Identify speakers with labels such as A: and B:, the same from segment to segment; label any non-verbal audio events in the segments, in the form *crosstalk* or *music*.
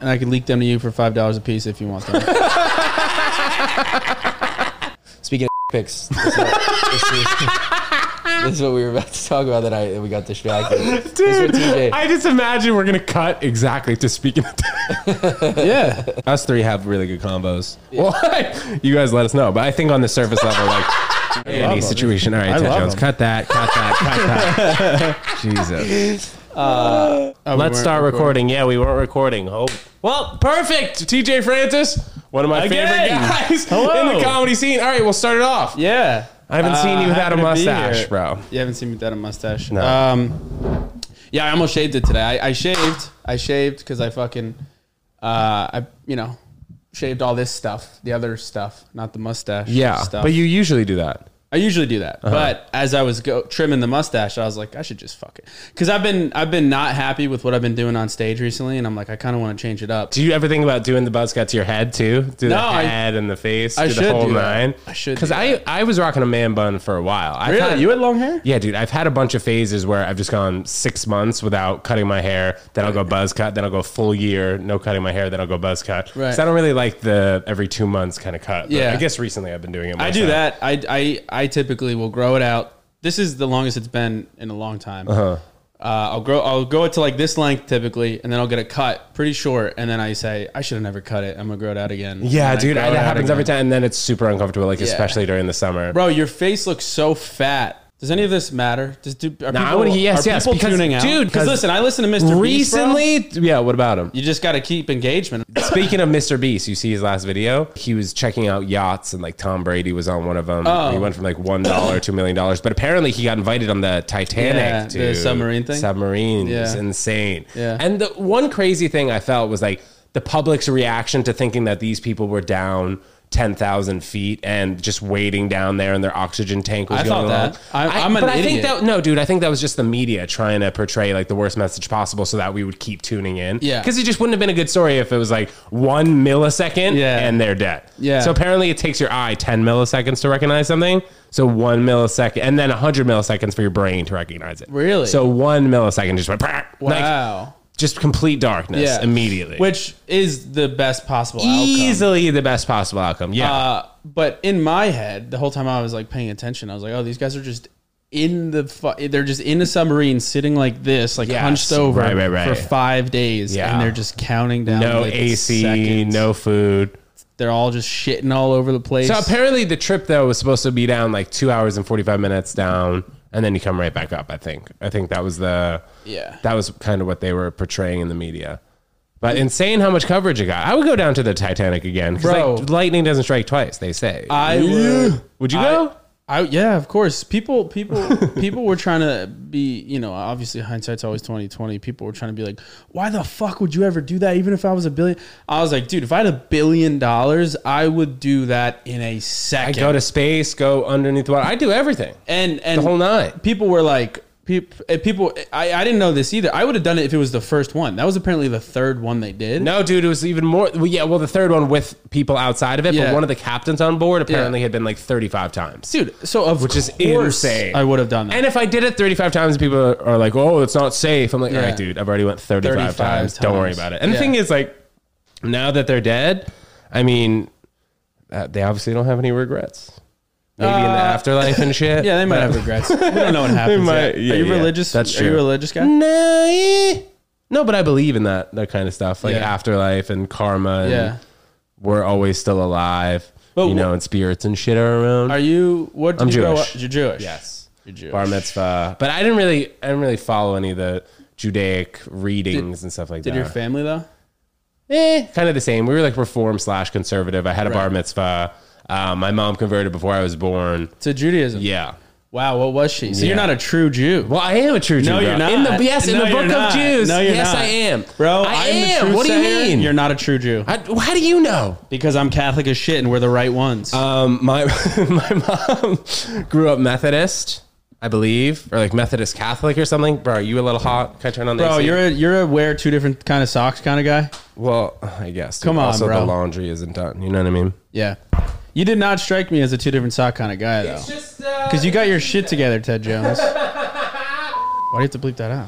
A: and I could leak them to you for five dollars a piece if you want them.
B: Speaking of picks, this is, this is- this is what we were about to talk about that I that we got distracted. This is what
C: Dude,
B: TJ
C: I just imagine we're gonna cut exactly to speaking. Of *laughs*
A: yeah,
C: Us three have really good combos. Well, *laughs* you guys let us know, but I think on the surface level, *laughs* like any
A: them.
C: situation. All right, Ted
A: love
C: Jones,
A: them.
C: cut that, cut that, cut *laughs* that. Jesus.
A: Oh, we
C: Let's
A: weren't
C: start recording. Yeah, we weren't recording. Oh, well, perfect. TJ Francis, one of my *laughs* favorite
A: Again.
C: guys
A: Hello.
C: in the comedy scene. All right, we'll start it
A: *laughs*
C: off.
A: Yeah, Uh,
C: I haven't seen you without a
A: happy to be
C: mustache,
A: here.
C: bro.
A: You haven't seen me without a mustache.
C: No.
A: Um, yeah, I almost shaved it today. I, I shaved. I shaved because I fucking, uh, I you know, shaved all this stuff, the other stuff, not the mustache.
C: Yeah,
A: stuff.
C: but you Uh-huh. usually do that.
A: I usually do that, but as I was go trimming the mustache, I was like, I should just fuck it, because I've been I've been not happy with what I've been doing on stage recently, and I'm like, I kind of want to change it up.
C: Do you ever think about doing the buzz cut to your head too? Do
A: No,
C: the
A: I-
C: head and the face,
A: I
C: do the
A: should
C: whole
A: do that.
C: nine?
A: I should do
C: Because I, I was rocking a man bun for a while. I
A: Really,
C: kinda-
A: you had long hair?
C: Yeah, dude, I've had a bunch of phases where I've just gone six months without cutting my hair. Then I'll go buzz cut. Then I'll go full year, no cutting my hair. Then I'll go buzz cut. 'Cause
A: Right.
C: I don't really like the every two months kind of cut. but
A: Yeah.
C: I guess recently I've been doing it.
A: I do that. I, I I typically will grow it out. This is the longest it's been in a long time. Uh-huh. I'll grow I'll grow it to like this length typically, and then I'll get it cut pretty short, and then I say I should have never cut it. I'm gonna grow it out again.
C: Yeah,
A: And I
C: dude,
A: grow
C: I,
A: it
C: that
A: out
C: happens
A: again.
C: every time. And then it's super uncomfortable, like especially during the summer.
A: Bro, your face looks so fat. Does any of this matter? Does do are
C: Nah, I
A: people,
C: wanna- yes,
A: are
C: yes,
A: people
C: because-
A: tuning out?
C: dude,
A: because
C: 'cause
A: listen, I listen to Mr. Beast,
C: Recently, yeah. What about him?
A: bro. you just got to keep engagement.
C: Speaking of Mr. Beast, you see his last video. He was checking out yachts, and like Tom Brady was on one of them.
A: Oh.
C: He went from like one dollar to a million dollars, but apparently he got invited on the Titanic
A: Yeah,
C: to
A: the submarine thing?
C: Submarine is
A: Yeah.
C: insane.
A: Yeah.
C: And the one crazy thing I felt was like the public's reaction to thinking that these people were down. 10,000 feet and just waiting down there and their oxygen tank was
A: I
C: going
A: thought that.
C: along.
A: I- I'm an
C: but I think
A: idiot.
C: that, no, dude, I think that was just the media trying to portray like the worst message possible so that we would keep tuning in.
A: Yeah.
C: Because it just wouldn't have been a good story if it was like one millisecond
A: Yeah.
C: and they're dead.
A: Yeah.
C: So apparently it takes your eye 10 milliseconds to recognize something. So one millisecond and then 100 milliseconds for your brain to recognize it.
A: Really?
C: So one millisecond just went, wow. like,
A: Wow.
C: just complete darkness
A: yeah.
C: immediately.
A: Which is the best possible outcome.
C: easily the best possible outcome. Yeah.
A: Uh, but in my head, the whole time I was like paying attention, I was like, oh, these guys are just in the fu- they're just in a submarine sitting like this, like
C: Yes.
A: hunched over
C: Right, right, right.
A: for five days,
C: Yeah.
A: and they're just counting down.
C: no
A: like,
C: AC,
A: seconds.
C: no food.
A: They're all just shitting all over the place.
C: So apparently the trip though was supposed to be down like two hours and forty five minutes down, and then you come right back up. I think. I think that was the
A: Yeah.
C: That was kind of what they were portraying in the media. But insane how much coverage it got. I would go down to the Titanic again
A: Bro.
C: because like, lightning doesn't strike twice. They say.
A: I
C: Yeah.
A: would-
C: Would you
A: I-
C: go?
A: I, yeah, of course. People,
C: *laughs*
A: people, people were trying to be, you know, obviously hindsight's always twenty twenty. People were trying to be like, why the fuck would you ever do that? Even if I was a billion, I was like, dude, if I had a billion dollars, I would do that in a
C: I
A: second.
C: go to space, go underneath the water. I do everything.
A: and and
C: The whole nine.
A: People were like, people, people. I, I didn't know this either. I would have done it if it was the first one. That was apparently the third one they did.
C: No, dude, it was even more. Well, yeah, well, the third one with people outside of it,
A: Yeah.
C: but one of the captains on board apparently had been like 35 times.
A: dude. So of
C: Which is
A: course
C: insane.
A: I would have done that.
C: And if I did it 35 times, people are like, oh, it's not safe. I'm like, all
A: Yeah.
C: right, dude, I've already went 35,
A: 35
C: times. Don't worry
A: times.
C: about it. And
A: Yeah.
C: the thing is, like, now that they're dead, I mean, uh, they obviously don't have any regrets. Maybe in the
A: *laughs*
C: afterlife and shit.
A: Uh, yeah, they might have regrets. we don't
C: *laughs*
A: know what happens.
C: might-
A: yet.
C: yeah,
A: Are you
C: yeah.
A: religious?
C: That's
A: Are you
C: true. Mm-hmm.
A: a religious guy?
C: No, eh. no, but I believe in that that kind of stuff, like
A: Yeah.
C: afterlife and karma. And
A: Yeah.
C: we're always still alive.
A: But
C: you
A: wh-
C: know, and spirits and shit are around.
A: Are you? What? Did
C: I'm
A: you Grow
C: Jewish.
A: up? You're Jewish.
C: Yes.
A: You're Jewish.
C: bar mitzvah. But I didn't really, I didn't really follow any of the Judaic readings and stuff like
A: Did
C: that.
A: your family though?
C: eh, kind of the same. We were like reform slash conservative. I had a bar
A: Right.
C: mitzvah. Uh, my mom converted before I was born.
A: To Judaism.
C: Yeah.
A: Wow. What was she? So you're
C: Yeah.
A: not a true Jew.
C: Well, I am a true Jew.
A: No,
C: bro.
A: you're not.
C: In the, yes, in
A: No,
C: the
A: you're
C: book
A: not.
C: of Jews.
A: No, you're
C: yes,
A: not.
C: I am,
A: Bro,
C: I
A: I'm
C: am.
A: The truth
C: what do you
A: sayer.
C: mean?
A: You're not a true Jew
C: I, how do you know?
A: because I'm Catholic as shit and we're the right ones.
C: Um, my *laughs* my mom grew up Methodist, I believe, or like Methodist Catholic or something. Bro, are you a little hot? Can I turn on the
A: Bro,
C: AC?
A: you're a you're a wear two different kind of socks kind of guy.
C: Well, I guess. dude.
A: Come on,
C: also,
A: bro.
C: the laundry isn't done. You know what I mean?
A: Yeah. You did not strike me as a two different sock kind of guy though,
C: Just uh,
A: because you got your shit together, Ted Jones. Why do you have to bleep that out?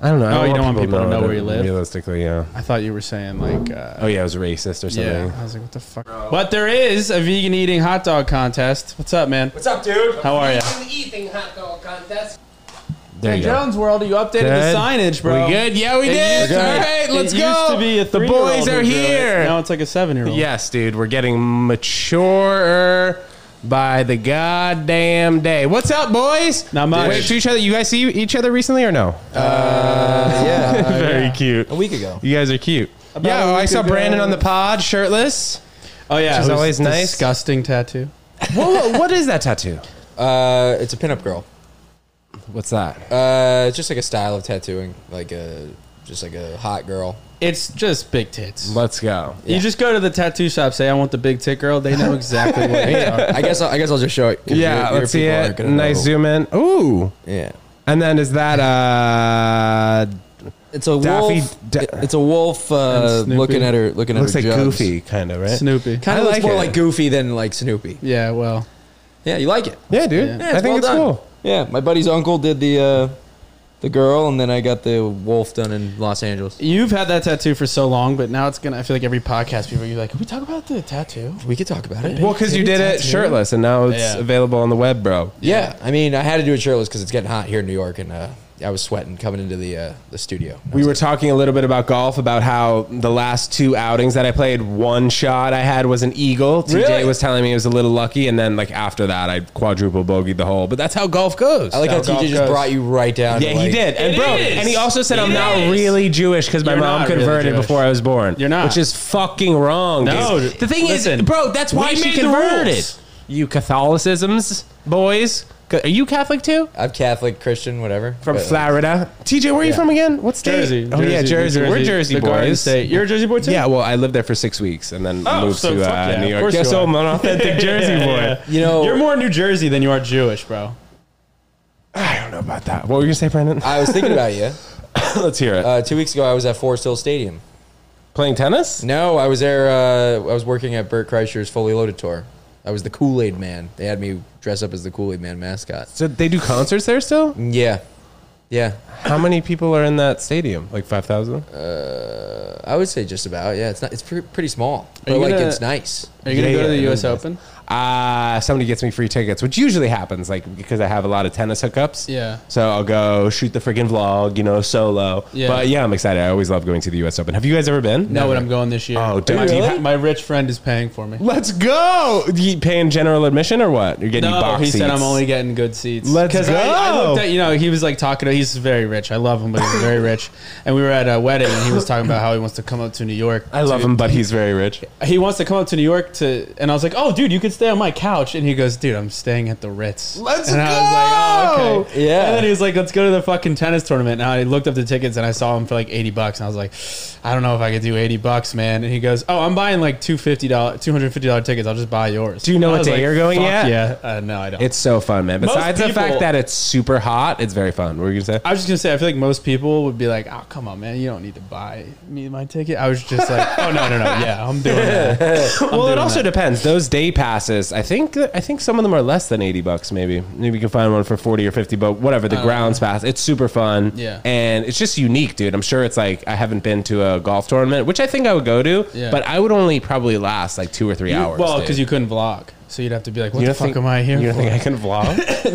C: I don't know. I
A: Oh, you don't want people to know
C: that
A: where you live?
C: Realistically, yeah.
A: I thought you were saying like. Uh,
C: Oh yeah, it was racist or something.
A: yeah. I was like, what the fuck? But there is a vegan eating hot dog contest. What's up, man?
C: What's up, dude?
A: How are you?
D: Eating hot dog contest.
C: There you go.
A: Jones World, you updated
C: Good.
A: the signage, bro.
C: We good? Yeah, we did. All right, let's
A: it
C: go.
A: Used to be a
C: the
A: three-year-old
C: boys
A: who
C: are
A: drew it.
C: here.
A: Now it's like a seven-year-old.
C: Yes, dude, we're getting maturer by the goddamn day. What's up, boys?
A: Not much.
C: Wait, to each other. You guys see each other recently or no?
A: Uh,
B: yeah,
C: Very cute.
B: Uh, a week ago.
C: You guys are cute. yeah,
A: a
C: oh, I
A: week
C: saw
A: ago.
C: Brandon on the pod, shirtless.
A: Oh yeah,
C: is
A: it was
C: always nice.
A: Disgusting tattoo.
C: Whoa, whoa, what is that tattoo?
B: Uh, it's a pinup girl.
C: What's that?
B: Uh, it's just like a style of tattooing, like a just like a hot girl.
A: It's just big tits.
C: Let's go.
A: You just go to the tattoo shop, say I want the big tit girl. They know exactly what.
C: *laughs*
A: You're talking.
B: I guess I'll, I guess I'll just show it. 'cause
C: Yeah,
B: your- your
C: let's see
B: people aren't
C: it.
B: gonna
C: Nice
B: know.
C: zoom in. Ooh,
B: Yeah,
C: and then is that uh?
B: it's a
C: Daffy
B: wolf.
C: Da-
B: it's a wolf uh,
A: And Snoopy.
B: looking at her. Looking at
C: Looks
B: her.
C: like
B: jugs.
C: Goofy, kind of right.
A: Snoopy.
B: Kind
C: I
B: of looks
C: like
B: more
C: it.
B: like Goofy than like Snoopy.
A: Yeah, well,
B: Yeah, you like it.
C: Yeah, dude.
A: Yeah,
B: Yeah,
C: I think
B: well
C: it's
B: done.
C: cool.
B: Yeah, my buddy's uncle did the uh, the girl, and then I got the wolf done in Los Angeles.
A: you've had that tattoo for so long, but now it's gonna. I feel like every podcast people, you're like, can we talk about the tattoo?
B: We could talk about it.
C: Well, because you did it shirtless, and now it's
A: Yeah.
C: available on the web, bro.
B: yeah, I mean, I had to do it shirtless because it's getting hot here in New York, and uh, I was sweating coming into the uh, the studio.
C: We were talking a little bit about golf, about how the last two outings that I played, one shot I had was an eagle.
B: Really?
C: TJ was telling me it was a little lucky, and then like after that, I quadruple bogeyed the hole. But that's how golf goes.
B: I like how
A: South
B: TJ
A: Coast.
B: just brought you right down. to,
C: yeah, he
B: like-
C: did, and
A: It
C: bro,
A: is.
C: and he also said I'm
A: It
C: not
A: is.
C: really Jewish because my
A: You're
C: mom
A: not really
C: converted
A: Jewish.
C: before I was born.
A: You're not.
C: which is fucking wrong.
A: No,
C: dude. the thing
A: listen,
C: is, bro, that's why
A: we
C: she
A: made the
C: converted.
A: rules.
C: You Catholicisms, boys, are you Catholic too?
B: I'm Catholic, Christian, whatever.
C: From
B: but, like,
C: Florida. TJ, where are you from again? What state?
A: Jersey.
C: Oh, yeah, Jersey. We're Jersey
A: the Garden
C: boys.
A: State. You're a Jersey boy too.
C: Yeah, well, I lived there for six weeks and then
A: Oh,
C: moved
A: so
C: to uh,
A: fuck yeah,
C: New
A: of
C: York.
A: course
C: Guess
A: you
C: so,
A: are.
C: I'm an *laughs* authentic Jersey boy.
B: You know,
A: you're more New Jersey than you are Jewish, bro.
C: I don't know about that. What were you going to say, Brandon?
B: I was thinking about you.
C: Let's hear it.
B: Uh, two weeks ago, I was at Forest Hill Stadium.
C: Playing tennis?
B: No, I was there. Uh, I was working at Bert Kreischer's Fully Loaded tour. I was the Kool Aid Man. They had me dress up as the Kool Aid Man mascot.
C: So they do concerts there still?
B: Yeah, yeah.
C: How many people are in that stadium? Like 5,000?
B: I would say just about. Yeah, it's not. It's pre- pretty small, but
A: you
B: like
A: gonna-
B: it's nice.
A: Are you gonna
C: Yeah,
A: go to the
C: yeah,
A: U.S.
C: it is.
A: Open?
C: Uh, somebody gets me free tickets, which usually happens, like because I have a lot of tennis hookups.
A: Yeah.
C: So I'll go shoot the freaking vlog, you know, solo.
A: Yeah.
C: But yeah, I'm excited. I always love going to the U.S. Open. Have you guys ever been?
A: No, but I'm going this year.
C: Oh, dude.
A: my,
C: Really?
A: my rich friend is paying for me.
C: Let's go. You paying general admission or what? You're getting
A: No,
C: box
A: he said
C: seats.
A: I'm only getting good seats.
C: Let's
A: 'Cause I, I
C: go.
A: looked at you know he was like talking to he's very rich. I love him, but he's very rich. And we were at a wedding, and he was talking about how he wants to come up to New York.
C: I love him, but he's very rich.
A: He wants to come up to New York to, and I was like, "Oh, dude, you could stay on my couch." And he goes, "Dude, I'm staying at the Ritz."
C: Let's
A: and I was like, "Oh, okay."
B: Yeah.
A: And then he was like, "Let's go to the fucking tennis tournament." And I looked up the tickets, and I saw him for like eighty bucks, and I was like, "I don't know if I could do eighty bucks, man." And he goes, "Oh, I'm buying like two fifty dollar, two hundred fifty dollar tickets. I'll just buy yours."
C: Do you know
A: And I
C: what
A: was
C: day
A: like,
C: you're going
A: "Fuck
C: yet?"
A: Yeah, uh, no, I don't.
C: It's so fun, man.
A: Most
C: Besides the
A: people-
C: fact that it's super hot, it's very fun. What were you gonna say?
A: I was just gonna say, I feel like most people would be like, "Oh, come on, man, you don't need to buy me my ticket." I was just like, "Oh *laughs* no, no, no, yeah, I'm doing *laughs* that."
C: well, it
A: doing
C: also depends. Those day passes, I think, I think some of them are less than eighty bucks. Maybe, maybe you can find one for forty or fifty. But whatever, the grounds pass, it's super fun.
A: Yeah.
C: and it's just unique, dude. I'm sure it's like I haven't been to a golf tournament, which I think I would go to.
A: Yeah.
C: but I would only probably last like two or three
A: You,
C: hours.
A: well,
C: dude.
A: because you couldn't vlog, so you'd have to be like, "What
C: You
A: the
C: don't
A: fuck
C: think-
A: am I here?"
C: You don't
A: for?
C: think I can vlog?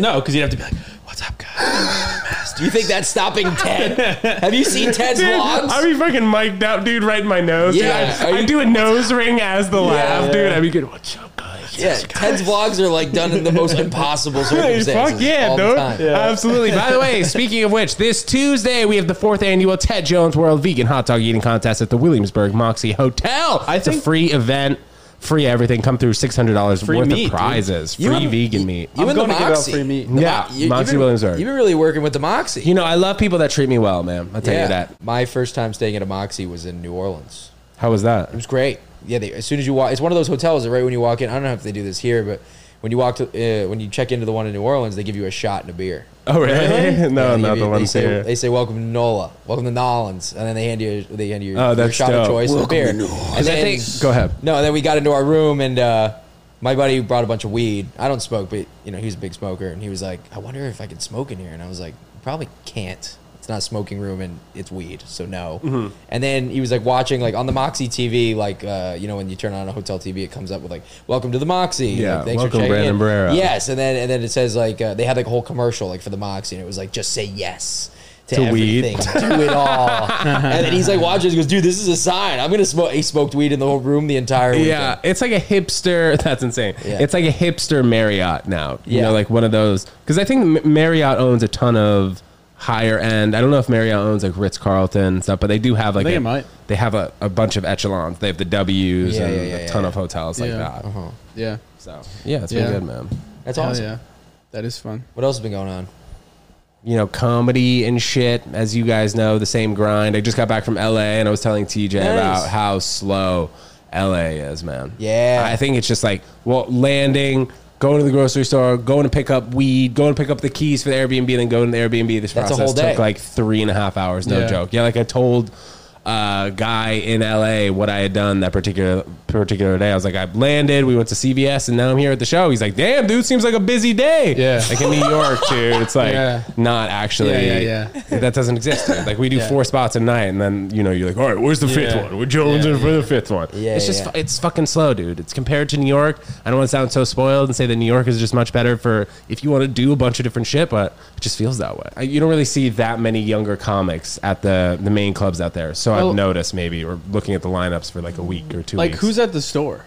A: *laughs* no, because you'd have to be like, "What's up, guys?"
B: Do you think that's stopping
C: *laughs*
B: Ted? Have you seen Ted's
C: *laughs* Dude,
B: vlogs?
C: I'd be fucking mic'd up, dude, right in my nose. dude.
B: Yeah.
C: I,
B: Are
C: I
B: you-
C: do *laughs* a nose ring as the laugh,
B: yeah.
C: dude. I'd be good. What's up, guys?
B: yeah, Ted's vlogs are like done in the most
C: *laughs*
B: impossible circumstances.
C: Fuck yeah,
B: all the
C: dude.
B: time.
C: Absolutely. By
A: *laughs*
C: the way, speaking of which, this Tuesday we have the fourth annual Ted Jones World Vegan Hot Dog Eating Contest at the Williamsburg Moxie Hotel.
A: I
C: it's a
A: think-
C: free event, free everything. Come through $600 worth
A: meat,
C: of
A: dude.
C: prizes,
B: You
C: free
B: and-
C: vegan
B: you-
C: meat.
B: You
A: I'm
B: and the
A: going to give out
B: Moxie.
A: free meat.
B: The
C: Yeah,
B: Mo- you-
C: Moxie
B: you've been-
C: Williamsburg.
B: You've been really working with the Moxie.
C: you know, I love people that treat me well, man. I'll tell you that.
B: My first time staying at a Moxie was in New Orleans.
C: How was that?
B: It was great. Yeah, they, as soon as you walk, it's one of those hotels that right when you walk in. I don't know if they do this here, but when you walk to uh, when you check into the one in New Orleans, they give you a shot and a beer.
C: Oh, really?
B: Yeah,
C: *laughs* no,
B: they give
C: not
B: you-
C: the
B: They
C: ones
B: say
C: here.
B: they say welcome to NOLA, welcome to Nolans, and then they hand you they hand you
C: Oh,
B: your
C: that's
B: shot of
C: dope.
B: choice and a beer. And then,
C: Go ahead.
B: No, then we got into our room and uh, my buddy brought a bunch of weed. I don't smoke, but you know he was a big smoker, and he was like, "I wonder if I could smoke in here," and I was like, "Probably can't." it's not a smoking room and it's weed, so no.
C: Mm-hmm.
B: And then he was like watching like on the Moxie TV, like uh, you know when you turn on a hotel TV, it comes up with like "Welcome to the Moxie."
C: Yeah,
B: like, "Thanks for
C: welcome,
B: checking
C: Brandon
B: in."
C: Barrera.
B: Yes, and then and then it says like uh, they had like a whole commercial like for the Moxie, and it was like just say yes. To,
C: To weed.
B: everything,
C: *laughs*
B: do it all, and then he's like watching. He goes, "Dude, this is a sign. I'm gonna smoke." He smoked weed in the whole room the entire weekend.
C: Yeah, it's like a hipster. *laughs* That's insane.
B: Yeah.
C: It's like a hipster Marriott now. You
B: Yeah.
C: know, like one of those. Because I think M- Marriott owns a ton of higher end. I don't know if Marriott owns like Ritz Carlton and stuff, but they do have like.
A: think
C: a-
A: it might.
C: They have a, a bunch of echelons. They have the W's
B: Yeah,
C: and
B: yeah, yeah,
C: a ton
B: yeah. Uh-huh.
C: of hotels like
A: Yeah.
C: that.
A: *laughs* Yeah.
C: So yeah, it's
A: Yeah.
C: been good, man.
B: That's
A: Hell
B: awesome.
A: yeah. That is fun.
B: What else has been going on?
C: You know, comedy and shit. As you guys know, the same grind. I just got back from LA, and I was telling TJ
B: Nice.
C: about how slow LA is, man.
B: Yeah.
C: I think it's just like, well, landing, going to the grocery store, going to pick up weed, going to pick up the keys for the Airbnb, then going to the Airbnb. This
B: That's a
C: process
B: whole day.
C: took like three and a half hours, no
A: Yeah.
C: joke. Yeah, like I told a guy in LA what I had done that particular particular day. I was like, I landed, we went to CVS, and now I'm here at the show. He's like, damn, dude, seems like a busy day.
A: Yeah.
C: Like in New York, dude, it's like
A: Yeah.
C: not actually.
A: Yeah, yeah,
C: That doesn't exist. dude. Like we do
A: Yeah.
C: four spots a night, and then you know you're like, all right, where's the fifth
A: Yeah.
C: one? We're Jones
A: Yeah,
C: in for the fifth one.
B: Yeah,
C: it's just
B: yeah.
C: fu- it's fucking slow, dude. It's compared to New York. I don't want to sound so spoiled and say that New York is just much better for if you want to do a bunch of different shit, but it just feels that way. I- You don't really see that many younger comics at the the main clubs out there. So
A: Well-
C: I've noticed maybe or looking at the lineups for like a week or two.
A: Like
C: weeks.
A: who's at the store?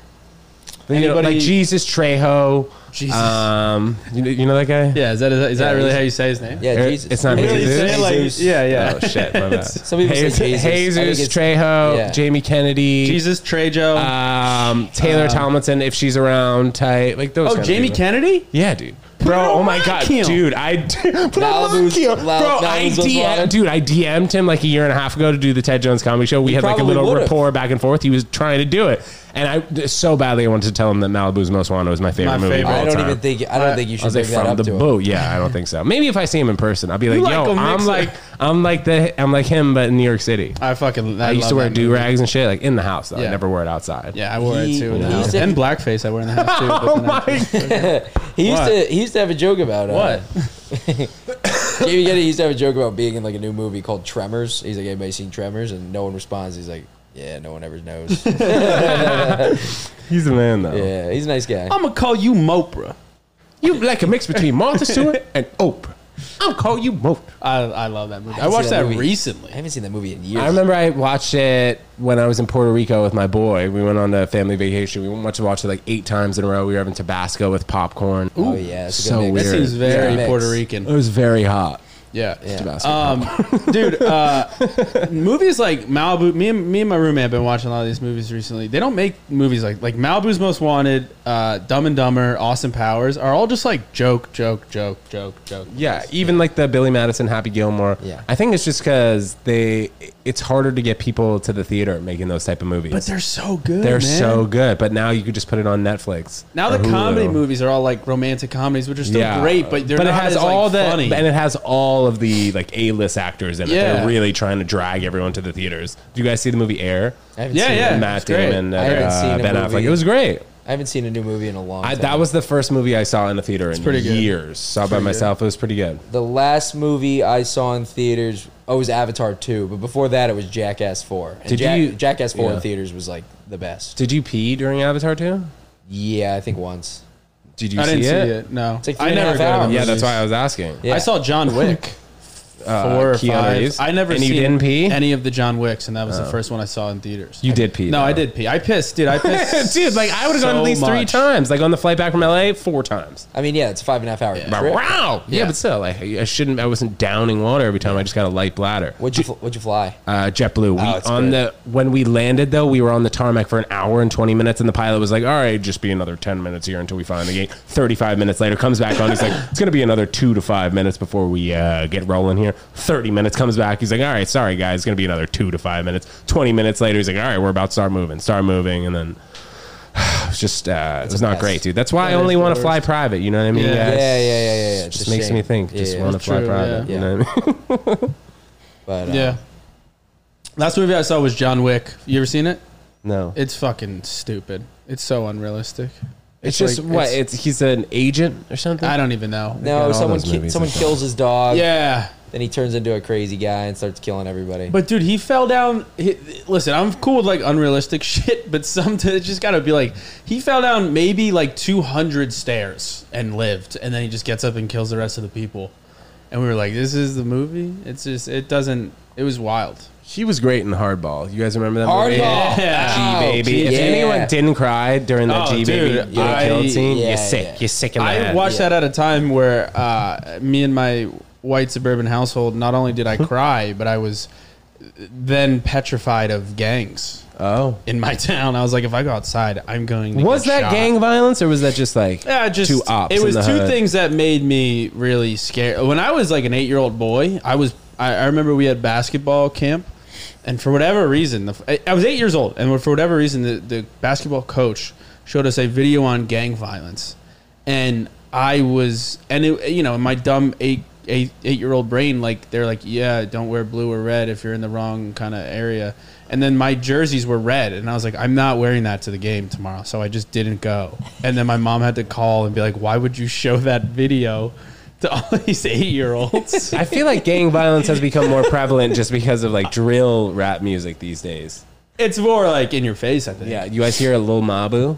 C: You know,
A: anybody-
C: like Jesus Trejo?
A: Jesus.
C: Um, you, know- you know that guy?
A: Yeah, is that is that
B: Yeah,
A: really
B: he's-
A: how you say his name? Uh,
B: Yeah,
C: Er-
B: Jesus.
C: It's not
A: Really
C: Jesus.
A: say it like-
B: Jesus.
A: yeah, yeah.
C: Oh
B: *laughs*
C: shit, my bad.
B: Some people say
C: Jesus,
B: Jesus. I think
C: Jesus,
B: it's-
C: Trejo,
B: yeah.
C: Jamie Kennedy,
A: Jesus Trejo.
C: um, Taylor Tomlinson if she's around, type like those.
A: oh,
C: kind of
A: Jamie
C: people.
A: Kennedy?
C: Yeah, dude.
A: it
C: Bro,
A: on
C: oh my
A: lock
C: god,
A: him.
C: dude! I *laughs* put on
B: Malibu's-
C: lock him.
B: Lal-
C: bro. I
B: Malibu's water.
C: DM, dude, I DM'd him like a year and a half ago to do the Ted Jones comedy show. We had like a
B: probably
C: little
B: would've.
C: rapport back and forth. He was trying to do it, and I so badly I wanted to tell him that Malibu's Most Wanted was my favorite
A: My
C: movie. of
A: favorite.
C: all
B: I don't
C: time.
B: even think I don't think you
C: I
B: should
C: was like
B: bring that
C: from
B: up
C: the
B: to him.
C: boat. Yeah, I don't think so. Maybe if I see him in person, I'll be like,
A: like
C: yo,
A: a
C: I'm
A: mixer.
C: like, I'm like the, I'm like him, but in New York City.
A: I fucking I,
C: I used to
A: love
C: wear
A: that
C: do
A: movie.
C: rags and shit, like in the house. Though. I
A: Yeah.
C: never wore it outside.
A: Yeah, I wore
B: He-
A: it too. In the
B: he
A: house.
B: said-
A: and blackface I wear in the house *laughs* too. but
C: *laughs* Oh
A: then I-
C: my god.
B: He used
A: What?
B: to he used to have a joke about uh, *laughs*
A: What?
B: Jamie Kennedy used to have a joke about being in like a new movie called Tremors. He's like, anybody seen Tremors? And no one responds. He's like, yeah, no one ever knows.
C: *laughs* *laughs* He's a man though.
B: yeah, he's a nice guy.
A: I'm gonna call you Mopra.
C: You like a mix between Martha Stewart
A: *laughs*
C: and Oprah. I'll call you Moat.
A: I, I love that movie. I,
B: haven't
A: watched
B: seen
A: that,
B: movie-
A: recently.
B: I haven't seen that movie in years.
C: I remember I watched it when I was in Puerto Rico with my boy. We went on a family vacation. We went to watch it like eight times in a row. We were having Tabasco with popcorn.
B: Oh yeah, it's a good
C: so
B: mix.
C: weird.
A: That seems very
B: Yeah.
A: Puerto
B: Mix.
C: It
A: Rican.
C: was very hot.
A: Yeah.
C: Tabasco.
A: Um, dude, uh, movies like Malibu. Me and me and my roommate have been watching a lot of these movies recently. They don't make movies like like Malibu's Most Wanted, uh, Dumb and Dumber, Austin Powers are all just like joke, joke, joke, joke, joke.
C: Yeah, even like the Billy Madison, Happy Gilmore.
B: Yeah.
C: I think it's just because they, it's harder to get people to the theater making those type of movies.
A: but they're so good.
C: They're
A: man.
C: so good. But now you could just put it on Netflix.
A: Now
C: or
A: the comedy
C: Hulu.
A: movies are all like romantic comedies, which are still great, but they're
C: But
A: not
C: it has
A: as,
C: all
A: like,
C: the
A: funny.
C: and it has all of the like A list actors in it.
A: Yeah.
C: They're really trying to drag everyone to the theaters. Do you guys see the movie Air?
B: I haven't
A: Yeah,
B: seen
A: yeah.
B: it.
C: Matt
A: it's great.
C: Damon, uh,
B: I haven't seen a
C: Ben
B: movie.
C: Affleck. It was great.
B: I haven't seen a new movie in a long
C: I,
B: time.
C: that was the first movie I saw in the theater in
A: pretty good.
C: years. Saw by
A: pretty good.
C: myself. It was pretty good.
B: the last movie I saw in theaters. Oh, it was Avatar two, but before that, it was Jackass four. And
C: Did
B: Jack-
C: you-
B: Jackass four in
C: Yeah.
B: theaters was like the best.
C: Did you pee during Avatar two?
B: Yeah, I think once.
C: Did you
A: I
C: see,
A: didn't see
C: it?
A: it. No,
B: It's like three
A: I
B: and a
A: never go to
B: half
A: the
B: hours.
A: movies.
C: Yeah, that's why I was asking.
B: Yeah.
A: I saw John Wick.
C: Uh,
A: four or
C: Keanu
A: five.
C: Reeves.
A: I never
C: And
A: seen
C: you didn't pee. *laughs* Oh.
A: any of the John Wicks, and that was the first one I saw in theaters.
C: you did pee.
A: no,
C: though.
A: I did pee. I pissed,
C: *laughs*
A: dude. I pissed,
C: dude. Like I would have gone
A: so
C: at least three
A: much.
C: times. Like on the flight back from LA, four times.
B: I mean, yeah, it's a five and a half hour.
C: Wow.
B: trip.
C: Yeah. but still, like I shouldn't. I wasn't downing water every time. I just got a light bladder.
B: What'd you fl- What'd you
C: *laughs*
B: fly?
C: Uh, JetBlue. We,
B: Oh, it's good.
C: on the when we landed though, we were on the tarmac for an hour and twenty minutes, and the pilot was like, "All right, just be another ten minutes here until we find the gate." Thirty-five minutes later, comes back on. He's like, "It's gonna be another two to five minutes before we uh, get rolling here." Thirty minutes comes back. He's like, "All right, sorry guys, it's gonna be another two to five minutes." Twenty minutes later, he's like, "All right, we're about to start moving, start moving," and then. *sighs* It was just uh, it was not
B: mess.
C: great, dude. That's why I
A: is
C: only
A: the
C: want to
A: worst.
C: fly private. You know what I mean?
A: Yeah.
C: guys?
B: Yeah, yeah, yeah, yeah. yeah. It's
C: just
B: a
C: makes
B: shame.
C: me think.
B: Yeah,
C: just
B: yeah.
C: want to fly
A: true,
C: private.
A: yeah.
C: You know what I mean?
B: But, uh,
A: Yeah. Last movie I saw was John Wick. You ever seen it?
C: *laughs* no,
A: It's fucking stupid. It's so unrealistic. It's
C: It's, just
A: like-
C: what
A: it's-
C: it's, he's an agent or something.
A: I don't even know.
C: got
B: No,
C: all
B: someone
C: those
B: ki-
C: movies
B: someone
C: and stuff.
B: kills his dog.
A: Yeah,
B: Then he turns into a crazy guy and starts killing everybody.
A: But dude, he fell down. He, listen, I'm cool with like unrealistic *laughs* shit, but some it's just gotta be like he fell down maybe like 200 stairs and lived, and then he just gets up and kills the rest of the people. And we were like, this is the movie. It's just it doesn't. It was wild.
C: She was great in Hardball. You guys remember that movie?
B: Hardball.
A: Yeah.
B: Ow.
C: G baby. If
B: Yeah.
C: anyone didn't cry during that
A: Oh,
C: G
A: dude,
C: baby getting
A: I-
C: killed scene,
B: yeah,
C: you're sick.
B: yeah.
C: You're sick in the
A: I
C: head.
A: watched
B: Yeah.
A: that at a time where uh, me and my white suburban household. Not only did I cry, but I was then petrified of gangs
C: oh,
A: in my *laughs* town. I was like, if I go outside, I'm going. to
C: was
A: get
C: that
A: shot.
C: gang violence or was that just like
A: Yeah, just
C: two ops?
A: It
C: in
A: was
C: the
A: two
C: hood?
A: things that made me really scared. When I was like an eight-year-old boy, I was. I, I remember we had basketball camp, and for whatever reason, the, f- I- I was eight years old, and for whatever reason, the, the basketball coach showed us a video on gang violence, and I was, and it, you know, in my dumb eight. Eight, eight-year-old brain, like they're like, yeah, don't wear blue or red if you're in the wrong kind of area. And then my jerseys were red, and I was like, I'm not wearing that to the game tomorrow, so I just didn't go. And then my mom had to call and be like, Why would you show that video to all *laughs* these eight-year-olds?
C: I feel like gang violence has become more prevalent just because of like drill rap music these days.
A: *laughs* it's more like in your face, I think.
C: Yeah, you guys hear a Lil Mabu?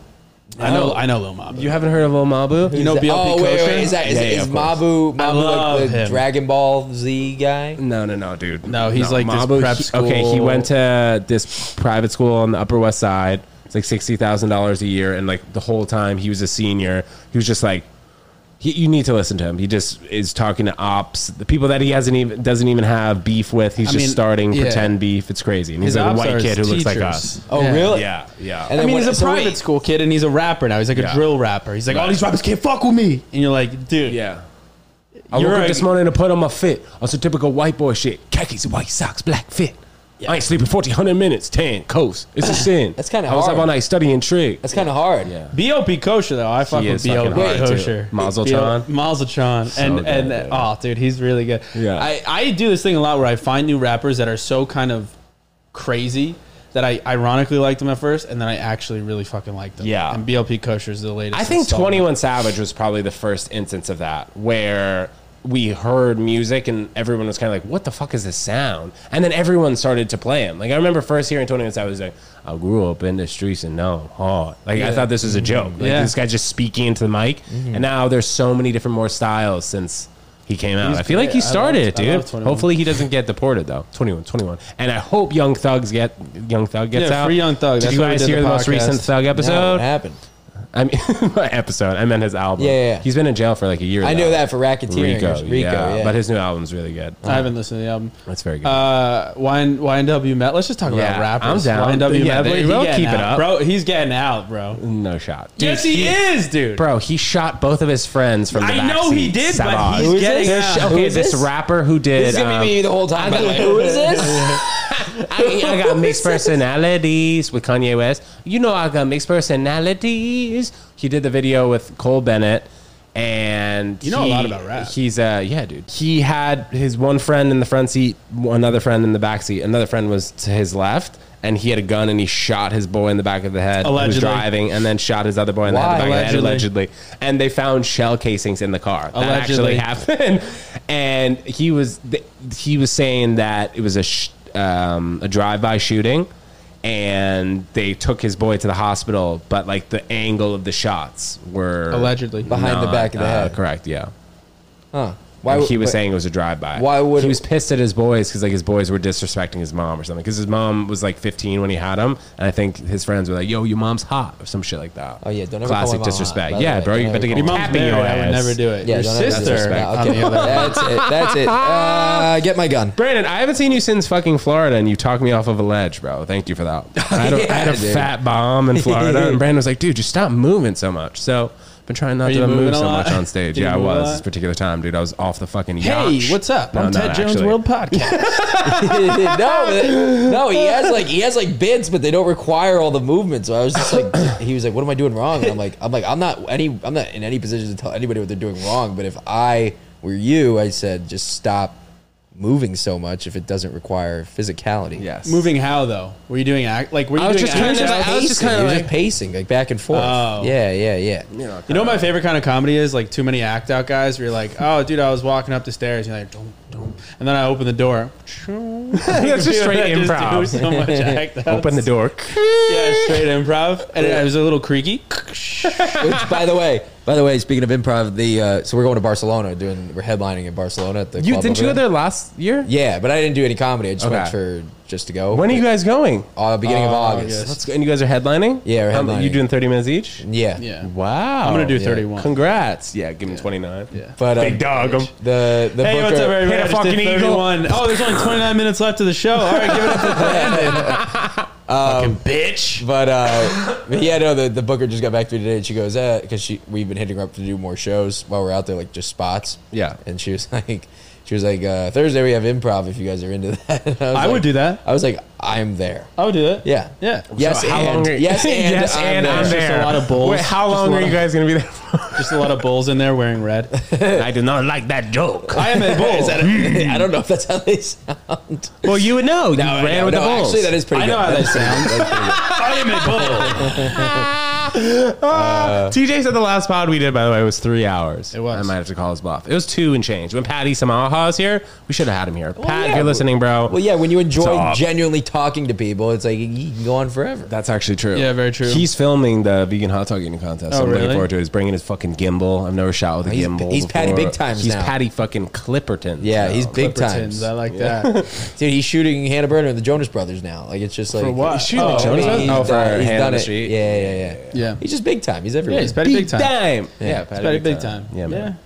A: I know, I know, Lil Mama.
C: You haven't heard of Lil Mabu?
A: You know
B: Is that-
A: BLP
B: oh, wait,
A: Kosher?
B: wait, is that is,
C: Yeah, yeah,
B: is
C: of course.
B: Mabu
A: I
B: Mabu like
A: love
B: the
A: him.
B: Dragon Ball Z guy?
C: No, no, no, dude.
A: No, he's like this prep
C: he- Okay, he
A: school-
C: went to this private school on the Upper West Side. It's like sixty thousand dollars a year, and like the whole time he was a senior, he was just like, he, you need to listen to him. He just is talking to ops, the people that he hasn't even doesn't even have beef with. He's
A: I
C: just
A: mean,
C: starting
A: yeah.
C: pretend beef. It's crazy, and he's like a
A: ops are
C: white kid who
A: his
C: looks like
A: teachers.
C: us.
B: Oh,
A: Yeah.
B: really?
C: Yeah, yeah.
B: And
A: I
B: then
A: mean,
B: when-
A: he's a
B: so
A: private
B: wait.
A: school kid, and he's a rapper now. He's like a
C: Yeah.
A: drill rapper. He's like, all these rappers can't fuck with me. And you're like, dude,
C: Yeah. I
A: You're
C: woke
A: a-
C: up this morning to put on my fit. On some typical white boy shit. Khakis, white socks, black fit. I ain't sleeping 1400 minutes, tan, coast.
B: *coughs*
C: It's a sin.
B: That's kinda
C: I was up
B: hard.
C: all night studying trig.
B: That's kind of hard.
C: Yeah.
A: BOP Kosher though. I fuck
C: He
A: with
C: is fucking
A: BOP
C: hard, too.
A: Kosher.
C: Mazel
A: B.O.
C: Tov.
A: Mazel Tov. and
C: good,
A: and
C: dude.
A: oh dude, he's really good.
C: Yeah.
A: I, I do this thing a lot where I find new rappers that are so kind of crazy that I ironically liked them at first and then I actually really fucking like them.
C: Yeah.
A: And BLP Kosher is the latest.
C: I think
A: installment.
C: 21 Savage was probably the first instance of that where we heard music and everyone was kind of like, what the fuck is this sound? And then everyone started to play him. Like, I remember first hearing 21 Savage, was like, I grew up in the streets and now hard. Like, I thought this
A: Mm-hmm.
C: was a joke. Like,
A: Yeah. Mm-hmm.
C: this guy just speaking into the mic. And now there's so many different more styles since he came out.
A: He's
C: I feel like he
A: great. I
C: started
A: love-
C: it,
A: I
C: dude.
A: love 21.
C: Hopefully he doesn't get deported, though. 21, 21. And I hope Young Thugs get, Young Thug gets
A: Yeah,
C: out.
A: free Young Thug.
C: Did
A: That's
C: you
A: why we
C: guys
A: did
C: hear
A: the
C: the, most
A: podcast.
C: recent Thug episode?
B: No, what happened?
C: I mean, *laughs* my episode. I meant his album.
B: Yeah, yeah, yeah.
C: He's been in jail for like a year.
B: I
C: though.
B: know that for racketeering.
C: Rico,
B: Rico,
C: yeah,
B: yeah.
C: But his new album's really good.
A: I haven't listened to the album.
C: That's very good.
A: Uh, YN, YNW Met. Let's just talk
C: Yeah,
A: about rappers.
C: I'm down.
A: YNW
C: Yeah,
A: Medley.
C: they-
A: he
C: we'll
A: getting
C: keep it
A: out.
C: up.
A: bro. He's getting out, bro.
C: no shot, Dude,
A: yes, he, is, dude.
C: Bro, he shot both of his friends from the
A: I know
C: backseat.
A: he did,
C: Savage.
A: but
B: Who
A: he's
B: is
A: getting
B: this?
A: out.
B: Who
C: okay,
B: is
C: this
B: this?
C: rapper who did.
B: This is gonna
C: um,
B: be me the whole time. But like, who is this?
C: I, I
A: *laughs*
C: got mixed personalities with Kanye West. You know, I got mixed personalities. He did the video with Cole Bennett, and
A: You know a
C: he-
A: lot about rap.
C: He's uh, yeah, dude. He had his one friend in the front seat, another friend in the back seat, another friend was to his left. And he had a gun, and he shot his boy in the back of the head. who was
A: Allegedly.
C: driving, and then shot his other boy in the, head,
B: Why?
C: in the back of the head,
A: Allegedly.
C: allegedly. And they found shell casings in the car. That
A: Allegedly.
C: actually happened happened. *laughs* and he was th- he was saying that it was a sh- um, a drive by shooting, and they took his boy to the hospital. But like the angle of the shots were Uh,
A: Allegedly.
B: Behind the back of the head.
C: Correct. Yeah.
B: Huh.
C: Why
B: would-
C: he was
B: but-
C: saying it was a drive by.
B: Why would-
C: he was pissed at his boys because like his boys were disrespecting his mom or something because his mom was like 15 when he had him, and I think his friends were like, "Yo, your mom's hot" or some shit like that.
B: Oh, yeah, don't ever call
C: classic
B: my mom hot,
C: disrespect.
B: by the
C: yeah,
B: way.
C: bro,
B: Don't
C: you're
B: ever
C: about to get
B: call
A: Your
B: my
A: mom's
C: tapped in
A: married.
C: your
A: I would
C: ass.
A: never do it.
B: Yeah,
A: Your
B: don't have that
A: sister.
B: disrespect.
A: on
B: Okay,
A: the other
B: *laughs*
A: hand.
B: that's it. That's
C: *laughs*
B: it. Uh, get my gun.
C: Brandon, I haven't seen you since fucking Florida, and you talked me off of a ledge, bro. Thank you
A: *laughs*
C: for that. I had a, I had a
B: Yeah, dude.
C: fat bomb in Florida, and Brandon was like, "Dude, just stop moving so much." So, I've been trying not
A: you
C: to
A: moving
C: move
A: a
C: so
A: lot?
C: much on
A: *laughs*
C: stage.
A: Do you
C: yeah, I
A: move a
C: was
A: lot?
C: this particular time, dude. I was off the fucking.
A: Hey,
C: yacht.
A: what's up?
C: No,
A: I'm
C: not
A: Ted Jones
C: actually.
A: World Podcast.
B: *laughs* no, no, he has like he has like bits, but they don't require all the movement. So I was just like, *clears throat* he was like, "What am I doing wrong?" And I'm like, "I'm like, I'm not any, I'm not in any position to tell anybody what they're doing wrong. But if I were you, I said, just stop moving so much if it doesn't require physicality.
A: *laughs*
C: Yes.
A: Moving how though? Were you doing act like were you
B: I was
A: doing
B: just
A: act-
B: kind of,
C: kinda- I was just
B: pacing.
C: kinda
B: You're
C: like-
B: just pacing like back and forth.
A: Oh.
B: Yeah, yeah, yeah.
A: You know what my favorite kind of comedy is? Like too many act out guys where you're like, oh, dude, I was walking up the stairs. And you're like, don't, don't. And then I open the *laughs* door.
C: *laughs* That's just
A: *laughs*
C: straight
A: I do
C: improv.
A: so much act outs.
C: Open the door.
A: *laughs* Yeah, straight improv. And it was a little *laughs* creaky.
B: Which, by the way, by the way, speaking of improv, the uh, so we're going to Barcelona doing we're headlining in Barcelona at the
C: You
B: club
C: didn't
B: over
C: you go
B: there.
C: there last year?
B: Yeah, but I didn't do any comedy. I just went
C: Okay.
B: for just to go.
C: When are you guys going?
B: Uh, beginning of
A: Oh,
B: August.
A: yes.
C: Let's go. And you guys are headlining?
B: Yeah, we're
C: How- You
B: headlining.
C: doing 30 minutes each?
B: Yeah.
A: Yeah.
C: Wow.
A: I'm going to do
B: yeah.
A: 31.
C: Congrats. Yeah, give me 29.
A: Yeah.
B: But um,
C: Big dog. I'm-
B: the the
A: Hey,
B: booker.
A: what's up, everybody?
C: Hit a
A: I just did
C: fucking eagle.
A: 31. Oh, there's only 29 minutes left of the show. All right, give it up to Brandon. Fucking bitch. *laughs*
B: But uh, but yeah, no, the, the booker just got back to me today, and she goes, "Uh, because she we've been hitting her up to do more shows while we're out there, like just spots."
C: Yeah.
B: and she was *laughs* like, she was like, uh, "Thursday we have improv if you guys are into that." *laughs* And was
A: I would
B: like-
A: do that.
B: I was like, "I'm there."
A: I would do that.
B: Yeah,
A: Yeah.
B: Yes,
C: how
B: and,
C: long are you-
B: yes, and
C: *laughs* yes,
B: I'm
C: and
B: there.
C: I'm
A: It's just a
C: there.
A: lot of bulls.
C: Wait, how
A: Just a
C: long
A: lot
C: are you
A: of-
C: guys going to be there for?
A: Just a lot of bulls in there wearing red.
C: I do not like that joke.
A: I am a *laughs* bull.
B: Is that a, *laughs* I don't know if that's how they sound.
C: *laughs* well, you would know. You ran
B: no,
C: with
B: no,
C: the bulls.
B: Actually, that is pretty.
A: I
B: good.
A: know how they sound.
B: That's pretty good.
A: I am a bull.
C: TJ Uh, said the last pod we did, by the way, was three hours. It
A: was.
C: I might have to call his bluff. It was two and change. When Patty Samaha is here, we should have had him here. Pat, if
B: yeah.
C: you're listening, bro.
B: Well, yeah, when you enjoy
C: Stop.
B: genuinely talking to people, it's like you can go on forever.
C: That's actually true.
A: Yeah, very true.
C: He's filming the vegan hot dog eating contest.
A: Oh,
C: I'm looking
A: really?
C: forward to it. He's bringing his fucking gimbal. I've never shot with a
B: He's-
C: gimbal.
B: he's Patty
C: before.
B: big times
C: He's
B: now.
C: Patty fucking Clipperton.
B: Yeah, he's big time.
A: Clippertons. I like
B: *laughs*
A: that.
B: Dude, he's shooting Hannah Burner and the Jonas Brothers now. Like it's just like
A: For what?
C: He's shooting the
A: Oh,
C: Jonas
A: I mean,
C: Brothers?
B: he's
C: Oh, for
B: done, he's
C: Hand on
B: done
C: the
B: it.
C: Street.
B: Yeah, yeah, yeah, yeah.
A: Yeah.
B: He's just big time. He's everywhere.
A: Yeah, he's Patty Big Time.
C: Yeah, Patty,
A: Patty Big Time.
C: Yeah,
A: Yeah.
C: man.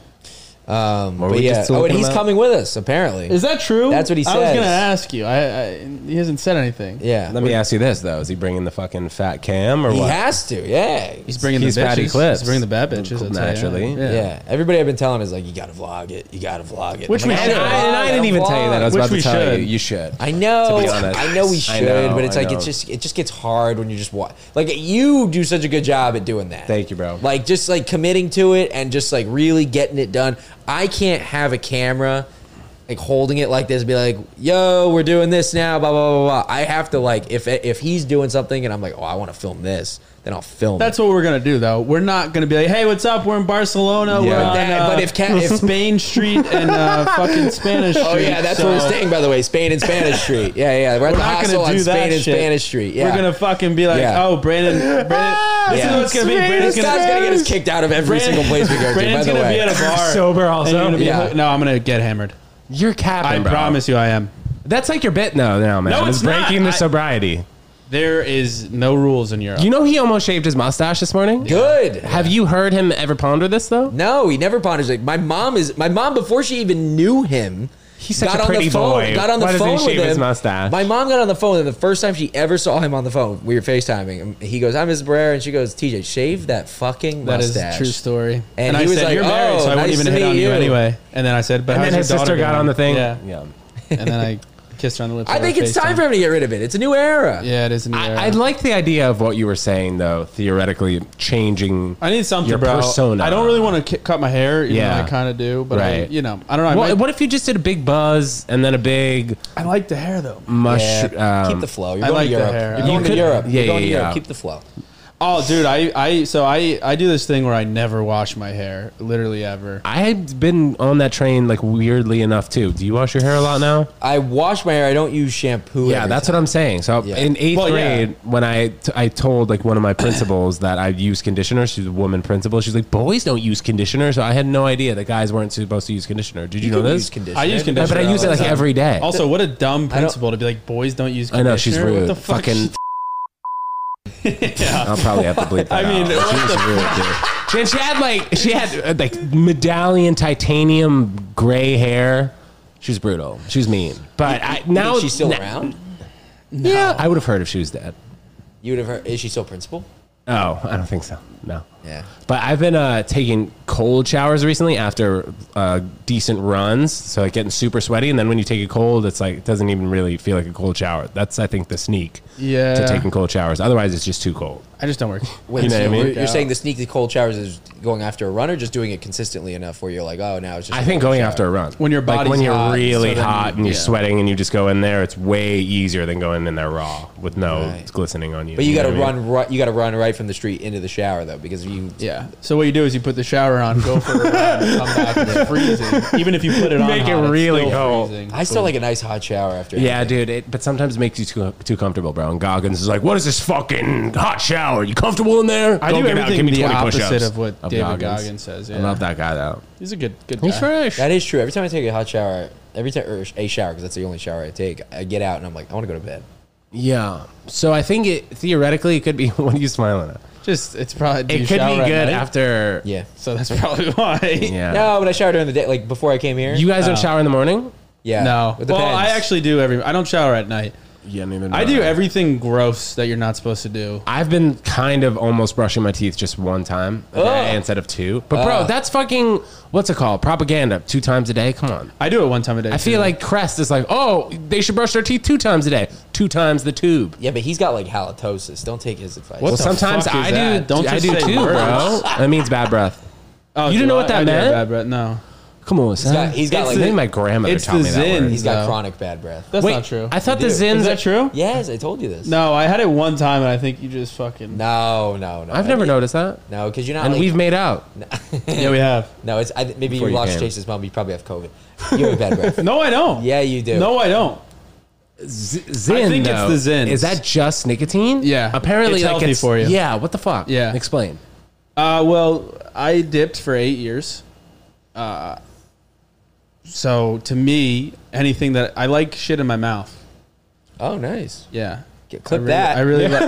B: Um,
C: Were
B: but
C: we
B: yeah.
C: just
B: Oh, and
C: talking
B: he's
C: about-
B: coming with us apparently.
A: Is that true?
B: That's what he
A: I was
B: says.
A: going to ask you. I, I he hasn't said anything.
B: yeah.
C: Let me ask you this though: Is he bringing the fucking fat cam or
B: He
C: what?
B: has to. Yeah.
A: He's bringing
C: He's
A: the
C: Patty
A: bitches.
C: Clips.
A: He's bringing the bad bitches. I'll tell you.
C: Naturally.
A: Yeah.
B: yeah. Everybody I've been telling is like, you gotta vlog it. You gotta vlog it.
A: Which
B: I'm
A: we
B: like,
C: and,
A: should.
B: know,
C: I, and I didn't even tell you that. I was
A: Which
C: about to
A: we
C: tell
A: should.
C: you. You should.
B: I know.
C: To be honest.
B: I know we should,
C: I know,
B: but it's
C: I
B: like
C: know.
B: it's just it just gets hard when you just watch. Like you do such a good job at doing that.
C: Thank you, bro.
B: Like just like committing to it and just like really getting it done. I can't have a camera like holding it like this and be like, "Yo, we're doing this now." Blah blah blah. blah. I have to like if if he's doing something and I'm like, "Oh, I want to film this," then I'll film.
A: That's
B: it.
A: what we're gonna do, though. We're not gonna be like, "Hey, what's up? We're in Barcelona. We're
C: Yeah.
A: on,
B: That-
A: uh,
B: but if Ca-
A: *laughs*
B: if-
A: Spain Street and uh, fucking Spanish Street."
B: *laughs* Oh yeah, that's what we're
A: so
B: saying. By the way, Spain and Spanish Street. Yeah, yeah. We're,
A: We're
B: at the
A: not
B: hostel
A: gonna
B: on
A: do that
B: Spain and
A: shit.
B: Spanish Street. Yeah,
A: We're gonna fucking be like,
B: Yeah.
A: "Oh, Brandon, Brandon,
B: *laughs*
A: this
B: Yeah.
A: is what's gonna be."
C: Spain
A: Brandon's
B: This
A: gonna,
B: guy's gonna get us kicked out of every
A: Brandon-
B: single place we go to.
A: Brandon's
B: by the
A: gonna
B: way,
A: be at a bar,
C: *laughs* Sober
A: and
C: also?
A: you're gonna be
B: Yeah.
A: ho- no, I'm gonna get hammered.
C: You're capping,
A: I
C: bro.
A: promise you, I am.
C: That's like your bit now, now, man.
A: No, it's not.
C: breaking
A: I-
C: the sobriety.
A: There is no rules in Europe.
C: You know he almost shaved his mustache this morning.
B: Good.
C: Have you heard him ever ponder this though?
B: No, he never ponders it. My mom is my mom before she even knew him. He
C: He's such a pretty
B: the phone,
C: boy.
B: Got on the
C: Why doesn't he
B: phone
C: shave
B: with him.
C: his mustache?
B: My mom got on the phone, and the first time she ever saw him on the phone, we were FaceTiming. and He goes, "I'm Mrs. Barrera," and she goes, "TJ, shave that fucking
A: That is
B: mustache."
A: a true story.
B: And
A: And,
B: he
A: I
B: was
A: said,
B: like,
A: "You're married,
B: "Oh,
A: so I wouldn't
B: nice
A: even
B: to
A: hit on
B: meet
A: you
B: you."
A: anyway." And then I said, "But
C: And
A: how's
C: then
A: your
C: his sister
A: daughter
C: got
A: doing?"
C: on the thing.
A: Yeah.
C: yeah.
A: and then I kissed her on the lips.
B: I
A: over
B: think it's time
A: FaceTime.
B: for him to get rid of it. It's a new era.
A: Yeah, it is an
C: I,
A: era.
C: I like the idea of what you were saying, though. Theoretically, changing.
A: I need something,
C: your
A: bro.
C: persona.
A: I don't really want to cut my hair. Even yeah,
C: Yeah.
A: I kind of do, but I,
C: Right.
A: you know, I don't know. I,
C: What,
A: might-
C: what if you just did a big buzz and then a big
A: I like the hair though.
C: mush?
B: Yeah.
C: um,
B: Keep the flow. You're
A: I
B: going
A: like
B: to
A: the
B: Europe.
A: hair.
B: You're
A: You
B: going to
A: could-
B: Europe.
C: yeah,
B: You're going to
C: yeah,
B: Europe.
C: yeah.
B: Keep the flow.
A: Oh, dude, I, I, so I, I do this thing where I never wash my hair, literally ever.
C: I've been on that train like weirdly enough too. Do you wash your hair a lot now?
B: I wash my hair. I don't use shampoo.
C: Yeah,
B: every
C: that's
B: time.
C: what I'm saying. So
B: Yeah.
C: in eighth
A: Well, yeah.
C: grade, when I t- I told like one of my principals that I use conditioner. She's a woman principal. She's like, boys don't use conditioner. So I had no idea that guys weren't supposed to use conditioner. Did you, know
B: can
C: this?
B: use conditioner.
A: I use
C: No,
A: conditioner,
C: but I use it
A: all
C: like
A: the time.
C: every day.
A: Also, what a dumb principal to be like, boys don't use.
C: I
A: Conditioner.
C: know she's
A: What
C: rude.
A: the fuck?
C: Fucking.
A: yeah.
C: I'll probably have to *laughs* bleep that.
A: I mean,
C: out.
A: what
C: she's rude, dude. She- And she had like she had uh, like medallion titanium gray hair. She was brutal. She was mean. But I, now
B: Is she still
C: na-
B: around?
C: Yeah, I would have heard if she was dead.
B: You would have heard. Is she still principal?
C: Oh, I don't think so. No.
B: Yeah.
C: But I've been uh, taking cold showers recently after uh, decent runs, so like getting super sweaty, and then when you take a cold, it's like it doesn't even really feel like a cold shower. That's I think the sneak
A: Yeah.
C: to taking cold showers. Otherwise, it's just too cold.
A: I just don't
C: *laughs*
A: work.
B: Wait,
C: You know
B: so
C: what I mean?
B: you're, you're saying the sneaky cold showers is going after a run or just doing it consistently enough where you're like, oh, now it's just.
C: I
B: a
C: think
B: cold
C: going
B: shower?
C: after a run
A: When your
C: like when
A: body's
C: you're
A: hot,
C: really
A: so then
C: hot
A: you-
C: and you're
A: yeah.
C: sweating and you just go in there, it's way easier than going in there raw with no
B: Right.
C: glistening on you.
B: But you got
C: know
B: to
C: what I mean?
B: run. Right, you got to run right from the street into the shower though, because if you.
A: Yeah. So what you do is you put the shower on, go for a run, come back,
C: *laughs*
A: it's freezing. Even if you put it on,
C: Make it
A: hot, it's
C: really
A: still
C: cold.
A: freezing.
B: I still like a nice hot shower after.
C: Yeah, dude. It, but sometimes it makes you too too comfortable, bro. And Goggins is like, "What is this fucking hot shower? You comfortable in there?
A: I
C: Go
A: do
C: get out,
A: everything the opposite
C: push-ups."
A: of what David Goggins says,
C: I
A: yeah.
C: love that guy though.
A: He's a good, good guy.
C: He's fresh.
B: That is true. Every time I take a hot shower, every time or a shower because that's the only shower I take, I get out and I'm like, I want to go to bed.
C: Yeah. So I think it theoretically it could be. *laughs* What are you smiling at?
A: Just it's probably do
C: It
A: you
C: could
A: shower
C: be
A: at
C: good
A: night?
C: after.
B: Yeah.
A: So that's *laughs* probably why.
C: Yeah.
B: No, but I shower during the day, like before I came here.
C: You
A: Uh,
C: guys don't shower in the morning?
B: yeah.
A: No.
B: It
A: Well,
B: depends.
A: I actually do every. I don't shower at night.
C: Yeah, neither.
A: I do everything gross that you're not supposed to do.
C: I've been kind of almost brushing my teeth just one time a day
B: Ugh.
C: instead of two. But bro,
A: Uh.
B: Ugh.
C: that's fucking what's it called? Propaganda. Two times a day. Come on.
A: I do it one time a day.
C: I feel like Crest is like, oh, they should brush their teeth two times a day. Two times the tube.
B: Yeah, but he's got like halitosis. Don't take his advice.
A: What
C: Well,
A: the
C: sometimes
A: fuck is
C: I do.
A: that? Don't
C: Don't I
A: just
C: do
A: say
C: too,
A: words.
C: bro. That means bad breath.
A: oh,
C: you
A: do
C: didn't know
A: I-
C: what that
A: I do have
C: meant?
A: Bad breath. No,
C: Come on, son.
B: got- he's got,
C: It's
B: like-
C: the- I think my grandmother
A: it's
C: taught
A: the
C: me that
A: zin.
C: word.
B: He's got
A: No.
B: chronic bad breath.
A: that's
C: Wait,
A: not true.
C: I thought
B: You
C: the
B: do.
C: zins.
A: Is that true?
B: Yes, I told you this.
A: No, I had it one time, and I think you just fucking.
B: *laughs* no, no, no.
C: I've never noticed that.
B: No, because you're not.
C: And
B: like-
C: we've made out.
A: Yeah, we have.
B: No, it's I, th- maybe
C: Before
B: you
C: you
B: lost
C: came.
B: Chase's mom. You probably have COVID. You have bad
A: *laughs*
B: breath.
A: No, I don't.
B: Yeah, you do.
A: No, I don't.
C: Z- Zin.
A: I think it's
C: though,
A: the zins.
C: Is that just nicotine?
A: Yeah.
C: Apparently,
A: It's
C: like
A: healthy
C: it's,
A: for you.
C: Yeah. What the fuck?
A: Yeah.
C: Explain.
A: Uh, well, I dipped for eight years. Uh, so to me, anything that I like shit in my mouth.
B: Oh, nice.
A: Yeah.
B: Get- clip
A: I really,
B: that.
A: I really
B: *laughs*
A: like. *laughs*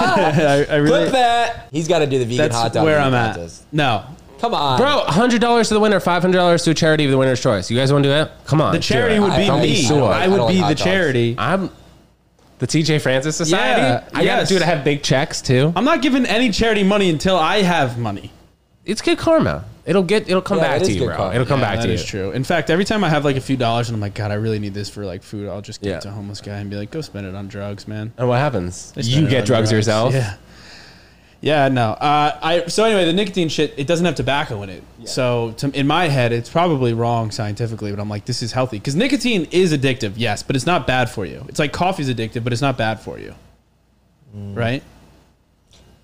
A: I, I really.
B: Clip that. He's got to do the vegan hot
A: That's
B: dog.
A: where I'm
B: eating
A: at.
B: contest.
A: No,
B: Come on,
C: Bro, $100 to the winner, $500 to a charity of the winner's choice. You guys want to do it? Come on.
A: the charity
C: do it.
A: would be
B: don't
A: me.
B: think so.
A: I
B: I
A: would
B: don't
A: be
B: like hot
A: the
B: dogs.
A: charity.
C: I'm the TJ Francis Society.
A: Yeah,
C: I
A: yes.
C: got to do to have big checks too.
A: I'm not giving any charity money until I have money.
C: It's good karma. It'll get. It'll come
B: Yeah,
C: back
B: it
C: to
B: is
C: you,
B: good
C: bro.
B: karma.
C: It'll come
A: Yeah,
C: back
A: That
C: to you.
A: is true. In fact, every time I have like a few dollars and I'm like, God, I really need this for like food, I'll just give
C: Yeah.
A: it to a homeless guy and be like, go spend it on drugs, man.
C: And what happens?
A: They spend
C: you
A: it
C: get
A: on
C: drugs, yourself.
A: Yeah. Yeah, no. Uh, I so anyway, the nicotine shit it doesn't have tobacco in it. So to, in my head, it's probably wrong scientifically, but I'm like, this is healthy because nicotine is addictive, yes, but it's not bad for you. It's like coffee's addictive, but it's not bad for you,
C: Mm.
A: right?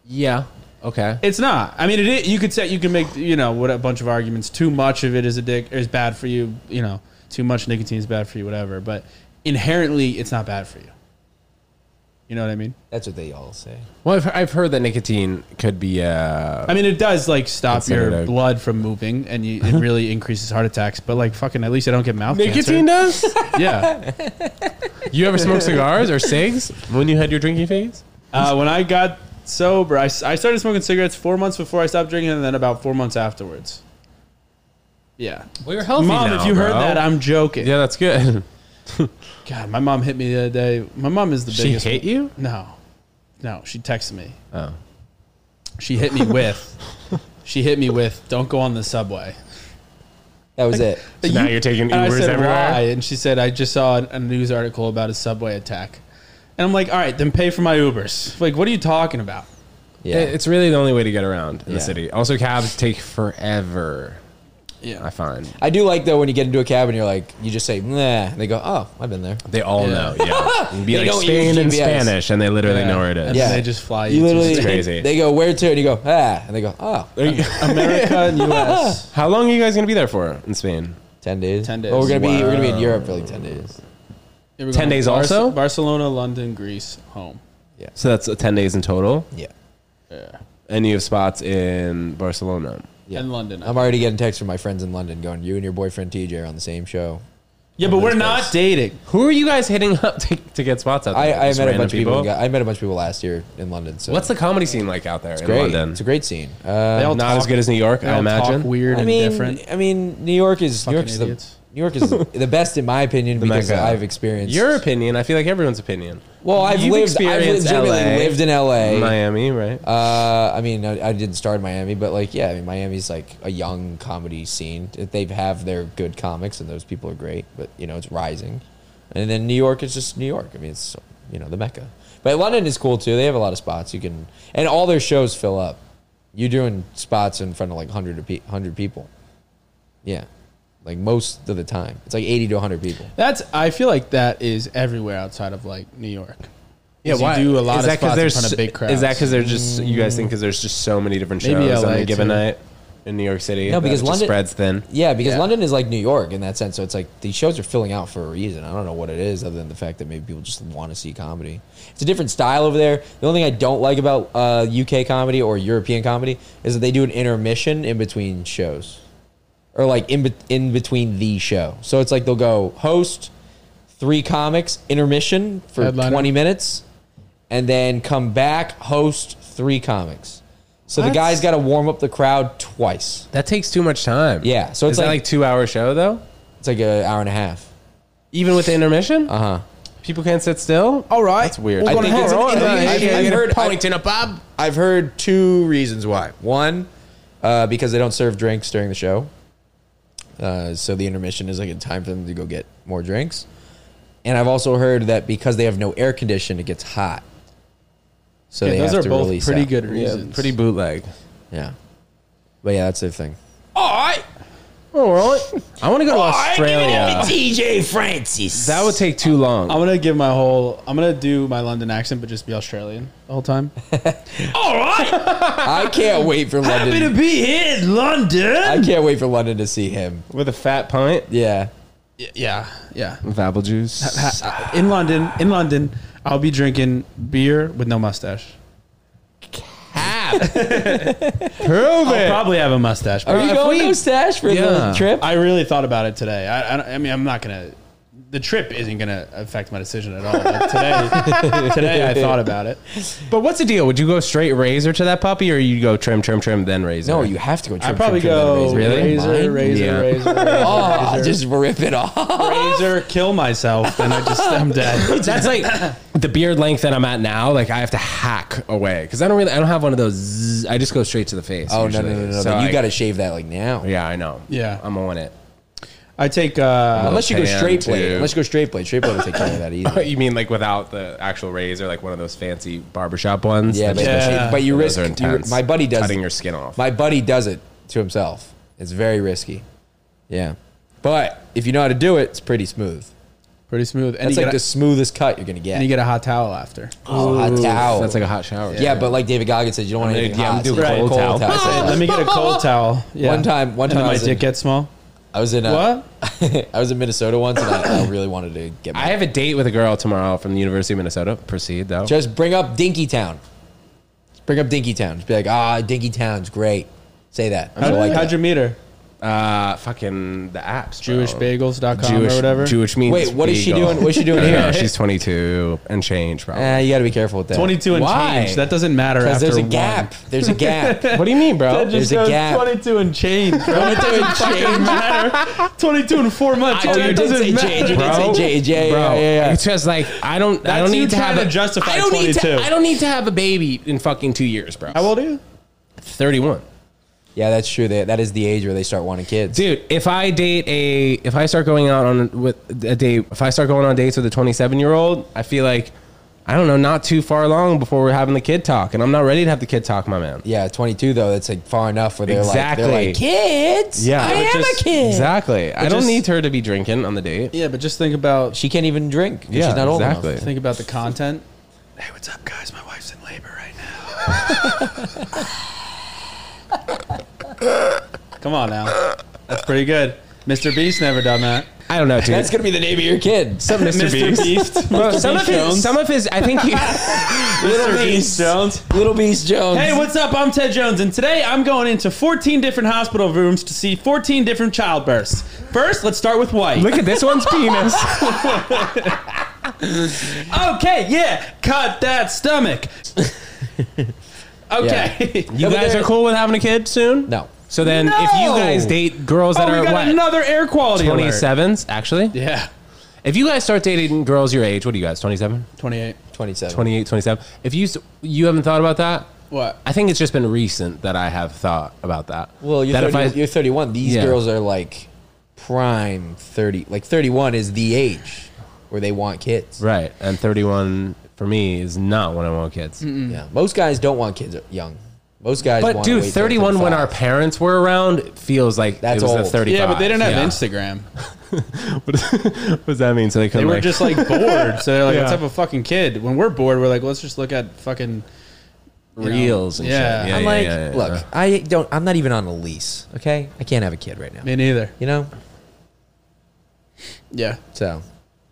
C: Yeah. Okay.
A: It's not. I mean, it is, you could say you can make you know what a bunch of arguments. Too much of it is a dick is bad for you. You know, too much nicotine is bad for you. Whatever, but inherently, it's not bad for you. You know what I mean?
B: That's what they all say.
C: Well, I've, I've heard that nicotine could be. Uh,
A: I mean, it does like stop
C: Considered
A: your
C: a-
A: blood from moving, and you, it really *laughs* increases heart attacks. But like, fucking, at least I don't get mouth
C: nicotine
A: cancer.
C: does.
A: *laughs* Yeah.
C: *laughs* you ever smoke cigars or cigs when you had your drinking phase?
A: Uh, when I got sober, I, s- I started smoking cigarettes four months before I stopped drinking, and then about four months afterwards. Yeah.
C: Well, you're healthy
A: Mom,
C: now,
A: if you heard
C: bro.
A: that, I'm joking.
C: yeah, that's good.
A: God, my mom hit me the other day. My mom is the
C: *laughs* She
A: biggest.
C: hit you?
A: No, no. She texted me.
C: Oh.
A: She hit me with. she hit me with. Don't go on the subway.
B: That was it.
C: So now you're taking
A: and I
C: Ubers
A: said,
C: everywhere?
A: Why? And she said, I just saw a a news article about a subway attack. And I'm like, all right, then pay for my Ubers. Like, what are you talking about?
B: Yeah.
C: It- It's really the only way to get around in
B: Yeah.
C: the city. Also, cabs take forever.
A: Yeah.
C: I find
B: I do like though when you get into a cab and you're like, you just say, nah, and they go, oh, I've been there.
C: they all
A: Yeah.
C: know. Yeah, You can be
B: They
C: like
B: don't
C: Spain
B: use
C: in
B: GPS.
C: Spanish, and they literally know where it is.
A: And
B: Yeah.
A: then they just fly you,
B: You
A: to
B: literally,
A: Spain.
C: *laughs* crazy.
B: they go, where to? And you go, ah, and they go, oh,
A: America and US.
C: *laughs* How long are you guys gonna be there for in Spain?
B: 10 days.
A: 10
B: Well, we're
A: days.
B: gonna be we're gonna be in Europe for like ten days.
A: Here we
C: *laughs*
A: go.
C: 10 days
A: Barce-
C: also?
A: Barcelona, London, Greece, home.
C: So that's uh, ten days in total,
B: Yeah.
A: Yeah.
C: and you have spots in Barcelona.
B: Yeah.
A: And London.
B: I'm already getting texts from my friends in London going, you and your boyfriend TJ are on the same show.
A: yeah, but we're
B: Those
A: not
B: guys. dating.
C: Who are you guys hitting up to, to get spots out there?
B: I, I
C: Just
B: met a
C: random
B: bunch of people. I met a bunch of people last year in London. So
C: What's the comedy scene like out there in
B: great?
C: London?
B: It's a great scene. Uh,
A: all
C: Not as
A: talk-
C: good as New York,
A: They
C: I
A: all talk
C: imagine.
A: weird
B: I
A: and
B: mean,
A: different.
B: I mean, New York is New
A: Fucking
B: York's the,
A: idiots.
B: New York
C: *laughs*
B: is the best in my opinion because
C: mecca.
B: I've experienced
C: Your opinion. I feel like everyone's opinion.
B: Well, I've
C: You've
B: lived. I've
C: experienced
B: legitimately
C: LA.
B: lived in L.A.
C: Miami, right?
B: Uh, I mean, I, I didn't start in Miami, but like, yeah, I mean, Miami's like a young comedy scene. They have their good comics, and those people are great. But you know, it's rising. And then New York is just New York. I mean, it's you know the mecca. But London is cool too. They have a lot of spots you can, and all their shows fill up. You're doing spots in front of like hundred of pe- hundred people. Yeah, like most of the time, it's like eighty to hundred people.
A: That's I feel like that is everywhere outside of like New York.
C: Yeah,
A: 'Cause You do a lot
C: is
A: of
C: that 'cause
A: spots in
C: there's-
A: front of big crowds.
C: Is that because there's just you guys think because there's just so many different shows
A: Maybe
C: on
A: LA
C: a given
A: too.
C: night in New York City?
B: No,
C: that
B: because
C: it just
B: London-
C: spreads thin.
B: Yeah, because
A: Yeah.
B: London is like New York in that sense. So it's like these shows are filling out for a reason. I don't know what it is other than the fact that maybe people just want to see comedy. It's a different style over there. The only thing I don't like about uh, UK comedy or European comedy is that they do an intermission in between shows or like in, bet in between the show. So it's like they'll go host, three comics, intermission for
A: Headliner.
B: 20 minutes, and then come back, host, three comics. So the
C: What?
B: guy's got to warm up the crowd twice.
C: That takes too much time.
B: Yeah, so it's
C: is that
B: like-
C: like two hour show though.
B: It's like an hour and a half.
C: Even with the intermission,
B: Uh huh.
C: people can't sit still.
A: All right.
C: that's weird.
A: We're
C: *laughs* I
A: gonna
C: think
A: have
C: it's
A: our own
C: an
A: intermission.
C: intermission.
B: I've heard-
C: Paddington up, Bob.
B: I've heard two reasons why. One, uh, because they don't serve drinks during the show, uh, so the intermission is like a time for them to go get more drinks. And I've also heard that because they have no air condition, it gets hot. So they
A: Yeah, those
B: have
A: are
B: to
A: both
B: release
A: pretty
B: out.
A: good reasons.
C: Pretty bootleg.
B: Yeah, but yeah, that's
A: *laughs*
B: their thing.
C: All right. I want to go
B: Oh,
C: to Australia.
B: DJ Francis.
C: That would take too long.
A: I'm gonna give my whole. I'm gonna do my London accent, but just be Australian the whole *laughs* time. All right,
B: I can't wait for London.
A: be here in
B: I
A: London.
B: can't wait for London to see him.
C: with a fat pint
B: Yeah.
A: Yeah, yeah.
C: of apple juice.
A: Ha- In London, in London, I'll be drinking beer with no mustache.
C: Prove
B: Oh,
A: I'll
C: it.
A: probably have a mustache.
B: Are
A: but
B: you
A: if
B: going
A: we-
B: no stash for
C: Yeah.
B: the trip?
A: I really thought about it today. I, I, don't- I mean, I'm not gonna. The trip isn't gonna affect my decision at all. But
B: *laughs*
A: today, today I thought about it.
C: But what's the deal? Would you go straight razor to that puppy, or you go trim, trim, trim, then razor?
B: No, you have to go.
A: I
B: Trim,
A: probably
B: trim, trim,
A: go
B: then
C: Really?
A: razor,
B: Mine?
A: razor, razor,
C: Yeah.
A: razor,
B: *laughs* Oh,
A: razor.
B: just rip it *laughs* off.
A: Oh, razor, kill myself, and I just I'm dead.
C: That's like
B: *coughs*
C: the beard length that I'm at now. Like I have to hack away because I don't really, I don't have one of those. zzz, I just go straight to the face.
B: Oh no no
C: usually.
B: no no!
C: So
B: but you
C: I-
B: got to shave that like now.
C: Yeah, I know.
A: Yeah.
C: I'm on it.
A: I take uh,
B: Unless you go
C: Tan,
B: straight blade.
C: too.
B: Unless you go straight blade. Straight blade will take care of that *laughs* easily.
C: You mean like without the actual razor, like one of those fancy barbershop ones?
B: yeah, but,
A: Yeah.
B: but you
C: Those
B: risk.
C: are
B: you-
C: intense.
B: my buddy does.
C: cutting your skin off.
B: my buddy does it to himself. It's very risky. Yeah, but if you know how to do it, it's pretty smooth.
A: pretty smooth, and
B: That's
A: you, get
B: like the
A: a,
B: smoothest cut you're gonna get.
A: and you get a hot towel after.
B: oh, hot towel.
C: That's like a hot shower.
B: yeah, but like David Goggins says, you don't want
C: I'm
B: anything
C: gonna- yeah, I'm
B: hot.
C: doing
B: so you
C: cold
B: want
C: towel.
A: I
B: So
A: said, let me get a cold towel. Yeah.
B: One time- one
A: And then
B: time I
A: my
B: was
A: dick
B: in-
A: gets small.
B: I was in uh,
A: What?
B: *laughs* I was in Minnesota once, and I, I really wanted to *laughs* get.
C: I
B: My,
C: have a date with a girl tomorrow from the University of Minnesota. Proceed though.
B: Just bring up Dinky Town. Just Bring up Dinky Town. Just be like, ah, Dinky Town's great. Say that. I'm
A: How'd,
B: gonna like Oh.
A: how'd
B: that.
A: you meet her?
C: uh, fucking the apps. bro.
A: Jewishbagels.com
C: Jewish,
A: or whatever.
C: Jewish means.
B: Wait, what is she
C: beagle.
B: doing? What is she doing
C: *laughs* I don't know,
B: here?
C: she's 22 and change, probably.
B: Eh, you got to be careful with that.
A: 22 and
C: Why?
A: change. That doesn't matter
B: Because
A: after
B: there's a
A: one.
B: gap. There's a gap.
C: *laughs* what do you mean, bro?
A: That just
B: There's a
A: goes
B: gap.
A: 22 and change. Bro.
B: *laughs*
A: It doesn't
C: *laughs*
A: fucking matter. 22 and four months.
B: oh,
A: It
B: you did
A: doesn't *laughs*
B: say
A: matter.
B: change. You did
C: Bro.
B: say change. Yeah,
C: bro.
B: yeah, yeah, yeah.
C: It's just like I don't. I
A: That's
C: don't
A: you
C: need to
A: trying
C: have
A: to
C: a
A: justify
C: I don't need
A: 22.
C: to. I don't need to have a baby in fucking two years, bro.
A: How old are you?
C: Thirty-one,
B: Yeah, that's true. That that is the age where they start wanting kids.
C: dude. If I date a, if I start going out on with a date, if I start going on dates with a twenty-seven-year-old, I feel like I don't know, not too far along before we're having the kid talk, and I'm not ready to have the kid talk, my man.
B: Yeah, 22 though. That's like far enough where they're like, they're
C: Exactly.
B: like kids.
C: Yeah,
B: I
C: It
B: am
C: was
B: a
C: just-
B: kid.
C: Exactly. I don't
A: just-
C: need her to be drinking on the date.
A: Yeah, but just think about
B: She can't even drink. 'cause
C: Yeah,
B: she's not old
C: exactly.
B: enough.
A: think about the content. Hey, what's up, guys? My wife's in labor right now. *laughs* Come on now, that's pretty good. Mr. Beast never done that.
C: I don't know, dude.
B: That's gonna be the name of your kid.
C: *laughs* Some Mr. Beast. Bro, some of his,
A: Jones.
C: some of his, I
B: *laughs*
C: think he.
A: Mr.
B: Beast.
A: Beast Jones.
B: *laughs* Little Beast Jones.
A: Hey, what's up? I'm Ted Jones, and today I'm going into 14 different hospital rooms to see 14 different childbirths. First, let's start with white.
C: Look at this one's penis.
A: Okay, yeah, cut that
C: *laughs*
A: stomach. Okay.
C: You
A: *laughs*
B: but
C: guys
B: they're-
C: are cool with having a kid soon?
B: No.
C: So then, if you
A: No!
C: guys date girls that
A: oh, we
C: are
A: got
C: what
A: another air quality. alert.
C: twenty sevens, actually,
A: Yeah.
C: if you guys start dating girls your age, what are you guys? 27?
A: 28.
B: 27.
C: 28, 27. If you s- you haven't thought about that,
A: What?
C: I think it's just been recent that I have thought about that.
B: Well, you're,
C: that
B: 30,
C: if I,
B: you're 31. These
C: Yeah.
B: girls are like prime 30. Like 31 is the age where they want kids.
C: right, and 31 for me is not when I want kids.
B: Yeah. Most guys don't want kids young. Most guys
C: But
B: want
C: dude, 31 when our parents were around it feels like
B: That's
C: it was
B: old.
C: a 35.
A: Yeah, but they didn't have
C: Yeah.
A: Instagram.
C: *laughs* What does that mean? So they
A: They
C: couldn't.
A: were
C: like-
A: just
C: *laughs*
A: like bored. So they're like, let's
C: Yeah.
A: have a fucking kid. When we're bored, we're like, let's just look at fucking you know,
C: reels and
A: yeah.
C: shit. Yeah,
B: I'm
C: yeah,
B: like,
C: yeah, yeah,
B: look,
C: yeah.
B: I don't, I'm not even on a lease. Okay. I can't have a kid right now.
A: Me neither.
B: You know?
A: Yeah.
B: So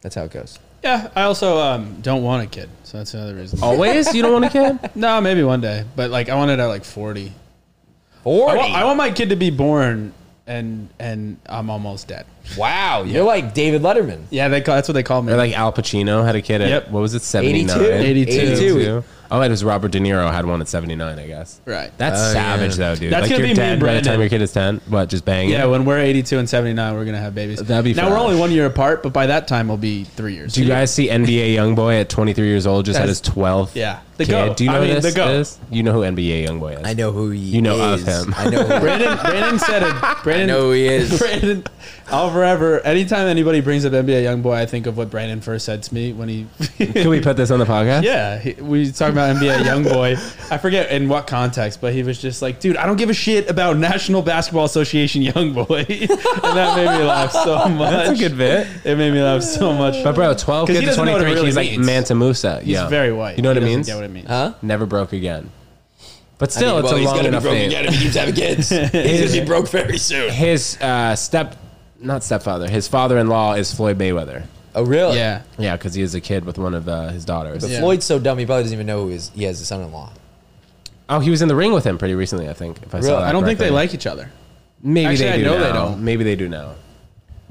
B: that's how it goes.
A: Yeah. I also um, don't want a kid. So that's another reason.
C: Always? You don't want
A: *laughs*
C: a kid?
A: No, maybe one day. But like, I want it at like 40. I
B: 40.
A: want, I want my kid to be born and and I'm almost dead.
B: wow. You're like David Letterman.
A: Yeah, they call, that's what they call me.
C: Or like Al Pacino had a kid at,
A: Yep.
C: what was it, 79?
A: 82.
B: 82.
C: Oh, it was Robert De Niro had one at 79, I guess.
A: right.
C: That's
B: Oh,
C: savage,
B: yeah.
C: though, dude.
A: That's
C: like,
A: gonna
C: you're
A: be me
C: dead
A: and
C: by the
A: Brandon.
C: time your kid is 10. What, just banging?
A: yeah, when we're 82 and 79, we're going to have babies.
C: That'd be
A: Now we're
C: fresh.
A: only one year apart, but by that time, we'll be three years.
C: Do you guys see NBA YoungBoy at 23 years old just had
A: That's-
C: his 12th?
A: Yeah. The
C: kid?
A: GOAT.
C: Do you
A: I
C: know who
A: mean,
C: this
A: the GOAT.
C: is? You know who NBA
A: *laughs*
C: YoungBoy is?
B: I know who he
C: You know of
B: is.
C: him.
B: I *laughs* know who
A: Brandon, Brandon said
C: *laughs*
A: it. Brandon,
B: know who he
A: *laughs*
B: is.
A: Brandon, I'll forever. Anytime anybody brings up NBA YoungBoy, I think of what Brandon first said to me when he.
C: Can we put this on the podcast?
A: yeah, he, we talk about NBA YoungBoy. I forget in what context, but he was just like, "Dude, I don't give a shit about National Basketball Association YoungBoy," *laughs* and that made me laugh so much.
C: That's a good bit.
A: It made me laugh so much.
C: But bro, 12
A: 'Cause he
C: kids to
A: doesn't know what it
C: 23,
A: really
C: he's like
A: means.
C: Manta Musa.
A: he's
C: yeah.
A: very white.
C: You know what
A: He doesn't
C: it means? Uh,
A: Get what it means?
B: Huh?
C: Never broke again.
B: I mean,
C: But still,
B: well,
C: it's a
B: he's
C: long
B: gonna
C: enough
B: be broke
C: thing.
B: again if he keeps
A: *laughs*
B: having kids. he's gonna be broke very soon.
C: His uh, step, not stepfather, his father-in-law is Floyd Mayweather.
B: Oh, really?
A: Yeah.
C: Yeah, because he is a kid with one of uh, his daughters.
A: Yeah.
B: Floyd's so dumb he probably doesn't even know who his, he has a son-in-law.
C: Oh, he was in the ring with him pretty recently, I think. If I
B: Really?
C: saw that
A: I don't think they
C: correctly.
A: like each other.
C: Maybe
A: Actually,
C: they
A: I
C: do
A: know
C: now.
A: they don't.
C: Maybe they do now.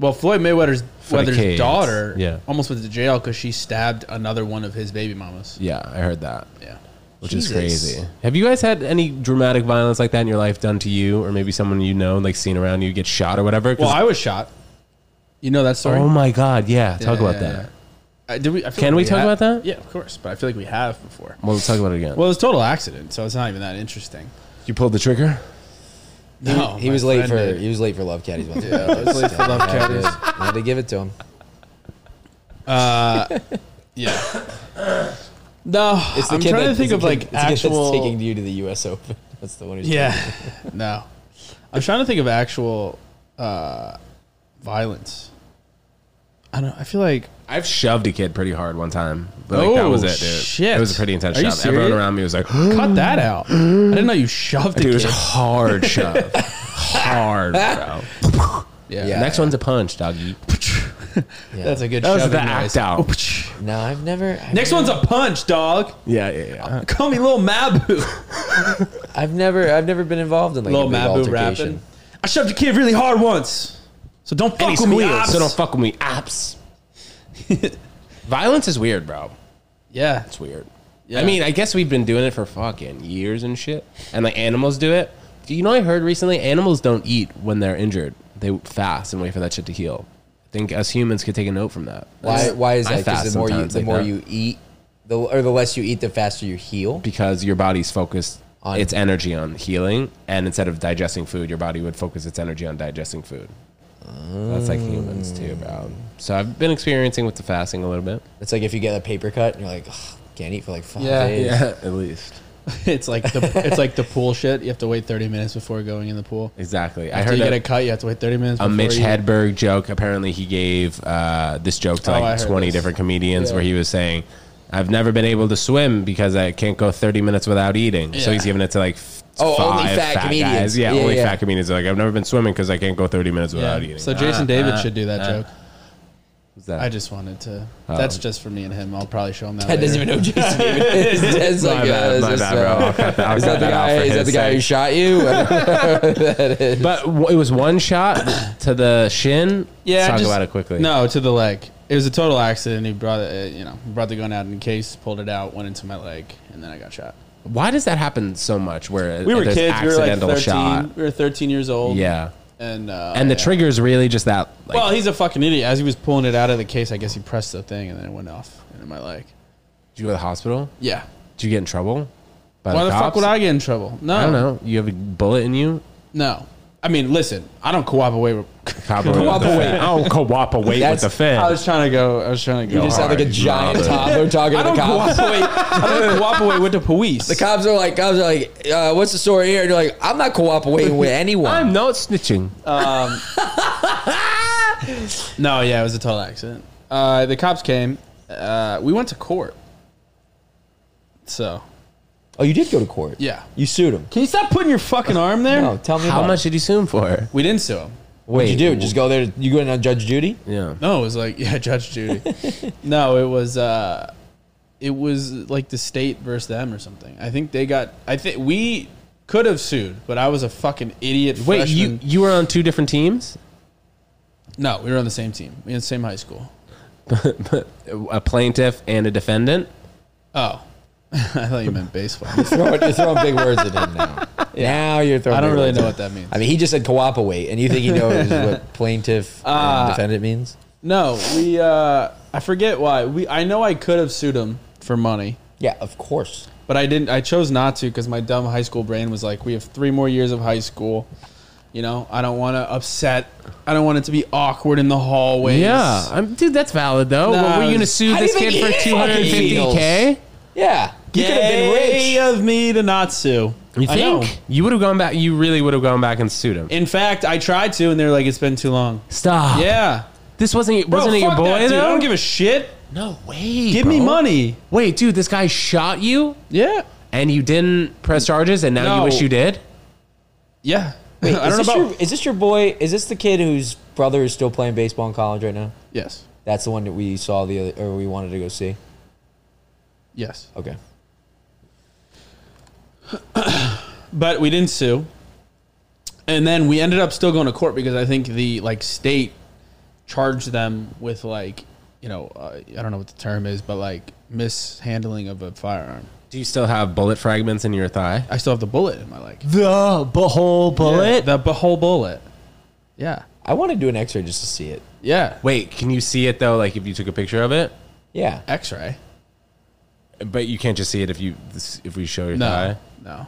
A: Well, Floyd Mayweather's
C: the
A: Weather's
C: kids,
A: daughter
C: yeah.
A: almost went to jail because she stabbed another one of his baby mamas.
C: Yeah, I heard that,
A: Yeah.
C: which
B: Jesus.
C: is crazy. Have you guys had any dramatic violence like that in your life done to you, or maybe someone you know, like seen around you, get shot or whatever? 'Cause-
A: Well, I was shot. You know that story?
C: oh my god, yeah, talk about that.
A: Uh, did we, I feel
C: Can we talk
A: ha-
C: about that?
A: Yeah, of course. But I feel like we have before.
C: Well, let's talk about it again.
A: Well, it was a total accident, so it's not even that interesting.
C: you pulled the trigger.
B: He,
A: No, Oh,
B: he
A: my
B: was late
A: friend
B: for
A: did.
B: he was late for Love Caddies. once.
A: Yeah, I was late for Love
B: Yeah,
A: Caddies.
B: dude. I had to give it to him. *coughs*
A: Yeah. No,
B: It's the
A: I'm
B: kid
A: trying
B: that-
A: to think
B: it's the
A: of
B: kid-
A: like
B: it's the kid that's
A: actual.
B: taking you to the U.S. Open. *laughs* That's the one who's *laughs*
A: yeah. no, I'm trying to think of actual uh, violence. I don't. I feel like
C: I've shoved a kid pretty hard one time. But like, that
A: Oh,
C: was it, dude.
A: shit.
C: It was a pretty intense
A: Are you
C: shove. Everyone
A: serious?
C: around me
A: *gasps*
C: was like, *gasps*
A: cut that out. I didn't know you shoved
C: dude,
A: it.
C: it was a
B: *laughs*
C: hard shove. hard, bro.
A: Yeah.
B: Yeah.
C: Next one's a punch, doggy.
B: Yeah.
A: *laughs* That's a good.
C: That was
A: shoving
C: the act
A: noise.
C: out.
A: Oh,
B: No, I've never. I've
A: Next one's a punch, dog.
C: Yeah, yeah, yeah.
A: Call me Lil Mabu.
B: I've never. I've never been involved in like
A: Lil
B: a big
A: Mabu
B: altercation.
A: rapping. I shoved a kid really hard once, so don't fuck
C: And he
A: with me.
C: squeals,
A: ops.
C: so don't fuck with
B: *laughs*
C: me, apps. Violence is weird, bro.
A: yeah,
C: It's weird.
A: Yeah.
C: I mean, I guess we've been doing it for fucking years and shit. And like animals do it. Do You know, I heard recently animals don't eat when they're injured. They fast and wait for that shit to heal. I think us humans could take a note from that.
B: Why? Why is
C: I
B: that? Because
C: fast
B: the more you
C: sometimes
B: the
C: like
B: more
C: that.
B: you eat, the or the less you eat, the faster you heal.
C: because your body's focused
B: On-
C: its energy on healing, and instead of digesting food, your body would focus its energy on digesting food. That's like humans too,
A: Oh.
C: bro. So I've been experiencing with the fasting a little bit.
B: It's like if you get a paper cut and you're like, "Ugh, can't eat for like five
A: Yeah.
B: days.
C: at least
A: *laughs* it's like the it's like the pool shit. You have to wait 30 minutes before going in the pool.
C: exactly. I
A: After
C: heard
A: you get a
C: that
A: cut, you have to wait 30 minutes.
C: a
A: before
C: Mitch
A: you-
C: Hedberg joke. Apparently, he gave uh, this joke to
A: Oh, I
C: like
A: heard
C: twenty
A: this.
C: different comedians,
A: Yeah.
C: where he was saying, "I've never been able to swim because I can't go thirty minutes without eating." So
A: Yeah.
C: he's giving it to like. f-
B: Oh, only
C: five
B: fat comedians.
C: guys. Yeah,
B: Yeah,
C: only
B: yeah.
C: fat comedians are like, I've never been swimming because I can't go 30 minutes
A: Yeah.
C: without eating. Ah. Uh,
A: So Jason David should do that joke.
C: Is that-
A: I just wanted to.
C: Oh.
A: That's just for me and him. I'll probably show him that.
B: *laughs* That doesn't even know
A: *laughs*
B: Jason David is. That's
C: My
B: like, uh,
C: bad,
B: is
C: my
B: this,
C: bad,
B: uh,
C: bro. I'll cut that, I'll
B: Is
C: cut
B: that the
C: that out
B: guy?
C: for
B: Is that
C: his
B: the guy who shot you?
C: sake.
B: *laughs*
C: But w- it was one shot to the shin.
A: Yeah,
C: Let's talk
A: just-
C: about it quickly.
A: No, to the leg. It was a total accident. He brought it, uh, you know, brought the gun out in case, pulled it out, went into my leg, and then I got shot.
C: Why does that happen so much? Where
A: We were
C: there's
A: kids. We were like
C: accidental
A: thirteen.
C: shot.
A: We were thirteen years old.
C: Yeah,
A: and uh,
C: and the
A: yeah.
C: trigger is really just that. Like,
A: well, he's a fucking idiot. As he was pulling it out of the case, I guess he pressed the thing and then it went off into my leg.
C: did you go to the hospital?
A: Yeah.
C: Did you get in trouble? By
A: Why the fuck
C: cops?
A: would I get in trouble? No,
C: I don't know. You have a bullet in you.
A: No, I mean, listen, I don't cooperate. With,
C: Cooperate.
B: Cooperate.
C: Oh, cooperate with
B: That's-
C: the Fed.
A: *laughs* I was trying to go. I was trying to go.
B: You just sound
A: hard.
B: like a giant toddler talking
A: I
B: to
A: don't
B: the cops.
A: cooperate. I
B: *laughs*
A: don't cooperate with the police.
B: The cops are like, cops are like, uh, what's the story here? And you're like, I'm not cooperating
A: *laughs*
B: with anyone.
C: I'm not snitching.
A: no, yeah, it was a total accident. Uh, the cops came. Uh, we went to court. So
B: oh, you did go to court.
A: yeah,
B: You sued him.
A: can you stop putting your fucking arm there?
B: No, tell me
C: How
B: about
C: much
B: It.
C: did you sue him for?
A: We didn't sue him.
B: What'd you do? Just go there. You go in on
A: *laughs*
B: Judge Judy.
C: yeah.
A: No, it was like *laughs* yeah, Judge Judy. no, it was uh, it was like the state versus them or something. I think they got. I think we could have sued, but I was a fucking idiot.
C: Wait,
A: freshman.
C: you you were on two different teams?
A: No, we were on the same team. We were in the same high school.
C: A plaintiff and a defendant?
A: Oh. *laughs* I thought you meant baseball.
B: Throw it- you're throwing big words at him now. Now you're
A: *laughs*
B: throwing.
A: I don't
B: big
A: really
B: words
A: know
B: at
A: what
B: him.
A: that means.
B: I mean, he just said cooperate, and you think he
A: *laughs*
B: knows what plaintiff
A: Uh,
B: and defendant means?
A: No, we uh I forget why. We I know I could have sued him for money,
B: Yeah, of course.
A: but I didn't I chose not to cuz my dumb high school brain was like, we have 3 more years of high school. You know, I don't want to upset. I don't want it to be awkward in the hallways.
C: Yeah. I'm, dude, that's valid though.
A: No,
C: Well, were you
A: I
C: gonna
A: was-
C: sue
B: How do
C: this
B: you
C: kid
B: think
C: for
B: he
C: two hundred and fifty
B: feels?
C: K?
B: Yeah, you could have been
A: Yay
B: rich.
A: of me to not sue.
C: You
A: I know.
C: think? You would have gone back you really would have gone back and sued him.
A: In fact, I tried to and they're like it's been too long.
C: Stop.
A: Yeah.
C: This wasn't
A: Bro,
C: *laughs* wasn't it your
A: fuck
C: boy
A: that, dude.
C: though?
A: I don't give a shit.
C: no way.
A: Give me
C: bro.
A: money.
C: Wait, dude, this guy shot you
A: Yeah.
C: and you didn't press charges and now you
A: No.
C: wish you did?
A: Yeah. *laughs* I
B: Wait, is
A: don't know
B: this
A: about
B: your- is this your boy? Is this the kid whose brother is still playing baseball in college right now?
A: Yes.
B: That's the one that we saw the other, or we wanted to go see.
A: Yes.
B: Okay.
A: But we didn't sue. And then we ended up still going to court because I think the like state charged them with like, you know, uh, I don't know what the term is, but like mishandling of a firearm.
C: Do you still have bullet fragments in your thigh?
A: I still have the bullet in my leg.
C: The whole bullet?
A: The b- whole bullet. Yeah.
B: I want to do an X-ray just to see it.
A: Yeah.
C: Wait, can you see it though? Like if you took a picture of it,
B: Yeah.
A: X-ray.
C: but you can't just see it if you this- if we show your
A: No.
C: thigh.
A: No.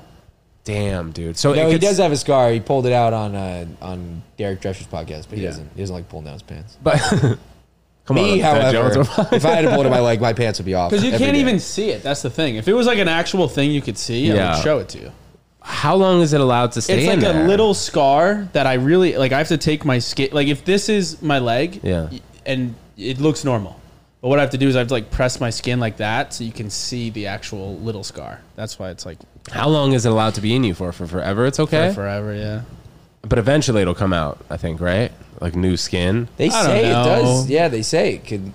C: Damn, dude. So
B: No,
C: it
B: he
C: could
B: does
C: s-
B: have a scar. He pulled it out on uh, on Derek Drescher's podcast, but he
A: Yeah.
B: doesn't. He doesn't like pulling down his pants.
C: But *laughs* come
B: Me,
C: on, Fat
B: however,
C: Jones.
B: if I had to pull it in my leg, my pants would
A: *laughs*
B: be off.
A: Because you
B: every
A: can't
B: day.
A: even see it. That's the thing. If it was like an actual thing you could see, I
C: Yeah.
A: would show it to you.
C: How long is it allowed to stay?
A: it's like
C: in there?
A: a little scar that I really like. I have to take my skin. Like if this is my leg,
C: Yeah.
A: y- and it looks normal. But what I have to do is I have to like press my skin like that so you can see the actual little scar. That's why it's like
C: How long is it allowed to be in you for? For forever, it's okay.
A: forever. Yeah,
C: But eventually, it'll come out. I think, right? Like new skin.
B: They
A: I don't
B: say it
A: know.
B: does. Yeah, they say it could.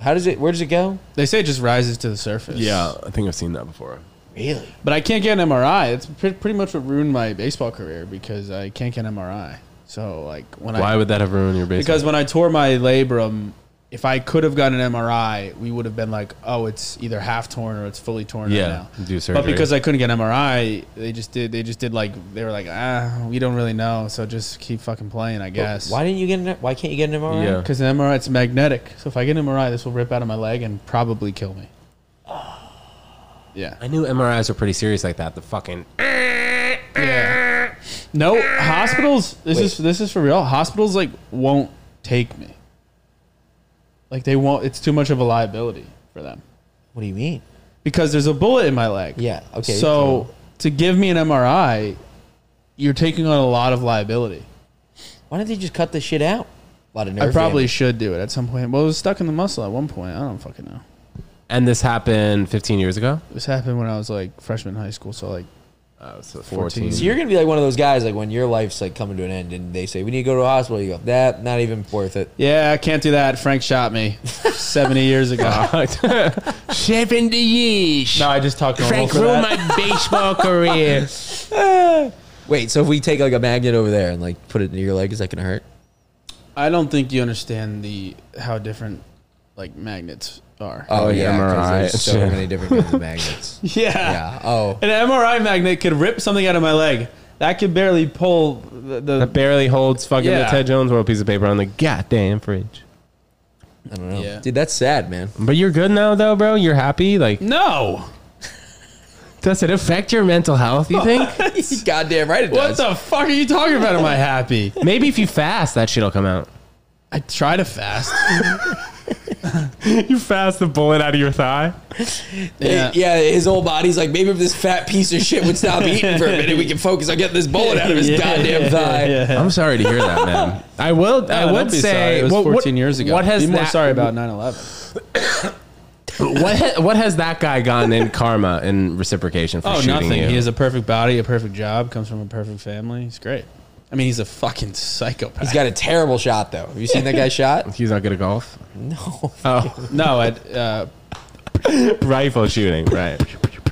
B: How does it? Where does it go?
A: they say it just rises to the surface.
C: Yeah, I think I've seen that before.
B: Really?
A: but I can't get an MRI. It's pre- pretty much what ruined my baseball career because I can't get an MRI. So like when I
C: Why would that have ruined your baseball?
A: Because when I tore my labrum, if I could have gotten an MRI, we would have been like, oh, it's either half torn or it's fully torn
C: Yeah,
A: right now.
C: do surgery.
A: But because I couldn't get an MRI, they just did. They just did like they were like, ah, we don't really know, so just keep fucking playing, I guess.
B: Why didn't you get an? Why can't you get an MRI?
C: Yeah.
A: Because an MRI it's magnetic, so if I get an MRI, this will rip out of my leg and probably kill me.
C: Ah.
A: Yeah.
C: I knew MRIs were pretty serious like that. The fucking
A: No hospitals. This
B: Wait.
A: is this is for real. Hospitals like won't take me. Like they won't. It's too much of a liability for them.
B: What do you mean?
A: because there's a bullet in my leg.
B: Yeah, okay,
A: So
B: so-
A: to give me an MRI, you're taking on a lot of liability.
B: Why don't they just cut this shit out? A lot of nerve.
A: I probably
B: damage.
A: should do it at some point. Well, it was stuck in the muscle at one point. I don't fucking know.
C: and this happened 15 years ago.
A: This happened when I was like freshman in high school, so like
C: Uh, so
A: 14.
B: So you're gonna be like one of those guys, like when your life's like coming to an end, and they say we need to go to a hospital. You go, that not even worth it.
A: yeah, I can't do that. Frank shot *laughs* me 70 years ago.
C: Seventy years.
A: No, I just talked normal for that.
C: my baseball career.
B: Wait, so if we take like a magnet over there and like put it near your leg, is that gonna hurt?
A: I don't think you understand the how different like magnets are.
B: Oh,
C: Oh,
B: yeah,
C: yeah,
B: 'cause
C: MRI.
B: there's so many different kinds of magnets.
A: *laughs* yeah.
B: Yeah. Oh,
A: An MRI magnet could rip something out of my leg. That could barely pull the. the
C: *laughs* That barely holds fucking the
A: Yeah.
C: Ted Jones World piece of paper on the goddamn fridge.
B: I don't know.
A: Yeah.
B: Dude, that's sad, man.
A: *laughs*
C: But you're good now, though, bro. You're happy. Like,
A: no.
C: does it affect your mental health? You
A: *laughs*
C: think?
B: Goddamn right it
A: What
B: does.
A: the fuck are you talking about? Am I
B: *laughs*
A: happy?
C: Maybe if you fast, that shit'll come out.
A: I try to fast.
C: You fast the bullet out of your thigh.
A: Yeah.
B: Yeah. his whole body's like, maybe if this fat piece of shit would stop eating for a minute, we can focus on getting this bullet out of his
A: *laughs* Yeah,
B: goddamn
A: yeah,
B: thigh.
A: yeah.
C: I'm sorry to hear
A: *laughs*
C: that, man. I will. I
A: No,
C: would
A: don't be
C: say
A: sorry. it was
C: what-
A: 14
C: what-
A: years ago.
C: What has
A: be more
C: that,
A: sorry about 9/11.
C: What ha- what has that guy gotten in karma in reciprocation for
A: Oh,
C: shooting
A: nothing.
C: you?
A: He has a perfect body, a perfect job, comes from a perfect family. He's great. I mean, he's a fucking psychopath.
B: He's got a terrible shot, though. Have you seen that guy shot?
C: He's not good at golf.
B: No.
C: Oh,
A: *laughs* no, at, uh,
C: rifle *laughs* shooting, right?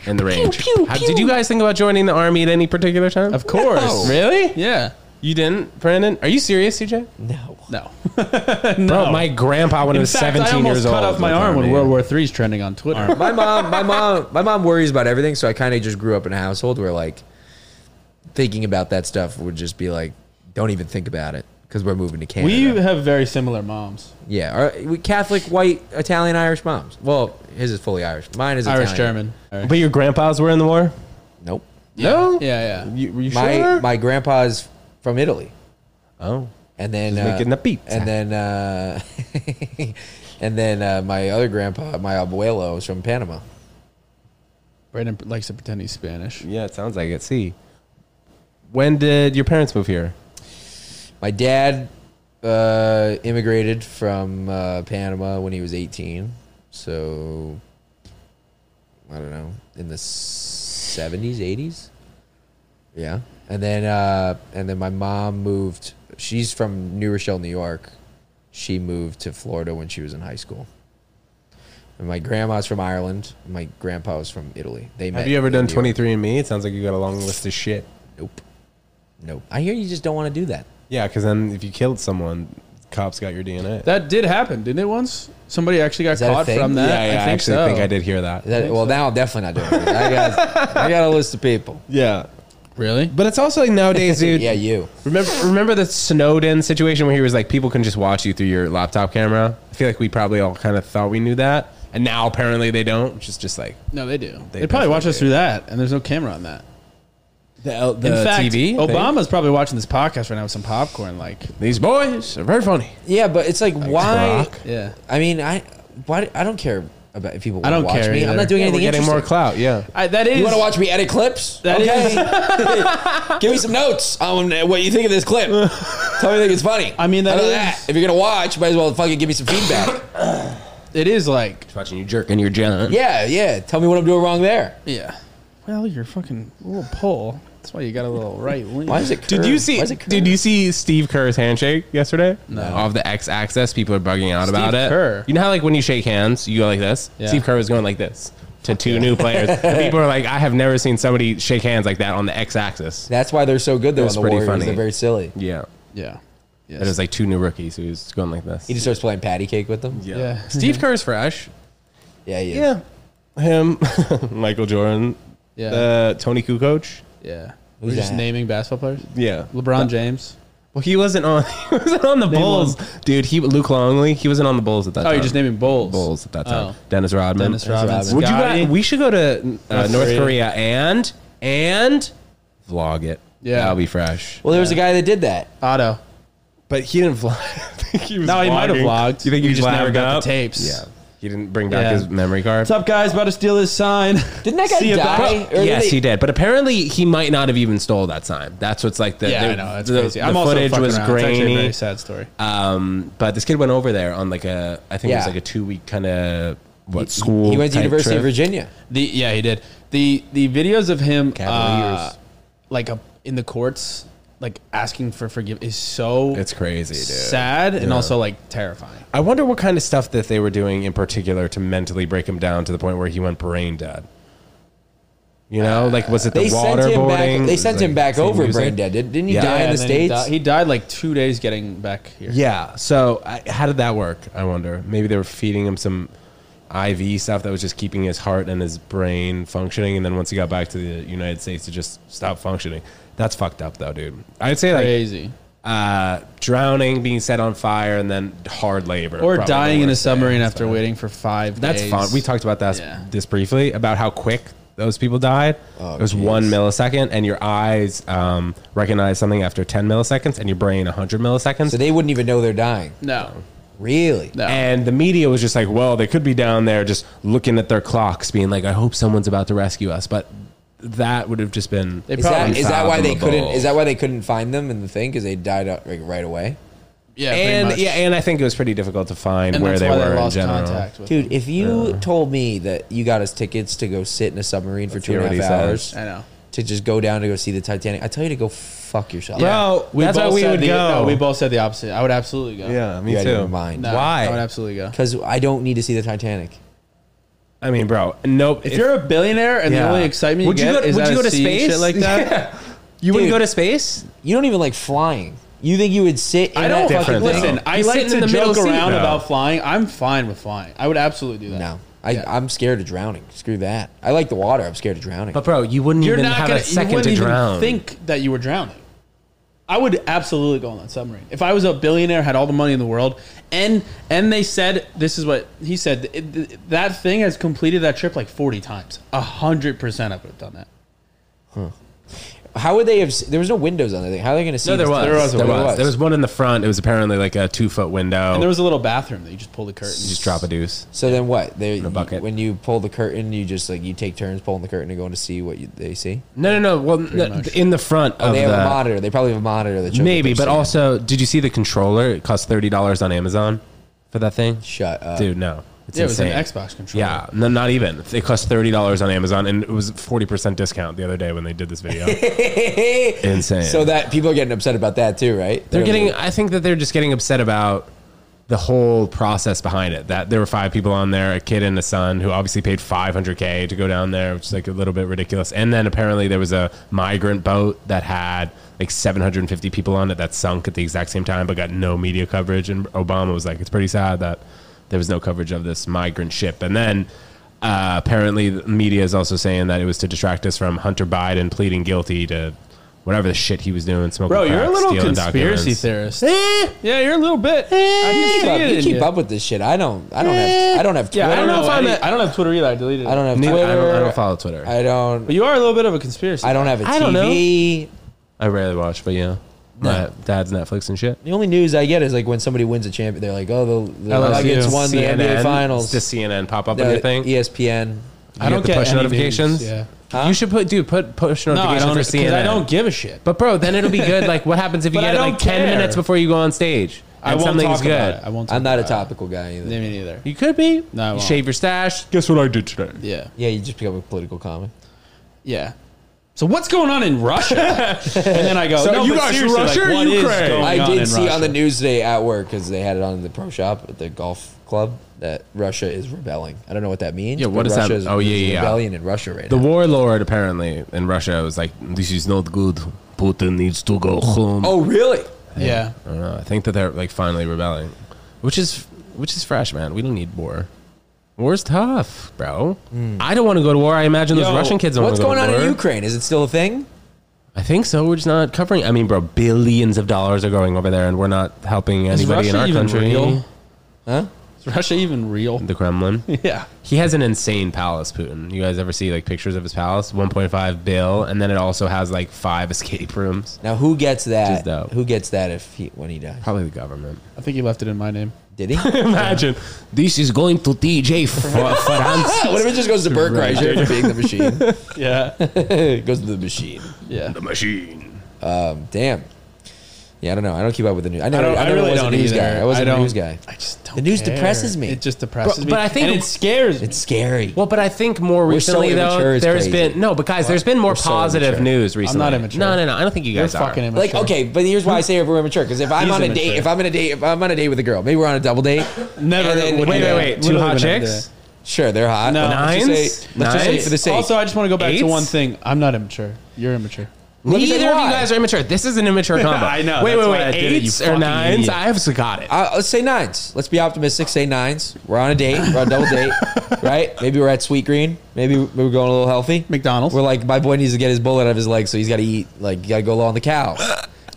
C: In the range. How- Did you guys think about joining the army at any particular time?
A: of course.
C: Really?
A: Yeah.
C: You didn't, Brandon? Are you serious, CJ?
B: No.
A: No.
C: Bro, my grandpa when he
A: In
C: was
A: fact, I
C: 17
A: almost
C: years
A: cut
C: old.
A: off my
C: was
A: arm when
C: army.
A: World War III is trending on Twitter.
B: My mom, my mom, my mom worries about everything. So I kind of just grew up in a household where like thinking about that stuff would just be like, don't even think about it because we're moving to
A: We
B: Canada.
A: have very similar moms.
B: yeah, our, we Catholic, white, Italian, Irish moms. Well, his is fully Irish. Mine is
A: Irish
B: Italian.
A: German.
C: But your grandpas were in the war?
B: Nope.
C: No?
A: Yeah, yeah.
C: You, were you
B: My
C: sure?
B: my grandpa's from Italy.
C: oh.
B: and then
C: He's making the pizza.
B: and then uh, *laughs* and then uh, my other grandpa, my abuelo, was from Panama.
A: Brandon likes to pretend he's Spanish.
C: Yeah, it sounds like it. See. When did your parents move here?
B: My dad uh, immigrated from uh, Panama when he was 18, so I don't know in the 70s, 80s. Yeah, and then uh, and then my mom moved. She's from New Rochelle, New York. She moved to Florida when she was in high school. And my grandma's from Ireland. and My grandpa was from Italy. They met
C: Have you ever
B: in
C: done
B: New York.
C: 23andMe? It sounds like you got a long list of shit.
B: Nope. Nope. I hear you just don't want to do that.
C: Yeah, because then if you killed someone, cops got your DNA.
A: That did happen, didn't it? Once somebody actually got
B: Is that a
A: caught
B: thing?
A: from that.
C: yeah, yeah, I,
A: I think
C: actually
A: so.
C: think I did hear that.
B: That- well, now I'm definitely not doing it. I got, I got a list of people.
C: Yeah.
A: Really?
C: But it's also like *laughs* nowadays, dude.
B: yeah, you.
C: Remember, remember the Snowden situation where he was like, people can just watch you through your laptop camera. I feel like we probably all kind of thought we knew that, and now apparently they don't. Which is just like
A: No, they do.
C: They
A: They, probably watch
C: definitely
A: us
C: do.
A: through that, and there's no camera on that.
C: the,
A: In
B: Uh,
A: fact,
C: TV.
A: Obama's probably watching this podcast right now with some popcorn. Like,
C: These boys are very funny.
B: Yeah, but it's like why?
C: Barack.
A: yeah,
B: I mean, I why I don't care about if people.
A: I don't
B: watch
A: care
B: Me.
A: either.
B: I'm not doing
A: Yeah,
B: anything.
C: We're getting more
B: interesting.
C: clout. Yeah.
A: I, that is.
B: you want to watch me edit clips?
A: That
B: *laughs* Give me some notes on what you think of this clip. Tell me you think it's funny.
A: I mean, that
B: Other than
A: is-
B: If you're gonna watch, you might as well fucking give me some
C: *coughs*
B: feedback.
A: It is like,
C: Watching you jerk in your John.
B: yeah, yeah. Tell me what I'm doing wrong there.
A: yeah. Well, you're fucking a little pull. That's why you got a little right wing.
B: Why is it?
C: Did you
B: curved?
C: see?
B: Why is it curved?
C: Did you see Steve Kerr's handshake yesterday? No. Of the X axis, people are bugging out about it.
A: Kerr.
C: You know how like when you shake hands, you go like this.
A: Yeah.
C: Steve Kerr was going like this to two new players. And people are like, I have never seen somebody shake hands like that on the X axis.
B: That's why they're so good though.
C: It was
B: on the
C: pretty
B: Warriors,
C: funny.
B: they're very silly.
C: Yeah.
A: Yeah.
C: It was like two new rookies who's going like this.
B: He just starts playing patty cake with them. Yeah,
A: Yeah.
C: Steve Kerr's fresh.
B: yeah, he is.
C: Yeah. Him, *laughs* Michael Jordan,
A: Yeah.
C: uh, Tony Kukoc.
A: Yeah.
B: Who's
A: We're just
B: that?
A: naming basketball players.
C: Yeah.
A: LeBron James.
C: Well, he wasn't on. *laughs* He wasn't on the Bulls, dude. He Luke Longley. He wasn't on the Bulls at that
A: Oh,
C: time.
A: you're just naming Bulls.
C: Bulls at that time.
A: Oh.
C: Dennis Rodman.
A: Dennis Rodman.
B: Rodman.
C: Would you
A: Scotty.
C: guys, we should go to uh,
A: North
C: North
A: Korea.
C: Korea and and vlog it.
A: Yeah.
C: that'll be fresh.
B: Well, there was a guy that did that.
A: Otto.
C: But he didn't vlog. *laughs* I think he was
A: No, he might have
C: vlogging.
A: vlogged.
C: You think
A: We
C: he
A: just
C: just
A: never got
C: up?
A: the tapes.
C: Yeah, he didn't bring back
A: Yeah.
C: his memory card.
A: What's up, guys? About to steal his sign.
B: Didn't that guy
A: See you,
B: die? Or did
C: yes,
B: they-
C: he did. But apparently, he might not have even stole that sign. That's what's like
A: *laughs*
C: the
A: yeah,
C: the,
A: I know. That's
C: the-
A: crazy.
C: the
A: I'm also
C: footage
A: fucking
C: was
A: around. It's actually a
C: grainy.
A: very sad story.
C: Um, but this kid went over there on like a I think it was
B: Yeah.
C: like a two week kind of what school.
B: He went to
C: type
B: University of
C: trip.
B: Virginia.
A: The yeah, he did. The the videos of him uh,
B: Cavaliers.
A: like a, in the courts like asking for forgiveness is so
C: It's crazy, dude.
A: sad and
C: Yeah.
A: also like terrifying.
C: I wonder what kind of stuff that they were doing in particular to mentally break him down to the point where he went brain dead. You know, like was it the
B: They sent him
C: waterboarding?
B: back. They sent him back over brain
C: Braindead.
B: dead. Didn't, didn't he
C: Yeah.
B: die in
A: and
B: the
A: then he
B: states?
A: di- He died like two days getting back here.
C: Yeah. So I, how did that work? I wonder. Maybe they were feeding him some IV stuff that was just keeping his heart and his brain functioning, and then once he got back to the United States, it just stopped functioning. That's fucked up, though, dude. I'd say like
A: Crazy.
C: uh, drowning, being set on fire, and then hard labor,
A: Or
C: probably
A: dying
C: the
A: in a
C: worst
A: submarine
C: thing.
A: after waiting for five
C: That's
A: days.
C: fun. We talked about that
A: Yeah.
C: this briefly about how quick those people died. it was
B: geez.
C: one millisecond, and your eyes um, recognize something after ten milliseconds, and your brain hundred milliseconds.
B: so they wouldn't even know they're dying.
A: No.
B: Really?
A: No.
C: And the media was just like, well, they could be down there just looking at their clocks, being like, I hope someone's about to rescue us. But that would have just been.
A: They
B: Is that
A: probably
B: is that why they
C: Unfathomable.
B: couldn't? Is that why they couldn't find them in the thing? Because they died out, like, right away.
A: yeah, pretty
C: and
A: much.
C: yeah, and I think it was pretty difficult to find
A: And
C: where
A: that's
C: they
A: why
C: were in
A: lost
C: general.
A: contact with
B: Dude, if you told me that you got us tickets to go sit in a submarine for
C: see
B: two and a
C: what he
B: half
C: says.
B: hours
A: I know.
B: to just go down to go see the Titanic, I tell you to go fuck yourself.
C: Yeah. Bro, that's why
A: Oh, both
C: we
A: said
C: would
A: the-
C: go.
A: No, we both said the opposite. I would absolutely go.
C: Yeah, me
B: You out of
C: too.
B: your mind.
A: No,
C: Why?
A: I would absolutely go.
B: Because I don't need to see the Titanic.
C: I mean, bro, nope.
A: If, you're a billionaire and
C: Yeah.
A: the only excitement you get is out of sea and shit like that,
C: *laughs* Yeah. You wouldn't
B: Dude.
C: go to space?
B: You don't even like flying. You think you would sit?
A: *laughs*
B: In
A: I don't
B: that fucking
A: fucking
C: Different,
B: thing?
A: listen.
C: though.
A: I
C: He's
A: like
C: sitting in
A: to
C: the middle
A: joke
C: seat,
A: around
C: though.
A: about flying. I'm fine with flying. I would absolutely do that.
B: No, I,
A: Yeah.
B: I'm scared of drowning. Screw that. I like the water. I'm scared of drowning.
C: But bro, you wouldn't
A: you're
C: even
A: not
C: have
A: gonna.
C: a
A: you
C: second
A: wouldn't
C: to
A: even
C: drown.
A: think that you were drowning. I would absolutely go on that submarine if I was a billionaire, had all the money in the world, and and they said this is what he said. "It- th- that thing has completed that trip like forty times. A hundred percent, I would have done that.
B: How would they have? s- There was no windows on the thing. How are they going to see?
C: no, there
B: this
C: was.
B: thing?
C: There was. There was. one in the front. It was apparently like a two foot window.
A: And there was a little bathroom that you just pull the curtain.
C: just drop a deuce.
B: So then what? They,
C: a bucket.
B: When you pull the curtain, you just like you take turns pulling the curtain and going to see what you, they see.
C: No, no, no. Well, no,
A: much.
C: in the front of
B: They have a
C: the
B: monitor. They probably have a monitor that shows what
C: Oh, Maybe,
B: they're
C: but
B: seeing.
C: also, did you see the controller? It cost thirty dollars on Amazon for that thing.
B: shut *laughs* up.
C: Dude, no, it's
A: Yeah, it was
C: insane.
A: an Xbox controller.
C: Yeah, no, not even. It cost thirty dollars on Amazon, and it was forty percent discount the other day when they did this
A: *laughs*
C: video. insane.
B: So that people are getting upset about that too, right?
C: they're getting. I think that they're just getting upset about the whole process behind it. That there were five people on there, a kid and a son, who obviously paid five hundred k to go down there, which is like a little bit ridiculous. And then apparently there was a migrant boat that had like seven hundred and fifty people on it that sunk at the exact same time, but got no media coverage. And Obama was like, "It's pretty sad that there was no coverage of this migrant ship." And then. Uh, apparently, the media is also saying that it was to distract us from Hunter Biden pleading guilty to whatever the shit he was doing. Smoking
A: Bro, you're
C: crack,
A: a little
C: stealing
A: conspiracy
C: documents.
A: theorist. Yeah, you're a little bit. I
B: You
A: can
B: keep,
A: see
B: up,
A: it
B: you
A: in
B: keep
A: you.
B: up with this shit. I don't. I don't have. I don't have. Twitter.
A: Yeah, I don't know if I'm.
C: any-
A: A, I don't have Twitter either. I deleted it.
B: I don't have
C: Neither-
B: Twitter.
C: I don't, I don't follow Twitter. I,
B: I don't.
A: But you are a little bit of a conspiracy.
B: I don't have a TV.
C: I don't know. rarely watch, but yeah. My dad's Netflix and shit.
B: The only news I get is like when somebody wins a champion, they're like, "Oh, the, the
A: LSU.
B: Nuggets won the NBA Finals."
C: Does CNN pop up on
B: the
C: your thing?
B: ESPN.
C: I don't get, push notifications.
A: Yeah.
C: You should put, dude, put push
A: No, I
C: notifications
A: don't.
C: for
A: Because
C: CNN.
A: I don't give a shit.
C: But bro, then it'll be good. Like, what happens if
A: *laughs*
C: you
A: But
C: get
A: I
C: it like
A: don't
C: ten
A: care.
C: minutes before you go on stage
A: I
C: and
A: won't
C: something's
A: talk
C: good?
A: about it. I won't. Talk
B: I'm not a
A: about
B: topical guy either.
A: it. Me neither.
C: You could be.
A: No, I
C: you
A: won't.
C: shave your stash.
E: Guess what I did today?
A: Yeah.
B: Yeah, you just become a political comic.
A: Yeah. So what's going on in
B: *laughs*
A: Russia? and then I go.
C: So
A: no,
C: you
A: but
C: guys,
A: seriously,
C: Russia or
A: like, what is
C: Ukraine?
A: going
B: I
A: on in
B: did see on the
A: Russia?
B: news today at work because they had it on the pro shop at the golf club that Russia is rebelling. I don't know what that means.
C: Yeah, what
B: but
C: does that-
B: Russia is-
C: oh, yeah,
B: there's a
C: yeah.
B: rebellion in Russia right
C: The
B: now.
C: warlord apparently in Russia was like, "This is not good. Putin needs to go home."
B: Oh, really?
A: Yeah.
C: I don't know. I think that they're like finally rebelling, which is which is fresh, man. We don't need war. War's tough, bro. I don't want to go to war. I imagine those
A: Yo,
C: Russian kids don't want
B: What's
C: to go
B: going
C: to
B: on
C: war.
B: in Ukraine? Is it still a thing?
C: I think so. We're just not covering. I mean, bro, billions of dollars are going over there, and we're not helping anybody in
A: Russia
C: our
A: even
C: country.
A: real?
B: Huh?
A: Is Russia even
B: *laughs*
A: real?
C: The Kremlin.
A: Yeah.
C: He has an insane palace, Putin. You guys ever see like pictures of his palace? 1.5 bill, and then it also has like five escape rooms.
B: Now, who gets that?
C: Just dope.
B: Who gets that if he when he dies?
C: Probably the government.
A: I think he left it in my
B: *laughs*
A: name.
B: Did he? what
C: Imagine this is going to DJ *laughs* France.
B: if it just goes to Burkreiser for being the machine?
A: Yeah.
B: it goes to the machine.
A: *laughs*
B: Um,
A: yeah.
C: machine.
B: Damn. Yeah, I don't know. I don't keep up with the news. I, never, I,
A: don't-
B: never was a news guy. I wasn't a
A: don't-
B: news guy.
A: I just don't.
B: The news
A: care.
B: depresses me.
A: It just depresses
C: But-
A: me.
C: but I think-
A: and it scares me.
B: It's scary.
C: Well, but I think more
B: so
C: recently
B: immature,
C: though,
B: it's
C: there's
B: crazy.
C: been no because there's been more
B: We're so
C: positive
B: immature.
C: news recently.
A: not immature.
C: No, no, no. I don't think you
A: You're
C: guys are.
A: fucking immature.
B: like okay, but here's why I say we're immature. Because if I'm
A: He's
B: on a
A: immature.
B: date, if I'm on a date, if I'm on a date with a girl, maybe we're on a double date.
A: Never.
B: And then-
A: would
B: Wait,
A: do
B: wait,
A: that.
C: wait.
A: Would
C: Two
A: never
C: hot
A: do that.
C: chicks?
B: Sure, they're hot.
A: No.
B: Let's just
C: Nines?
B: say, let's just say
C: Nines?
B: for the sake.
A: Also, I just want to go back
C: Eights?
A: to one thing. I'm not immature. You're immature.
C: Neither of you
B: why.
C: guys are immature. This is an immature
A: *laughs*
C: combo.
A: I know,
C: Wait,
A: that's
C: wait,
A: why I
C: wait.
A: did it, you
C: Eights or
A: fucking
C: nines?
A: idiot.
C: I've got it.
B: I- Uh, let's say nines. Let's be optimistic. Say nines. We're on a date. We're on a double
A: *laughs*
B: date, right? Maybe we're at Sweet Green. Maybe we're going a little healthy.
A: McDonald's.
B: We're like, my boy needs to get his bullet out of his leg, so he's got to eat. Like, you got to go low on
A: *laughs*
B: the cow,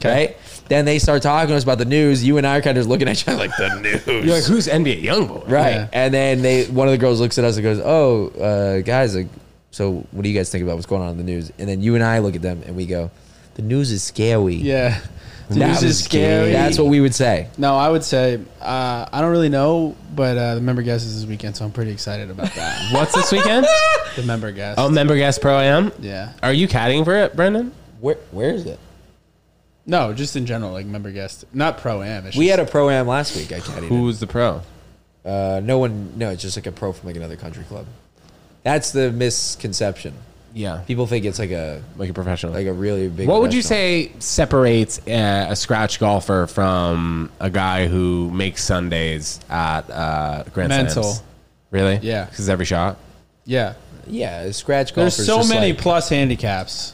B: right? Then they start talking to us about the news. You and I are kind of just looking at each other like,
C: the news. You're like, who's NBA Youngboy?
B: right?
A: Yeah.
B: And then they, one of the girls looks at us and goes, "Oh, uh, guys, like, so what do you guys think about what's going on in the news?" And then you and I look at them and we go, "The news is scary."
A: Yeah.
B: That
A: News
B: was
A: is scary.
B: That's what we would say.
A: No, I would say uh, I don't really know, but uh, the member guest is this weekend, so I'm pretty excited about that. *laughs*
C: What's this weekend?
A: the member guest.
C: oh, member guest pro am.
A: yeah.
C: Are you catting for it, Brendan?
B: Where, where is it?
A: No, just in general, like member guest, not pro am.
B: We had a pro am last week. I can't even.
C: Who's the pro?
B: Uh, no one. No, it's just like a pro from like another country club. That's the misconception.
C: Yeah,
B: People think it's like a
C: like a professional.
B: like a really big.
C: what would you
B: professional.
C: say separates uh, a scratch golfer from a guy who makes Sundays at uh, Grand
A: Mental.
C: Slams? Really?
A: Yeah.
C: Because every shot.
A: yeah.
B: Yeah, a scratch golf.
A: There's
B: is
A: so
B: just
A: many
B: like-
A: plus handicaps,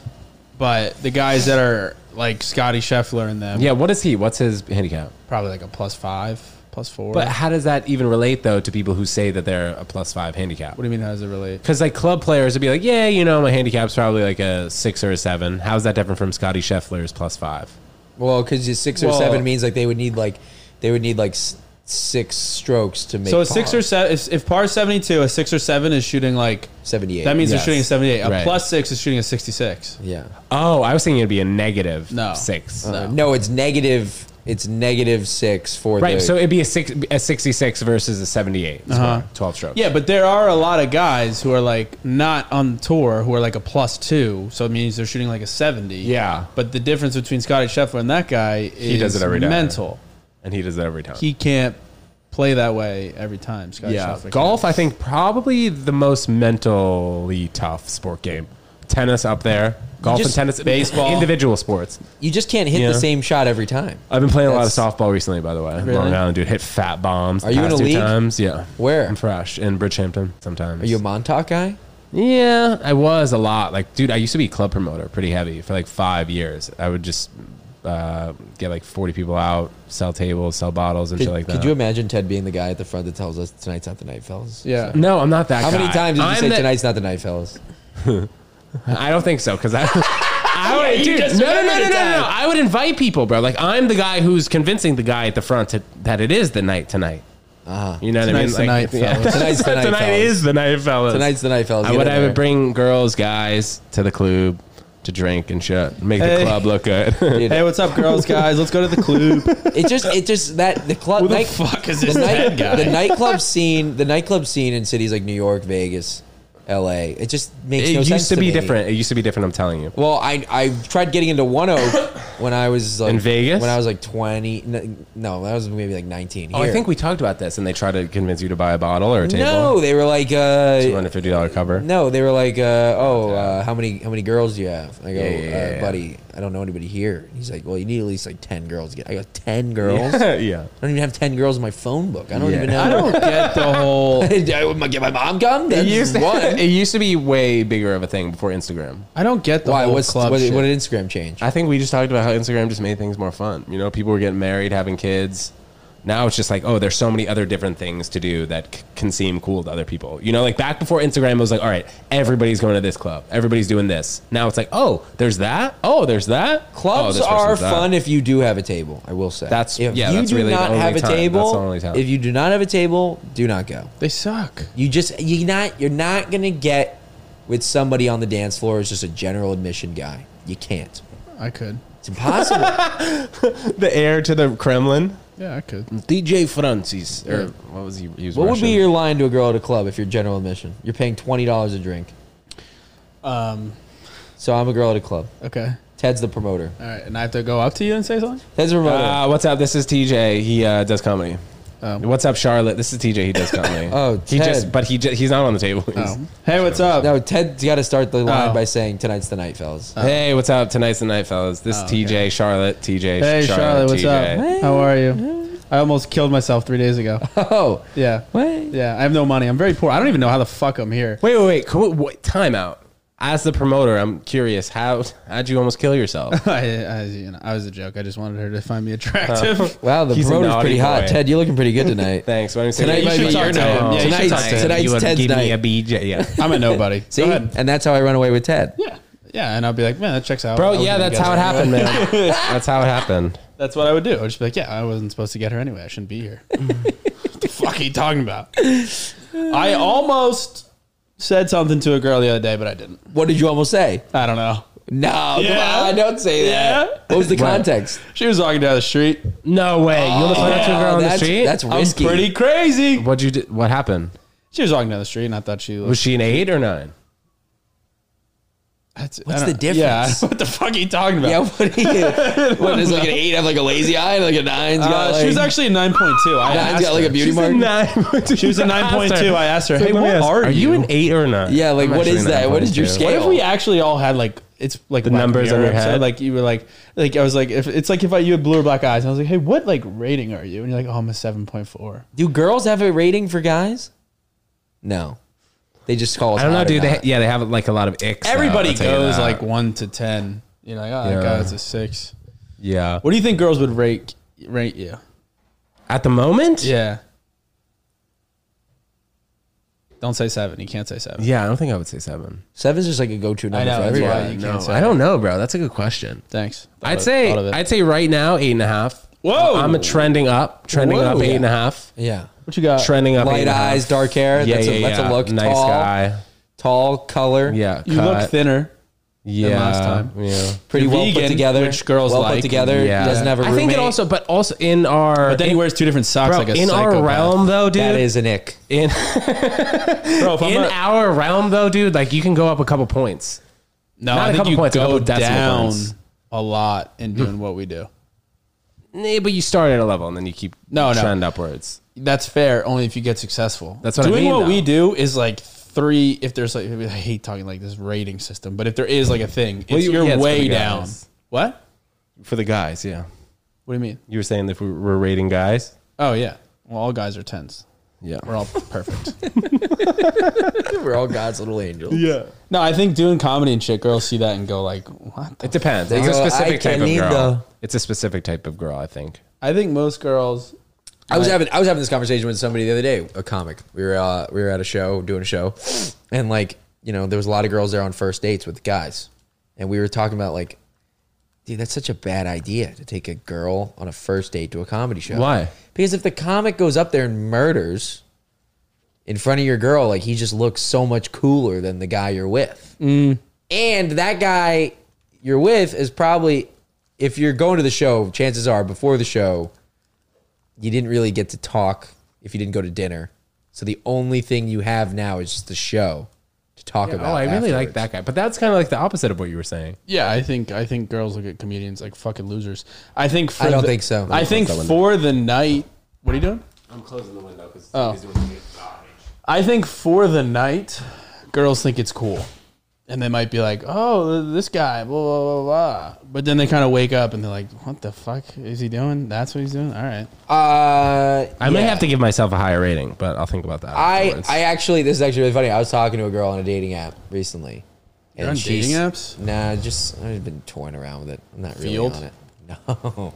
A: but the guys that are like Scotty Scheffler and them,
C: Yeah. What is he? What's his handicap?
A: probably like a plus five, plus four.
C: But how does that even relate though to people who say that they're a plus five handicap?
A: what do you mean? How does it relate?
C: Because like club players would be like, yeah, you know, my handicap's probably like a six or a seven. How is that different from Scotty Scheffler's plus five?
B: well, because six or
A: Well-
B: seven means like they would need like they would need like s- six strokes to make.
A: So a six
B: par.
A: or seven, if, if par is 72, a six or seven is shooting like
B: 78.
A: that means
C: Yes.
A: they're shooting a 78. A
C: Right.
A: plus six is shooting a 66.
B: yeah.
C: Oh, I was thinking it'd be a negative
A: No.
C: six.
A: No.
B: No, it's negative. It's negative six for
C: Right,
B: the.
C: so it'd be a six, a sixty-six versus a seventy-eight. is
A: Uh-huh.
C: what- Twelve strokes.
A: Yeah, but there are a lot of guys who are like not on the tour who are like a plus two, so it means they're shooting like a seventy.
C: Yeah.
A: But the difference between Scotty Scheffler and that guy is he
C: does it every day.
A: mental.
C: and he does that every time.
A: He can't play that way every time. Scotty
C: yeah,
A: Scheffler.
C: golf.
A: can.
C: I think probably the most mentally tough sport game. Tennis up there. Golf
B: just-
C: and tennis, baseball, individual sports.
B: you just can't hit
C: Yeah.
B: the same shot every time.
C: I've been playing a lot
B: That's-
C: of softball recently, by the way.
A: Really?
C: Long Island dude hit fat bombs. the
B: Are you in
C: past
B: a
C: two
B: league?
C: Times, yeah.
B: Where?
C: I'm fresh in Bridgehampton sometimes.
B: Are you a Montauk guy?
C: Yeah, I was a lot. Like, dude, I used to be club promoter, pretty heavy for like five years. I would just uh, get like forty people out, sell tables, sell bottles, and
B: Could,
C: shit like that.
B: could you imagine Ted being the guy at the front that tells us tonight's not the night, fellas?
A: Yeah.
C: No, I'm not that.
B: How
C: guy.
B: many times did you
C: I'm
B: say
C: the-
B: tonight's not the night, fellas?
C: I don't think so because I. *laughs* I would, dude, no, no, no, no, no, no, no. I would invite people, bro. Like I'm the guy who's convincing the guy at the front to, that it is the night tonight.
B: Uh-huh.
C: You know what
A: Tonight's
C: I
A: the
C: mean?
A: night,
C: *laughs*
A: fellas.
B: Tonight's the night,
C: tonight
B: fellas.
C: is the night, fellas.
B: Tonight's the night, fellas.
C: I
B: Get
C: would.
B: in
C: I
B: there.
C: would bring girls, guys to the club to drink and shit, make the
A: Hey.
C: club look *laughs* good.
A: Hey, what's up, girls, guys? Let's go to the club.
B: It just, it just that the
A: *laughs*
B: club.
A: Who the
B: night,
A: fuck is
B: the
A: this
B: night-
A: Ted guy?
B: the nightclub scene, the nightclub scene in cities like New York, Vegas, L.A. It just makes
C: it
B: no sense.
C: used to be
B: me.
C: different. It used to be different. I'm telling you.
B: Well, I I tried getting into One
C: *coughs*
B: Oak when I was like,
C: In Vegas?
B: When I was like twenty, n- no, I was maybe like nineteen.
C: Oh, I
B: Here.
C: think we talked about this, and they try to convince you to buy a bottle or a table.
B: no, they were like,
C: two
B: uh,
C: hundred fifty dollar cover.
B: no, they were like, uh, oh, uh, how many how many girls do you have? I go,
C: Yeah, yeah, yeah,
B: uh,
C: yeah.
B: buddy, I don't know anybody here. And he's like, well, you need at least like ten girls. to Get, I go, ten
C: *laughs*
B: girls. I
C: *laughs* yeah.
B: don't even have ten girls in my phone book. I don't
C: Yeah. *laughs*
B: even know.
A: I don't get the whole.
B: *laughs* I would get my mom gum.
C: It used,
B: That's
C: to,
B: one.
C: *laughs* it used to be way bigger of a thing before Instagram.
A: I don't get the
B: Why?
A: whole
B: What's
A: club
B: what,
A: shit.
B: what did Instagram change?
C: I oh, think we just talked about how Instagram just made things more fun. You know, people were getting married, having kids. Now it's just like, oh, there's so many other different things to do that c- can seem cool to other people. You know, like back before Instagram it was like, all right, everybody's going to this club, everybody's doing this. Now it's like, oh, there's that. Oh, there's that. Oh,
B: Clubs
C: this
B: are
C: person's that.
B: fun if you do have a table. I will say
C: That's-
B: if
C: yeah,
B: you
C: that's
B: do
C: really the
B: not
C: only
B: have a
C: time. That's the
B: table.
C: only time.
B: If you do not have a table, do not go.
A: they suck.
B: You just you not you're not gonna get with somebody on the dance floor as just a general admission guy. You can't.
A: I could.
B: It's impossible.
C: *laughs*
A: *laughs*
C: The heir to the Kremlin,
A: Yeah, I could.
C: DJ Francis, or what was he? he was
B: what would be
C: Russian.
B: your line to a girl at a club if you're general admission? You're paying twenty dollars a drink.
A: Um.
B: So I'm a girl at a club.
A: Okay.
B: Ted's the promoter.
A: All right, and I have to go up to you and say something.
B: Ted's the promoter.
A: Ah.
C: Uh, what's up? This is TJ. He uh, does comedy.
A: Oh.
C: What's up, Charlotte? This is TJ. He does comedy.
B: Um. *laughs* Oh,
C: he just
B: Ted.
C: but he just, he's not on the table. He's-
A: Oh. Hey, what's up?
B: no, Ted's got to start the line
A: Oh.
B: by saying tonight's the night, fellas. *laughs*
C: Hey, what's up? Tonight's the night, fellas. This
A: Oh,
C: is TJ, Charlotte, TJ.
A: Hey, Charlotte, what's
C: TJ.
A: up? How are you? I almost killed myself three days *laughs* ago.
B: Oh,
A: Yeah.
B: what?
A: Yeah, I have no money. I'm very poor. I don't even know how the fuck I'm here.
C: Wait, wait, wait. Come on, wait time out. As the promoter, I'm curious. How how'd you almost kill yourself?
A: *laughs* *laughs* I, I, you know, I was a joke. I just wanted her to find me attractive.
B: Wow, the
C: He's a
B: promoter's
C: naughty
B: pretty hot.
C: boy.
B: Ted, you're looking pretty
A: *laughs*
B: good tonight.
C: Thanks. Why don't you say
B: Tonight
C: Yeah,
B: might
C: you
B: be
C: should
B: your
C: talk
B: night.
C: him.
A: Yeah, you should talk to him.
C: You
B: Tonight's
C: would
B: Ted's
C: give me
B: night.
C: a BJ. Yeah.
A: *laughs* I'm a nobody.
B: See,
A: Go ahead.
B: and that's how I run away with Ted.
A: Yeah. Yeah, and I'll be like, man, that checks out. I
C: *laughs* Bro,
A: was
C: yeah,
A: gonna
C: that's
A: get
C: how it
A: her."
C: happened, man. that's how it happened.
A: That's what I would do. I'd just be like, yeah, I wasn't supposed to get her anyway. I shouldn't be
C: *laughs*
A: here. what the fuck are you talking about? I almost said something to a girl the other day, but I didn't.
B: What did you almost say?
A: I don't know.
B: No,
A: Yeah.
B: come on, don't say that.
A: Yeah.
B: What was the context?
A: She was walking down the street.
C: No way. you almost went up to a girl on the
B: that's,
C: street.
B: that's risky.
A: I'm pretty crazy.
C: What'd you do? What happened?
A: She was walking down the street, and I thought she
C: Was
A: was.
C: she an eight or nine?
A: That's, I
B: What's
A: don't-
B: the
A: Yeah, *laughs*
B: difference?
A: what the fuck are you talking about?
B: yeah, what
A: *laughs*
B: do you? What is like an eight? Have like a lazy eye, and like a 9
A: Uh,
B: got like,
A: she was actually a nine point two. *laughs* I
B: nine's
A: asked
B: got like a
A: her.
B: beauty mark.
C: *laughs* nine.
A: She was a nine point two. I asked her, "Hey, what are,
C: Are you an eight or a nine?
B: Yeah, like,
C: I'm
B: what
C: actually
B: is that? What is your
C: 9.2.
B: scale?
A: What if we actually all had like it's like the
C: numbers in your head?
A: Like you were like like I was like if it's like if I you had blue or black eyes, I was like, hey, what like rating are you? And you're like, oh, I'm a seven point four.
B: Do girls have a rating for guys? No, they just call us.
C: I don't know,
B: hot or
C: dude. They,
B: not.
C: yeah, they have like a lot of icks. though,
A: Everybody
C: I'll tell you
A: goes
C: that.
A: like one to ten. You're like, oh,
C: Yeah.
A: that guy's a six.
C: yeah.
A: What do you think girls would rate rate you?
C: At the moment,
A: Yeah. Don't say seven. You can't say seven.
C: yeah. I don't think I would say seven.
B: Seven's just like a go-to number
A: I know,
B: for
A: that's
B: everyone.
A: why. you can't
C: no,
A: say
C: I don't know, bro. That's a good question.
A: Thanks. Thought
C: I'd
A: of-
C: say
A: thought of it.
C: I'd say right now eight and a half.
A: Whoa.
C: I'm a trending up, trending
A: Whoa. Uh,
C: up eight and a half,
B: Yeah,
A: what you got?
C: trending up. eight
B: light
C: and a half.
B: eyes, dark hair.
C: Yeah,
B: that's,
C: yeah,
B: a, that's
C: yeah.
B: a look.
C: Nice
B: tall,
C: guy.
B: tall color.
C: Yeah,
A: You look
C: cut.
A: thinner.
C: Yeah,
A: last time.
C: Yeah.
B: pretty
A: You're
B: well put
A: vegan,
B: together.
A: which girls
B: well
A: like.
B: put together.
C: Yeah.
B: Doesn't have a
C: I
B: roommate.
C: think it also, but also in our,
A: But then he wears two different socks
C: bro,
A: like a
C: in our
A: psychopath.
C: realm though, dude.
B: that is an ick.
C: in
A: Bro, if I'm
C: in
A: a-
C: our realm though, dude. Like you can go up a couple points.
A: No,
C: Not
A: I
C: a
A: think
C: couple
A: you
C: points, a
A: go
C: couple Hmm. decimal
A: down
C: points.
A: a lot in doing what we do.
C: Nah, but you start at a level and then you keep
A: No, no.
C: trend upwards.
A: That's fair, only if you get successful.
C: That's what I
A: doing
C: mean,
A: what we
C: though.
A: do is like three. If there's like, I hate talking like this rating system, but if there is like a thing, it's
C: you-
A: you're
C: yeah, it's for
A: way
C: the
A: down.
C: guys.
A: What?
C: For the guys, yeah.
A: What do you mean?
C: You were saying if we were rating guys,
A: Oh yeah. Well, all guys are tens.
C: yeah.
A: We're all
C: *laughs*
A: perfect.
B: *laughs* We're all God's little angels.
C: Yeah.
A: no, I think doing comedy and shit, girls see that and go like, "What?"
C: It
A: The?
C: depends.
B: They
C: It's
B: go,
C: a
B: "I
C: specific type
B: can
C: of
B: eat
C: girl.
B: though.
C: It's a specific type of girl, I think.
A: I think most girls.
B: I was having I was having this conversation with somebody the other day, a comic. We were uh, we were at a show doing a show, and like you know there was a lot of girls there on first dates with guys, and we were talking about like, dude, that's such a bad idea to take a girl on a first date to a comedy show.
C: Why?
B: Because if the comic goes up there and murders in front of your girl, like he just looks so much cooler than the guy you're with, and that guy you're with is probably if you're going to the show, chances are before the show you didn't really get to talk if you didn't go to dinner. So the only thing you have now is just the show to talk about.
C: Oh, I really like
B: afterwards.
C: that guy. But that's kind of like the opposite of what you were saying.
A: Yeah, I think I think girls look at comedians like fucking losers. I think for
B: I don't
A: the-
B: think so.
A: I think for the night. What are you doing?
C: I'm closing the window because
A: he's I think for the night, girls think it's cool. And they might be like, oh, this guy, blah, blah, blah, blah. But then they kind of wake up and they're like, what the fuck is he doing? That's what he's doing? All right.
B: Uh,
C: I may
B: yeah.
C: have to give myself a higher rating, but I'll think about that.
B: I,
C: afterwards.
B: I actually, this is actually really funny. I was talking to a girl on a dating app recently. And
A: on
B: she's-
A: dating apps?
B: Nah, just I've been toying around with it. I'm not really
A: Field?
B: on it. *laughs* No,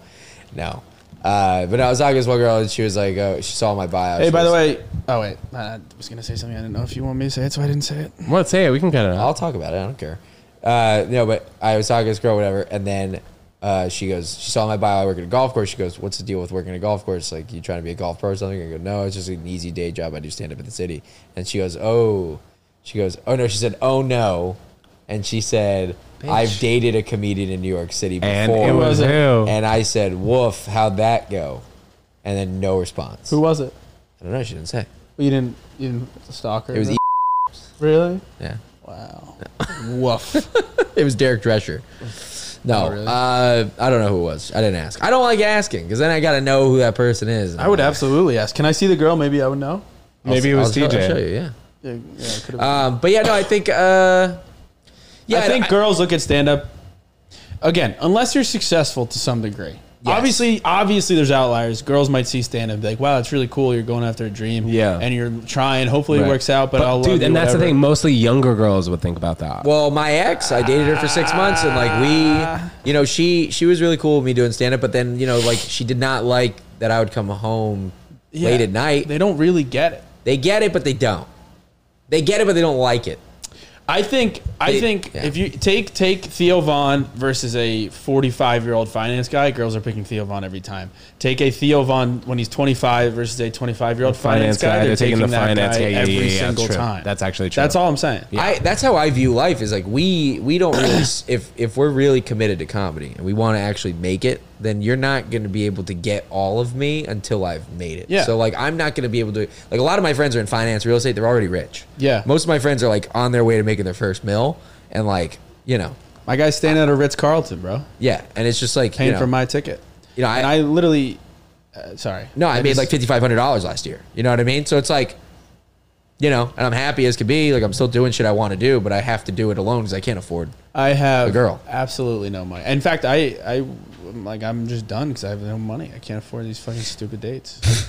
B: no. Uh, but I was talking to this one girl, and she was like, oh, she saw my bio.
A: Hey,
B: She
A: by the
B: was-
A: way, oh, wait. I was going to say something. I didn't know if you want me to say it, so I didn't say it.
C: well, let's say it. We can cut it out.
B: I'll talk about it. I don't care. Uh, no, but I was talking to this girl, whatever, and then uh, she goes, she saw my bio. I work at a golf course. She goes, "What's the deal with working at a golf course? Like, you trying to be a golf pro or something?" I go, "No, it's just an easy day job. I do stand up in the city." And she goes, "Oh," she goes, "Oh no," she said, "Oh no," and she said, "I've dated a comedian in New York City before."
C: And it was
A: it?
C: who?
B: And I said, "Woof, how'd that go?" And then no response.
A: Who was it?
B: I don't know. She didn't say.
A: You didn't, you didn't stalk her?
B: It was E-
A: Really?
B: yeah.
A: Wow. Woof.
B: It was Derek Drescher. No,
A: Oh, really?
B: uh, I don't know who it was. I didn't ask. I don't like asking because then I got to know who that person is.
A: I would absolutely ask. Can I see the girl? Maybe I would know.
C: Maybe it was
B: I'll,
C: TJ.
B: I'll show you, yeah.
A: Yeah, yeah, it
C: Uh,
A: could've-
B: Um, but yeah, no, I think. Uh, yeah,
A: I think
B: I,
A: girls look at stand up again, unless you're successful to some degree. Obviously, obviously, there's outliers. Girls might see stand up, be like, "Wow, it's really cool. You're going after a dream,
C: Yeah.
A: and you're trying. Hopefully, it
C: Right.
A: works out." But, I'll love
C: dude,
A: you,
C: and that's the
A: whatever.
C: thing. Mostly younger girls would think about that.
B: Well, my ex, I dated her for six months, and
A: Ah.
B: like we, you know, she she was really cool with me doing stand up, but then you know, like she did not like that I would come home
A: Yeah.
B: late at night.
A: They don't really get it.
B: They get it, but they don't. They get it, but they don't like it.
A: I think I
B: They-
A: think
B: yeah.
A: if you take take Theo Vaughn versus a 45 year old finance guy, girls are picking Theo Vaughn every time. Take a Theo Vaughn when he's 25 versus a 25 year old finance, guy. They're, taking, the that finance guy
C: yeah, yeah,
A: every
C: yeah, yeah, that's
A: single
C: true.
A: time.
C: That's actually true.
A: That's all I'm saying.
B: I that's how I view life is like we we don't really s- if if we're really committed to comedy and we want to actually make it, then you're not going to be able to get all of me until I've made it.
A: Yeah.
B: So like I'm not going to be able to like a lot of my friends are in finance, real estate, they're already rich.
A: Yeah.
B: Most of my friends are like on their way to making their first mill and like, you know,
A: My guy's staying at a Ritz Carlton, bro,
B: yeah, and it's just like
A: paying
B: you know,
A: for my ticket.
B: you know, I,
A: and I literally, uh, sorry.
B: No, I, made
A: just-
B: like fifty five hundred dollars last year. You know what I mean? So it's like, you know, and I'm happy as could be. Like I'm still doing shit I want to do, but I have to do it alone because I can't afford.
A: I have
B: a girl.
A: Absolutely no money. In fact, I I I'm like I'm just done because I have no money. I can't afford these fucking stupid dates.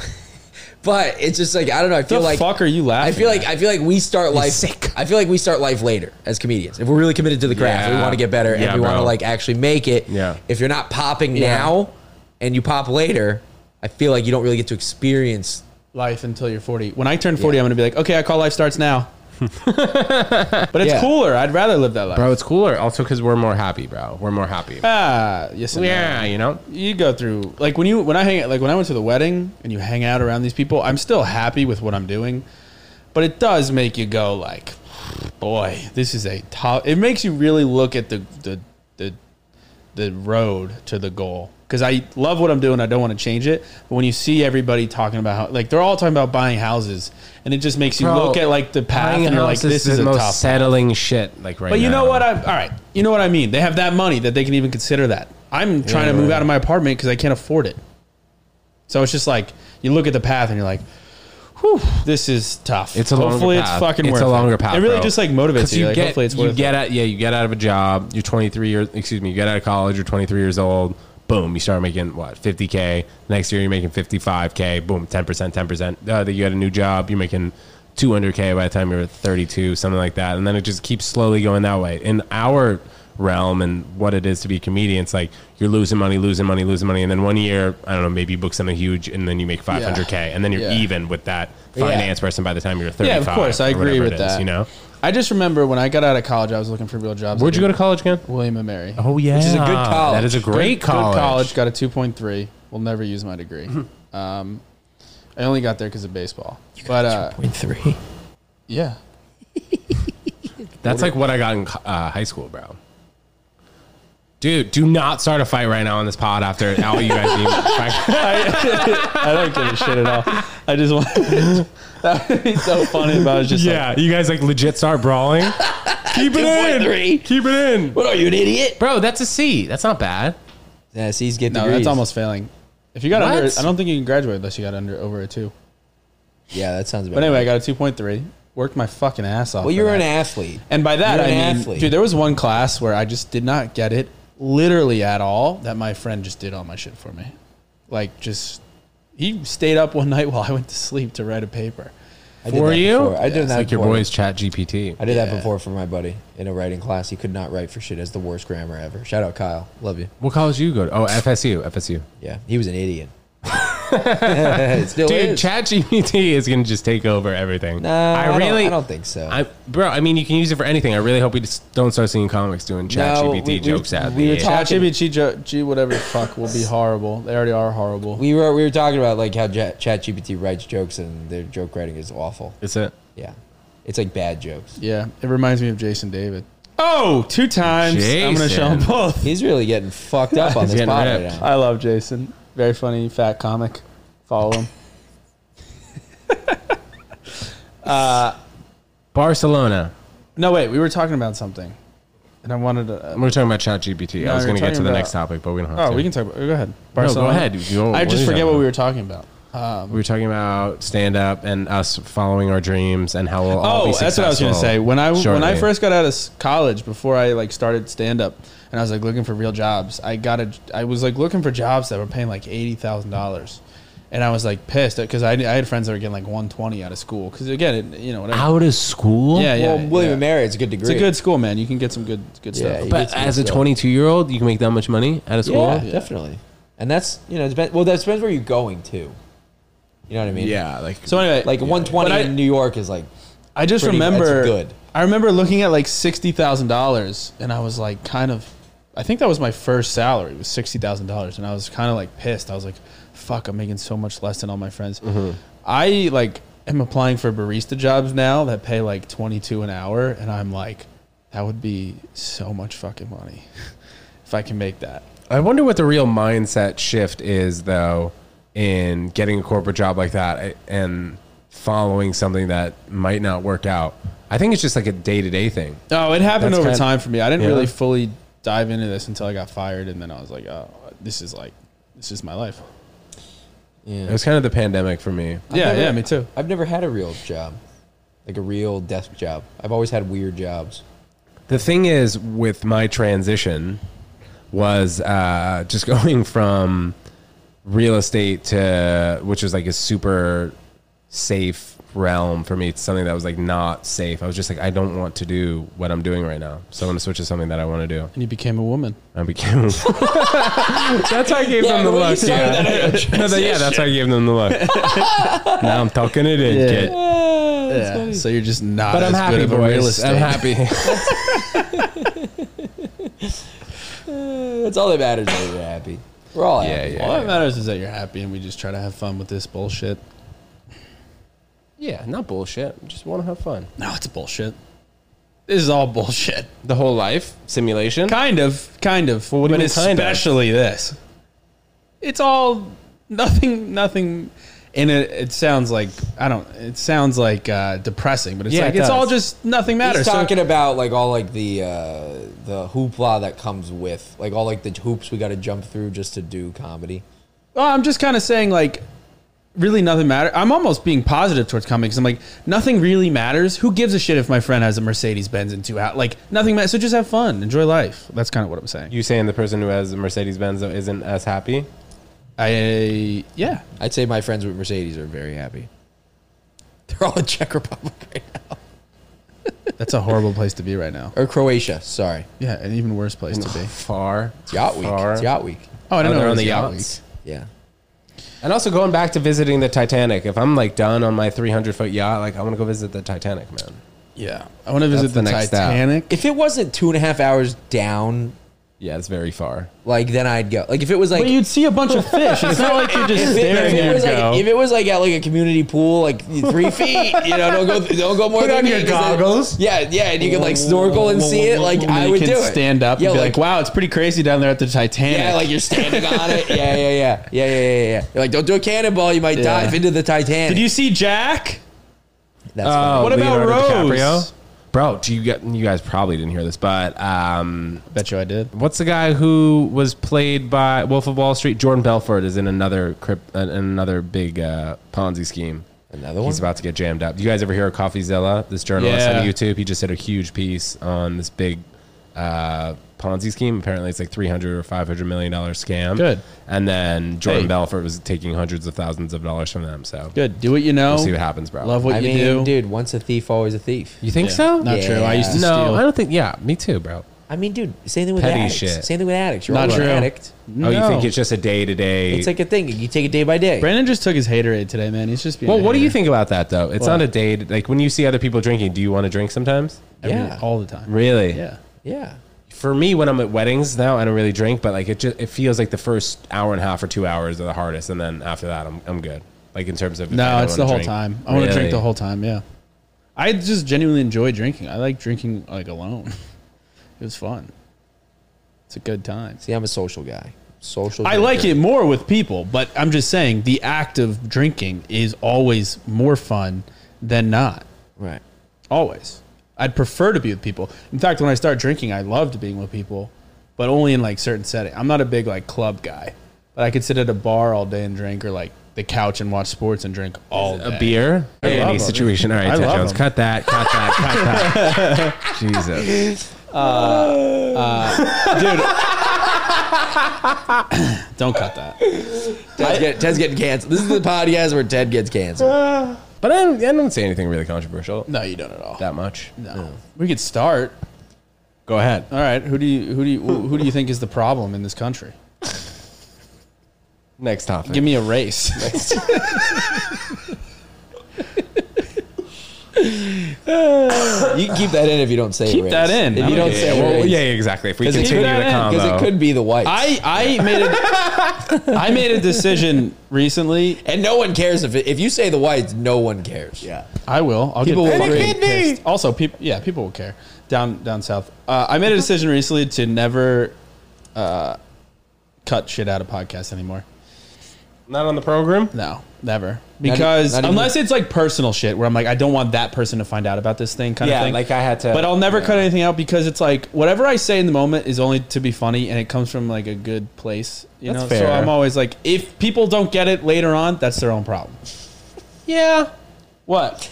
B: But it's just like I don't know. I feel
A: the
B: like
A: fuck are you laughing?
B: I feel
A: at?
B: like I feel like we start life. I feel like we start life later as comedians. If we're really committed to the craft, we
C: Yeah.
B: want to get better
C: Yeah,
B: and we want to
C: bro.
B: like actually make it.
C: Yeah.
B: If you're not popping now and you pop later, I feel like you don't really get to experience.
A: life until you're 40. When I turn 40,
B: Yeah.
A: I'm gonna be like, okay, I call life starts
B: *laughs*
A: now. but it's
B: Yeah.
A: cooler. I'd rather live that life.
C: bro, it's cooler. Also, because we're more happy, bro. We're more happy.
A: Ah, yes. And no.
C: Yeah, you know.
A: You go through like when you when I hang out like when I went to the wedding and you hang out around these people. I'm still happy with what I'm doing, but it does make you go like, boy, this is a tough. It makes you really look at the the the the road to the goal. Because I love what I'm doing, I don't want to change it. But when you see everybody talking about how, like they're all talking about buying houses, and it just makes you
C: Bro,
A: look at like the path,
C: Buying a
A: and you're like,
C: house
A: this is,
C: the
A: a
C: most
A: tough.
C: settling shit. Like right.
A: But you know
C: now.
A: what? I all right. You know what I mean. They have that money that they can even consider that. I'm trying to move
C: right.
A: out of my apartment because I can't afford it. So it's just like you look at the path and you're like, "Whew, this is tough."
C: It's a
A: hopefully
C: longer
A: it's
C: path.
A: fucking worth
C: a longer
A: it.
C: path.
A: It really
C: bro.
A: just like
C: 'Cause
A: motivates you. like,
C: get,
A: hopefully it's
C: you
A: worth
C: get
A: it.
C: out. Yeah, you get out of a job. You're 23 years. Excuse me. You get out of college. You're 23 years old. Boom. You start making what 50k. Next year you're making 55k. Boom. 10 percent. 10 percent. Uh, then you got a new job. You're making 200k by the time you're 32, something like that. And then it just keeps slowly going that way. In our realm and what it is to be a comedian, it's like you're losing money, losing money, losing money, and then one year I don't know, maybe you book something huge, and then you make 500k, and then you're
A: Yeah.
C: even with that finance person by the time you're 35.
A: Yeah, of course, I
C: or
A: agree
C: whatever
A: with
C: it is,
A: that.
C: You know.
A: I just remember when I got out of college, I was looking for real jobs.
C: Where'd you go to college again?
A: William and Mary.
C: Oh yeah,
B: is a good college.
C: That is a great
A: Good- good
C: college. Mm-hmm.
A: Got a 2.3. Will never use my degree. um, I only got there because of baseball. But uh,
B: Point three.
A: yeah,
C: That's like what I got in co- uh, high school, bro. Dude, do not start a fight right now on this pod after all you guys need.
A: I don't give a shit at all. I just want *laughs* that would be so funny if I was just
C: yeah, you guys like legit start brawling. Keep it in.
B: 2.3.
C: Keep it in.
B: What are you, an idiot?
C: Bro, that's a C. That's not bad.
B: Yeah, C's
A: like,
B: get
A: no,
B: degrees.
A: that's almost failing. If you got
C: What?
A: under, I don't think you can graduate unless you got under over a two.
B: Yeah, that sounds about
A: But anyway, I got a two point three. Worked my fucking ass off.
B: Well,
A: for
B: you're
A: that.
B: an athlete.
A: and by that
B: you're
A: I
B: an
A: mean,
B: athlete.
A: dude, there was one class where I just did not get it literally at all. That my friend just did all my shit for me, like just he stayed up one *laughs* night while I went to sleep to write a paper.
B: I did
C: For
B: that
C: you?
B: before. I did
C: it's
B: that
C: like your
B: before.
C: boys chat GPT.
B: I did
A: Yeah.
B: that before for my buddy in a writing class. He could not write for shit. As the worst grammar ever. Shout out Kyle. Love you.
C: What college do you go to? Oh, FSU. FSU.
B: Yeah, he was an idiot. It Still
C: Dude,
B: is.
C: chat GPT is going to just take over everything.
B: Nah, I, don't- I don't, think so.
C: I, bro, I mean, you can use it for anything. I really hope we just don't start seeing comics doing chat
B: No,
C: GPT
B: we- we-
C: jokes at
B: we
C: the
B: were
C: end.
B: talking-
A: ChatGPT, jo- G, whatever the fuck, will be horrible. They already are horrible.
B: we were we were talking about like how J- ChatGPT writes jokes and their joke writing is awful.
C: Is it?
B: Yeah, it's like bad jokes.
A: Yeah, it reminds me of Jason David. Oh, two times. I'm gonna show
C: Jason.
A: them both.
B: He's really getting fucked up on
C: He's
B: this
C: getting
B: pod right
C: ripped.
A: *laughs*
B: now.
A: I love Jason. Very funny, fat comic. Follow him.
C: Barcelona.
A: No, wait, we were talking about something, and I wanted to.
C: We We're talking about ChatGPT.
A: No,
C: I was
A: we were
C: going to get to
A: talking
C: the
A: about-
C: next topic, but we don't have
A: oh,
C: to.
A: we can talk about. Go ahead.
C: No, go ahead. You-
A: I
C: what are
A: just
C: you
A: forget
C: talking
A: what we
C: about?
A: were talking about.
C: we were talking about stand up and us following our dreams and how we'll all be
A: Oh, that's what I was gonna
C: successful
A: say. When I when I
C: shortly.
A: first got out of s- college, before I like started stand up, and I was like looking for real jobs. I got a I was like looking for jobs that were paying like eighty thousand dollars, and I was like pissed because I, I had friends that were getting like one twenty out of school because again, it, you know whatever.
C: out of school.
A: yeah, yeah,
B: well, William
A: yeah.
B: and Mary, it's a good degree.
A: It's a good school, man. You can get some good good
B: Yeah,
A: stuff.
B: you-
C: But
B: It's-
C: as a
B: it's, uh,
C: 22 year old, you can make that much money out of school.
B: Yeah, definitely. And that's you know, it depends, well, that depends where you're going to. You know what I mean?
C: Yeah, like
A: so anyway,
B: Like 120
A: But I-
B: in New York is like
A: I just
B: pretty- that's
A: remember
B: good.
A: I remember looking at like sixty thousand dollars, and I was like, kind of. I think that was my first salary was sixty thousand dollars, and I was kind of like pissed. I was like, "Fuck, I'm making so much less than all my friends."
B: Mm-hmm.
A: I like am applying for barista jobs now that pay like twenty two an hour, and I'm like, that would be so much fucking money *laughs* if I can make that.
C: I wonder what the real mindset shift is though in getting a corporate job like that eh, and following something that might not work out. I think it's just like a day to day thing.
A: No, Oh, it happened
C: That's
A: over
C: kind-
A: time for me. I didn't
C: Yeah.
A: really fully dive into this until I got fired, and then I was like, "Oh, this is like, this is my life."
B: yeah.
C: It was kind of the pandemic for me.
A: yeah,
B: never-
A: yeah, me too.
B: I've never had a real job, like a real desk job. I've always had weird jobs.
C: The thing is with my transition was uh, just *laughs* going from real estate to which was like a super safe realm for me to something that was like not safe. I was just like I don't want to do what I'm doing right now. So I'm going to switch to something that I want to do.
A: And you became a woman.
C: I *laughs* became. that's how I gave
B: Yeah,
C: them the
B: the way you
C: look.
B: said
C: Yeah. *laughs* yeah, that's how I gave them the look. now I'm talking it in,
A: Yeah.
C: kid.
A: Yeah. So you're just not.
C: But I'm
A: as good of
C: happy,
A: a real
C: boys.
A: estate.
C: I'm happy.
B: *laughs* That's all that matters. Is that you're happy. We're all
C: Yeah,
B: happy.
C: yeah.
A: All that matters is that you're happy, and we just try to have fun with this bullshit.
C: *laughs* yeah, not bullshit. Just want to have fun.
A: No, it's bullshit. This is all bullshit.
C: The whole life simulation.
A: *laughs* Kind of, kind of.
C: what do you
A: but
C: mean kind of?
A: especially this. It's all nothing, nothing. And it, it sounds like I don't. It sounds like uh, depressing, but it's
C: Yeah,
A: like
C: it
A: it's all
C: does.
A: just nothing matters.
B: He's
A: So-
B: talking about like all like the uh, the hoopla that comes with like all like the hoops we got to jump through just to do comedy.
A: Well, Oh, I'm just kind of saying like really nothing matters. I'm almost being positive towards comedy because I'm like nothing really matters. Who gives a shit if my friend has a Mercedes Benz and two out? Like nothing matters. So just have fun, enjoy life. That's kind of what I'm saying.
C: You saying the person who has a Mercedes Benz isn't
B: *sighs*
C: as happy?
A: I yeah.
B: I'd say my friends with Mercedes are very happy. *laughs* They're all in Czech Republic right now.
A: That's a horrible place to be right now.
B: or Croatia. Sorry,
A: Yeah, an even worse place to be.
C: Far.
B: it's yacht week.
C: Far.
B: It's yacht week.
A: Oh, I
C: Oh,
A: don't know.
C: they're on the
A: it's
C: yachts.
B: Yeah.
C: And also going back to visiting the Titanic. If I'm like done on my 300 foot yacht, like I want to go visit the Titanic, man.
A: Yeah, I want to visit
C: That's
A: the,
C: the next step.
A: Titanic.
B: If it wasn't two and a half hours down,
C: Yeah, it's very far.
B: like then I'd go. Like if it was like
A: But you'd see a bunch of fish. It's not like you're just
B: If it- if
A: staring
B: it
A: there.
B: was like-
C: go.
B: if it was like at like a community pool, like
A: *laughs*
B: three feet, you know, don't go, don't go more
C: Put
B: than
C: on
B: me,
C: your
B: 'cause then-
C: goggles.
B: Yeah, yeah, and you can like snorkel and see it. Like
A: And
B: I
A: you
B: would
A: can
B: do it.
A: Stand up
B: yeah,
A: and be like, "Wow, it's pretty crazy down there at the Titanic."
B: Yeah, like you're standing
A: *laughs*
B: on it. Yeah, yeah, yeah, yeah, yeah, yeah, yeah. yeah. You're like, don't do a cannonball. You might
A: Yeah.
B: dive into the Titanic.
A: Did you see Jack?
B: That's
C: Oh,
B: funny.
A: What about Rose?
C: Bro, do you get you guys probably didn't hear this, but um,
A: Bet you I did.
C: what's the guy who was played by Wolf of Wall Street? Jordan Belfort is in another crypt, uh, in another big uh, Ponzi scheme.
A: Oh.
B: Another one?
C: He's about to get jammed up. You guys ever hear of CoffeeZilla? This journalist
A: Yeah.
C: on YouTube, he just did a huge piece on this big uh, Ponzi scheme. Apparently, it's like three hundred or five hundred million dollar scam.
A: Good.
C: And then Jordan
A: Hey.
C: Belfort was taking hundreds of thousands of dollars from them. So
A: Good. Do what you know.
C: we'll see what happens, bro.
A: Love what
B: I
A: you
B: mean,
A: do.
B: dude, once a thief, always a thief.
C: you think
A: Yeah.
C: so?
A: Not
B: Yeah.
A: true. I used to
C: No,
A: steal.
C: I don't think. Yeah, me too, bro.
B: I mean, dude, same thing with
C: Petty
B: addicts.
C: shit.
B: Same thing with addicts. You're
A: Not
B: always
A: true.
B: an addict.
C: Oh, you
A: No.
C: think it's just a day to day?
B: It's like a thing. You take it day by day.
A: Brandon just took his haterade today, man. He's just being.
C: Well,
A: a
C: what do
A: hater.
C: you think about that though? It's
A: What?
C: not a day. to- Like when you see other people drinking, do you want to drink sometimes?
A: Every-
B: Yeah.
A: all the time.
C: Really?
A: Yeah.
B: yeah.
C: For me, when I'm at weddings now, I don't really drink, but like it just it feels like the first hour and a half or two hours are the hardest, and then after that, I'm I'm good. Like in terms of if I
A: No,
C: don't
A: it's
C: wanna
A: the whole
C: drink.
A: time. I want to drink
C: Really?
A: the whole time. Yeah. I just genuinely enjoy drinking. I like drinking like alone. *laughs* it was fun. It's a good time.
B: See, I'm a social guy. Social.
A: I like
B: drinker.
A: it more with people, but I'm just saying the act of drinking is always more fun than not.
B: Right.
A: Always. I'd prefer to be with people. In fact, when I start drinking, I loved being with people, but only in like certain setting. I'm not a big like club guy, but I could sit at a bar all day and drink or like the couch and watch sports and drink all day.
C: a beer
A: I love
C: any
A: them.
C: situation. All right,
A: I
C: Ted
A: love
C: Jones,
A: them.
C: cut that, cut that,
A: *laughs*
C: cut that. Jesus,
A: Don't cut
C: *laughs*
A: that.
B: Ted's, get, Ted's getting canceled. This is the podcast where Ted gets canceled.
C: but I don't, I don't say anything really controversial
A: No, you don't at all.
C: that much.
A: no. We could start.
C: Go ahead.
A: All right. Who do you who do you who do you think is the problem in this country?
C: Next topic.
A: Give me a race.
C: *laughs*
B: You can keep that in if you don't say
A: Keep
B: race.
A: that in.
B: If you don't
C: yeah,
B: say
C: well,
B: race.
C: yeah, exactly. If we
B: 'Cause it
C: continue
A: could-
C: the
B: Because
C: combo,
B: it could be the white.
A: I I made a I made a decision recently.
B: and no one cares if it, if you say the whites, no one cares. Yeah.
A: I will. I'll
B: People
A: get
B: will
A: fucking
B: agree.
A: pissed. Also, people yeah, people will care. Down down south. Uh, I made a decision recently to never uh, cut shit out of podcasts anymore.
C: not on the program.
A: No, never. Because
B: not even-
A: unless it's like personal shit where I'm like, I don't want that person to find out about this thing kind
C: Yeah,
A: of thing.
B: uh,
C: like I had to-
A: But I'll never cut anything out because it's like whatever I say in the moment is only to be funny and it comes from like a good place. You
C: That's
A: know? So
C: fair.
A: I'm always like, if people don't get it later on, that's their own
B: *laughs*
A: problem.
B: Yeah.
A: What?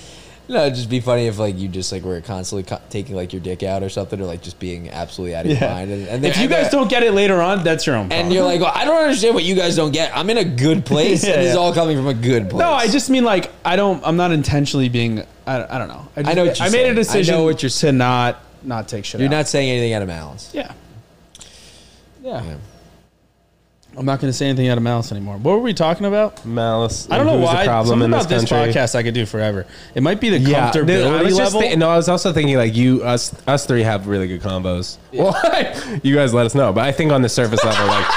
B: No, it'd just be funny if like you just like were constantly co- taking like your dick out or something, or like just being absolutely out of your mind. And, and
A: if you guys don't get it later on, that's your own problem.
B: and you're like, well, I don't understand what you guys don't get. I'm in a good
A: *laughs*
B: place,
A: Yeah,
B: and this is
A: yeah.
B: all coming from a good place.
A: no, I just mean like I don't. I'm not intentionally being. I, I don't know. I, just,
B: know what you're
A: I made a
B: saying. I
A: decision.
B: know what you're
A: to not not take shit.
B: you're
A: out.
B: not saying anything out of malice.
A: Yeah. Yeah.
B: Yeah.
A: I'm not going to say anything out of malice anymore. What were we talking about?
C: Malice.
A: I don't know
C: who's
A: why.
C: The problem
A: Something
C: in
A: about this,
C: this country.
A: podcast I could do forever. It might be the comfortability
C: dude, I was just
A: level.
C: thi- no, I was also thinking like you, us, us three have really good combos. *laughs* Well, you guys let us know, but I think on the surface level, like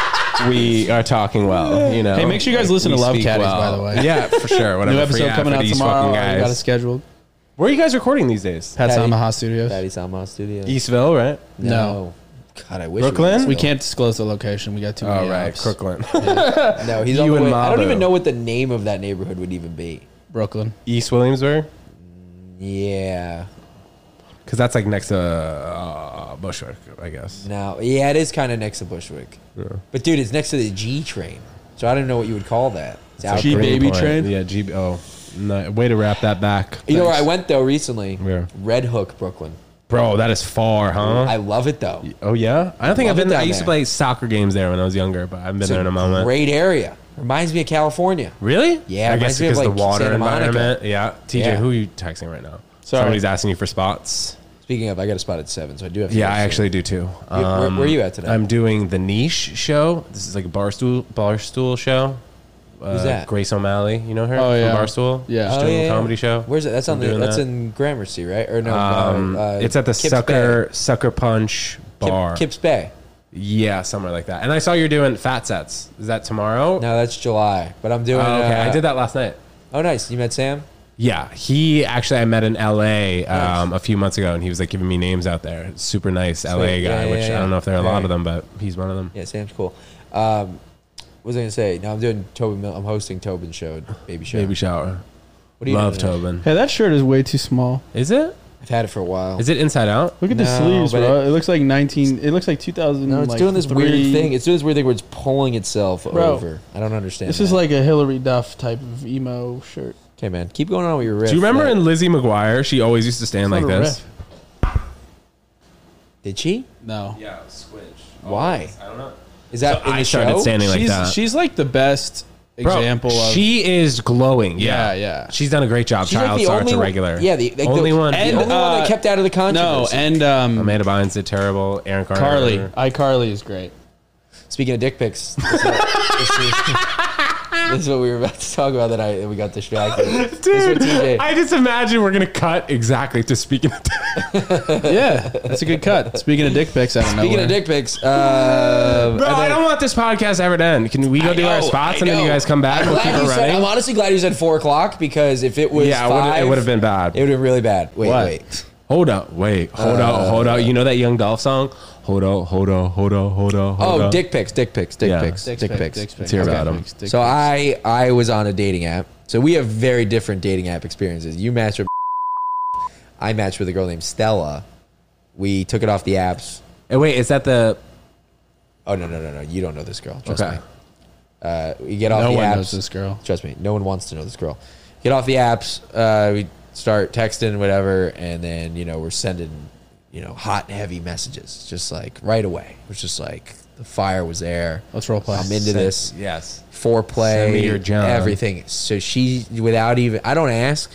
C: we are talking well. You know,
A: Hey, make sure you guys
C: Like,
A: listen to
C: we
A: Love
C: speak
A: Caddies, by the way.
C: Yeah, for sure.
A: *laughs*
C: Whatever.
A: New
C: free
A: episode
C: ad
A: coming
C: for
A: out
C: these
A: tomorrow.
C: fucking
A: We got it
C: guys.
A: scheduled.
C: Where are you guys recording these days?
A: Pat's
B: Patty-
A: Omaha Studios.
B: Patty Sama Studio.
C: Eastville, right?
A: No.
B: God, I wish We,
C: Brooklyn?
A: We
B: we can't.
A: can't disclose the location. We got too many.
C: oh, right,
A: apps.
C: Crooklyn, *laughs*
B: No, he's
C: You
B: on the
C: and
B: way. I don't
C: Mabu.
B: even know what the name of that neighborhood would even be.
A: Brooklyn.
C: East Williamsburg,
B: Yeah.
C: because that's like next to uh, Bushwick, I guess.
B: No. Yeah, it is kind of next to Bushwick. But dude, it's next to the G train. So I don't know what you would call that. It's out
A: G
B: there.
A: Baby
C: Great point.
A: Train?
C: Yeah, G. Oh, no, way to wrap that back.
B: You know where I went though recently?
C: Where?
B: Red Hook, Brooklyn.
C: bro. That is far, huh?
B: I love it though.
C: Oh yeah, I don't think
B: Love
C: I've
B: it
C: been. there. I
B: down
C: used to
B: there.
C: play soccer games there when I was younger, but I haven't been
B: It's
C: there in a moment.
B: Great area. Reminds me of California.
C: really?
B: Yeah,
C: I
B: it reminds
C: guess
B: me of,
C: because
B: like,
C: the water
B: Santa Monica.
C: environment. Yeah, TJ,
B: Yeah.
C: who are you texting right now?
A: Sorry.
C: Somebody's asking you for spots.
B: Speaking of, I got a spot at seven, so I do have. To
C: Yeah,
B: go
C: I
B: soon.
C: actually do too.
B: where- where you at today?
C: I'm doing the niche show. This is like a barstool barstool show. Uh,
B: Who's that?
C: Grace O'Malley. You know her?
A: Oh, yeah.
C: From barstool.
A: Yeah.
C: She's
B: Oh,
C: doing
B: yeah,
C: a
B: yeah.
C: comedy show.
B: Where's it? That's on
C: I'm
B: the.
C: doing
B: That's
C: that.
B: in Gramercy, right? Or no?
C: Um,
B: uh, uh,
C: it's at the
B: Kips
C: sucker sucker punch
B: Bay. Kip-
C: bar.
B: Kips Bay.
C: Yeah, somewhere like that. And I saw you're doing fat sets. Is that tomorrow?
B: No, that's July. But I'm doing.
C: Oh, okay,
B: uh,
C: I did that last night.
B: Oh, nice. You met Sam.
C: Yeah, he actually I met in L.A. Um, a few months ago, and he was like giving me names out there. Super nice L.A.
B: Yeah,
C: guy,
B: yeah,
C: which
B: yeah.
C: I don't know if there are a lot
B: Very.
C: of them, but he's one of them.
B: Yeah, Sam's cool. Um, what was I gonna say? No, I'm doing Tobin. Mil- I'm hosting Tobin's show, Baby Show.
C: Baby shower.
B: What are you
C: Love
B: doing today?
C: Tobin.
A: Hey, that shirt is way too small.
C: Is it?
B: I've had it for a while.
C: Is it inside out?
A: Look at the
B: No,
A: sleeves,
B: but
A: bro. It, looks like 19. It looks like 2000.
B: no, it's
A: like,
B: doing this
A: three.
B: weird thing. It's doing this weird thing where it's pulling itself
A: Bro,
B: over. I don't understand.
A: This is
B: that.
A: like a Hillary Duff type of emo shirt.
B: okay, man. Keep going on with your riff.
C: Do you remember
B: but-
C: in Lizzie McGuire? She always used to stand
A: It's
C: like
A: not a
C: this.
A: riff.
B: Did she?
A: No.
C: Yeah, squidge.
B: Why?
C: I don't know.
B: Is that in the
C: I started
B: show?
C: standing like
A: she's,
C: that.
A: she's like the best
C: Bro,
A: example of
C: she is glowing. Yeah.
A: Yeah, yeah.
C: She's done a great job.
B: She's
C: Child
B: like the
C: star
B: only
C: to regular.
B: Yeah, the like
C: only
B: the,
C: one.
B: The
A: And,
B: only one
A: uh,
B: that kept out of the
A: No,
B: controversy.
A: and um,
C: *laughs* Amanda Bynes did terrible. Aaron Carter.
A: Carly, iCarly is great.
B: Speaking of dick pics, this is, this is-
A: *laughs*
B: this is what we were about to talk about that I that we got distracted. this is what TJ.
C: I just imagine we're gonna cut exactly to speaking. Of
A: Yeah, that's a good cut. Speaking of dick pics, I don't know.
B: Speaking of dick pics, um, uh,
C: *laughs* Bro, I don't want this podcast ever to end. Can we go
B: I
C: do our
B: know,
C: spots
B: I
C: and then you
B: know.
C: guys come back?
B: I'm,
C: We'll keep
B: glad
C: it
B: you said, I'm
C: running.
B: honestly glad you said four o'clock because if it was
C: Yeah, it would've-
B: five,
C: it would have been bad.
B: It would have really bad. Wait,
A: What?
B: wait.
C: Hold up, wait, hold up, hold up. You know that Young Dolph song? Hold up, hold up, hold up, hold up. Hold
B: Oh,
C: up.
B: dick pics, dick pics, dick
C: Yeah.
B: pics, dick, pics.
C: Let's hear about
A: dick
C: 'em.
A: pics, dick
B: so
A: pics.
B: I I was on a dating app. So we have very different dating app experiences. You matched with *laughs* I matched with a girl named Stella. We took it off the apps.
C: Hey, Eh, wait, is that the?
B: Oh no no no no! You don't know this girl. Trust
C: Okay.
B: me. Uh, we get off
A: No
B: the
A: one
B: apps.
A: knows this girl.
B: Trust me, no one wants to know this girl. Get off the apps. Uh, we start texting, whatever, and then you know we're sending you know hot and heavy messages just like right away. It was just like the fire was there.
A: Let's role play.
B: I'm into this
C: Yes. Send
B: foreplay,
C: me your John.
B: everything. So she, without even, I don't ask,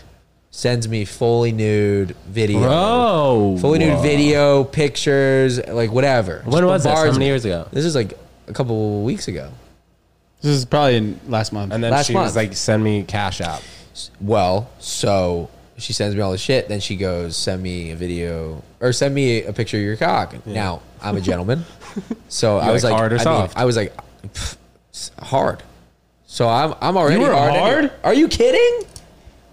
B: sends me fully nude video,
C: Bro.
B: fully nude video, pictures, like whatever.
C: When
B: Just
C: was this? How
B: bombards
C: many
B: me.
C: years ago?
B: This is like a couple weeks ago.
A: This is probably in last month.
C: And then
B: Last
C: she
B: month.
C: was like, send me Cash App.
B: Well, so she sends me all this shit. Then she goes, send me a video or send me a picture of your cock. Now I'm a
C: *laughs*
B: gentleman, so I
C: You
B: was
C: like
B: like,
C: hard or
B: I, mean,
C: soft?
B: I was like, pff, s- hard. So I'm I'm already
A: were
B: anyway.
A: hard?
B: Are you kidding?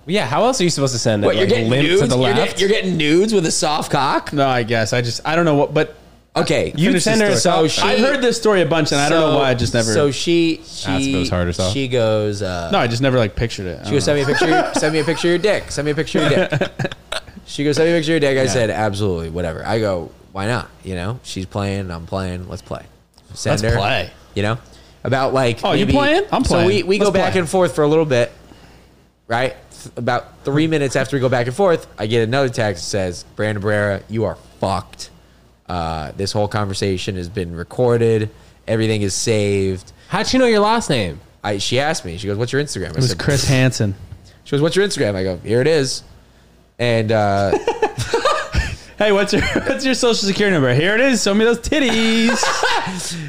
C: Yeah, how else are you supposed to send it?
B: What,
C: like limp to the
B: You're get-
C: left?
B: You're, getting nudes with a soft cock?
A: no, I guess I just I don't know what, but
B: Okay.
C: You
A: Finish
C: send
A: this
C: her a
A: story.
C: so
B: she-
A: I've heard this story a bunch, and I don't know why. I just never.
B: So she she
C: goes hard or soft.
B: She goes uh
A: no, I just never like pictured it. I
B: she
A: don't
B: goes, send me a picture of your, send me a picture of your dick. Send me a picture of
A: *laughs*
B: your dick. she goes, send me a picture of your dick. I said, absolutely, whatever. I go, why not? You know? She's playing, I'm playing, let's play. Send
A: Let's
B: her,
A: play.
B: You know? About like
A: Oh, you
B: maybe-
A: playing? I'm
B: So
A: playing.
B: we, we go
A: Let's
B: back
A: play.
B: and forth for a little bit, right? Th- About three minutes after we go back and forth, I get another text that says, Brandon Barrera, you are fucked. Uh, this whole conversation has been recorded. Everything is saved.
C: How'd she know your last name?
B: I, she asked me, she goes, What's your Instagram? I
A: It was Chris Hansen.
B: she goes, "What's your Instagram?" I go, "Here it is." And uh,
A: Hey, what's your *laughs* what's your social security number? Here it is. Show me those titties.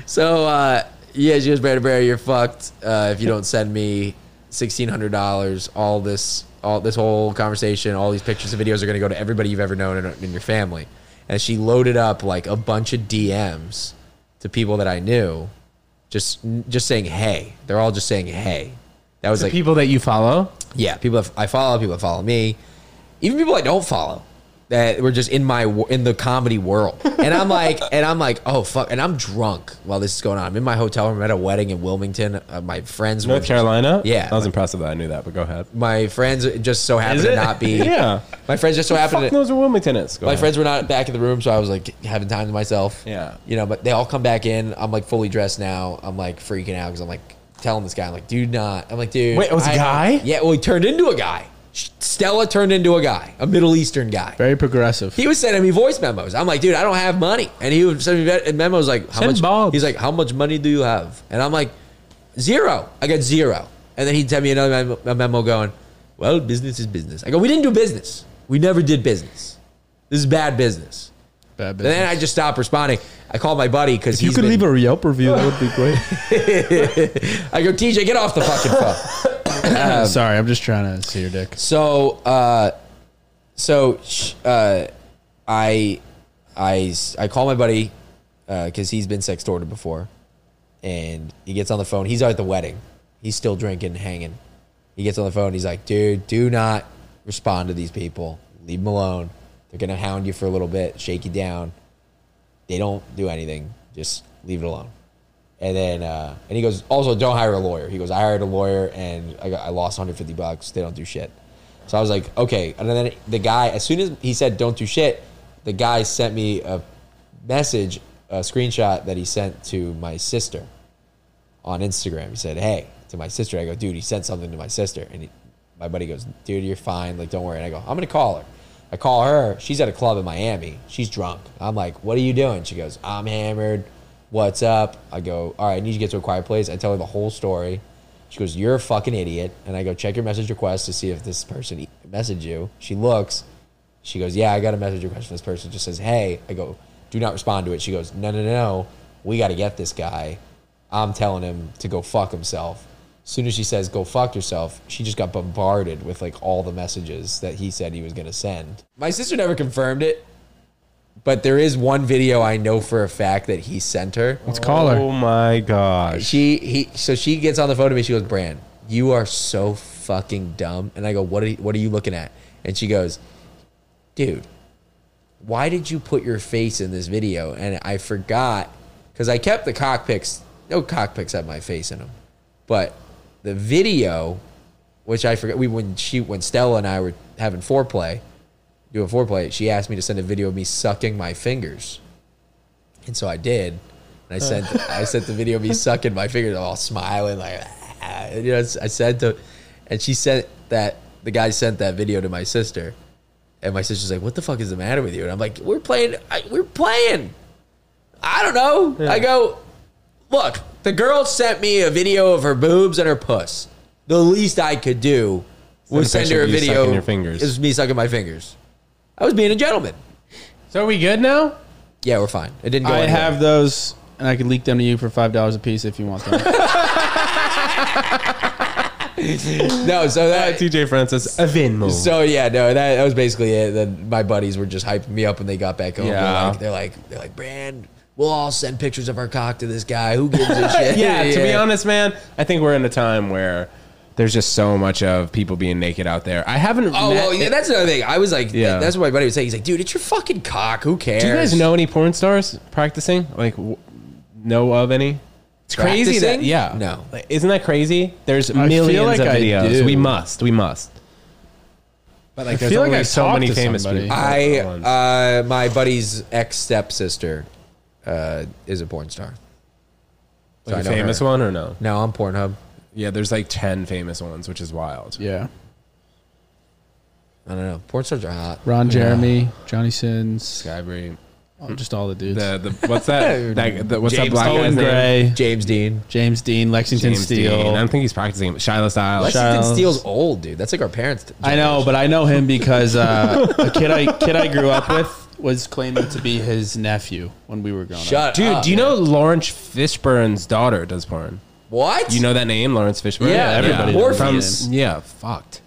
B: so uh, yeah, she goes, "Brandon Barry, you're fucked uh, if you don't send me sixteen hundred dollars. All this, all this whole conversation, all these pictures and videos are going to go to everybody you've ever known in, in your family." And she loaded up like a bunch of DMs to people that I knew, just just saying, "Hey." They're all just saying, "Hey." That was
C: The
B: like
C: people that you follow?
B: Yeah, people that I follow, people that follow me, even people I don't follow that were just in my wo- in the comedy world, and I'm
C: *laughs*
B: like, and I'm like, oh fuck, and I'm drunk while this is going on. I'm in my hotel room I'm at a wedding in Wilmington. Uh, my friends, were,
C: North Carolina?
B: Yeah.
C: I was impressed that I knew that, but go ahead.
B: my friends just so happened
A: Is
B: to
A: it?
B: not *laughs* be.
C: *laughs* Yeah.
B: my friends just so happened
C: Fuck
B: to.
C: knows where Wilmington is. Go
B: My
C: ahead.
B: friends were not back in the room, so I was like having time to myself.
C: Yeah.
B: You know, but they all come back in. I'm like fully dressed now. I'm like freaking out because I'm like telling this guy, I'm like, dude, not. I'm like, dude.
C: Wait, it was a
B: I-
C: guy?
B: Yeah, well, he turned into a guy. Stella turned into a guy, a Middle Eastern guy.
A: *laughs* Very progressive.
B: He was sending me voice memos. I'm like, dude, I don't have money. And he would send me ve- memos like, how
C: Send
B: much?
C: Bob's.
B: He's like, how much money do you have? And I'm like, zero. I got zero. And then he'd send me another memo, a memo going, well, business is business. I go, we didn't do business. We never did business. This is bad business.
A: Bad
B: And then
A: business.
B: I just stopped responding. I called my buddy because
A: If you could leave a Yelp review, that would be great.
B: *laughs* I go, TJ, get off the fucking phone.
A: Sorry, *laughs* I'm just trying to see your dick.
B: So, uh, so sh- uh, I, I, s- I call my buddy because he's been sex ordered before, and he gets on the phone. He's out at the wedding. He's still drinking, hanging. He gets on the phone. He's like, "Dude, do not respond to these people. Leave them alone. They're gonna hound you for a little bit, shake you down. They don't do anything. Just leave it alone." And then, uh, and he goes, also, don't hire a lawyer. He goes, I hired a lawyer and I, got, I lost 150 bucks. They don't do shit. So I was like, okay. And then the guy, as soon as he said, don't do shit, the guy sent me a message, a screenshot that he sent to my sister on Instagram. He said, hey, to my sister. I go, dude, he sent something to my sister. And he, my buddy goes, dude, you're fine. Like, don't worry. And I go, I'm going to call her. I call her. She's at a club in Miami. She's drunk. I'm like, what are you doing? She goes, I'm hammered. What's up? I go, all right, I need you to get to a quiet place. I tell her the whole story. She goes, you're a fucking idiot. And I go, check your message request to see if this person e- messaged you. She looks. She goes, yeah, I got a message request from this person. Just says, hey. I go, do not respond to it. She goes, no, no, no. We got to get this guy. I'm telling him to go fuck himself. As soon as she says go fuck yourself, she just got bombarded with like all the messages that he said he was gonna send. My sister never confirmed it, but there is one video I know for a fact that he sent her.
A: Let's call her.
C: Oh my gosh.
B: She he so she gets on the phone to me. She goes, "Brand, you are so fucking dumb." And I go, "What are you, what are you looking at?" And she goes, "Dude, why did you put your face in this video?" And I forgot because I kept the cockpits. No cockpits had my face in them, but the video, which I forgot, we when she when Stella and I were having foreplay, doing foreplay, she asked me to send a video of me sucking my fingers, and so I did. And I sent I sent the video of me sucking my fingers, all smiling like, "Ah," and, you know, I sent to, and she sent that the guy sent that video to my sister, and my sister's like, "What the fuck is the matter with you?" And I'm like, "We're playing, I, we're playing." I don't know. I go, look, the girl sent me a video of her boobs and her puss. The least I could do was
C: Send a
B: send her a
C: picture of you
B: video.
C: sucking your fingers.
B: It was me sucking my fingers. I was being a gentleman.
C: So are we good now?
B: Yeah, we're fine. It didn't go.
A: I
B: anywhere.
A: have those, and I could leak them to you for five dollars a piece if you want them. *laughs*
B: no. So that.
C: TJ Francis, a Venmo.
B: So yeah, no, that, that was basically it. Then my buddies were just hyping me up when they got back home. They're
C: Yeah.
B: like, they're like, they're like, Brand, we'll all send pictures of our cock to this guy. Who gives
C: *laughs*
B: a shit?
C: *laughs* yeah, to be honest, man, I think we're in a time where there's just so much of people being naked out there. I haven't.
B: Oh,
C: met-
B: well, yeah, that's another thing. I was like,
C: Yeah.
B: that's what my buddy was saying. He's like, dude, it's your fucking cock. Who cares?
C: Do you guys know any porn stars practicing? Like, w- know of any? It's crazy that
B: Practicing?
C: yeah.
B: No.
C: Like, isn't that crazy? There's
A: feel
C: millions
A: like
C: of
A: I
C: videos.
A: do.
C: We must. We must. But like,
A: I
C: there's
A: feel like
C: only
A: I
C: so
A: talked
C: many
A: to
C: famous
A: somebody.
C: people.
B: I
C: Ones.
B: uh, my buddy's ex stepsister uh, is a porn star. So
C: like
B: I
C: a
B: know
C: famous
B: her.
C: one or no?
B: No, I'm Pornhub.
C: Yeah, there's like ten famous ones, which is wild.
A: yeah,
B: I don't know. Porn stars are hot.
A: Ron Jeremy, Johnny Sins,
C: Skybreed.
A: oh, just all the dudes.
C: The, the what's *laughs* that? that the, what's that
A: James
C: black
A: Owen
C: guy's name?
A: Gray,
B: James Dean.
A: James Dean, Lexington
C: James
A: Steel.
C: Dean. I don't think he's practicing. Shiloh Styles.
B: Lexington
A: Childs.
B: Steele's old, dude. That's like our parents.
A: I know, but I know him because *laughs* uh, a kid I kid I grew up with was claiming to be his nephew when we were growing up.
B: Shut
C: Dude,
B: up.
C: do you know Lawrence Fishburne's daughter does porn?
B: what?
C: You know that name, Lawrence Fishburne?
A: Yeah, everybody
C: Yeah.
A: knows
C: From,
A: that name.
C: yeah, fucked.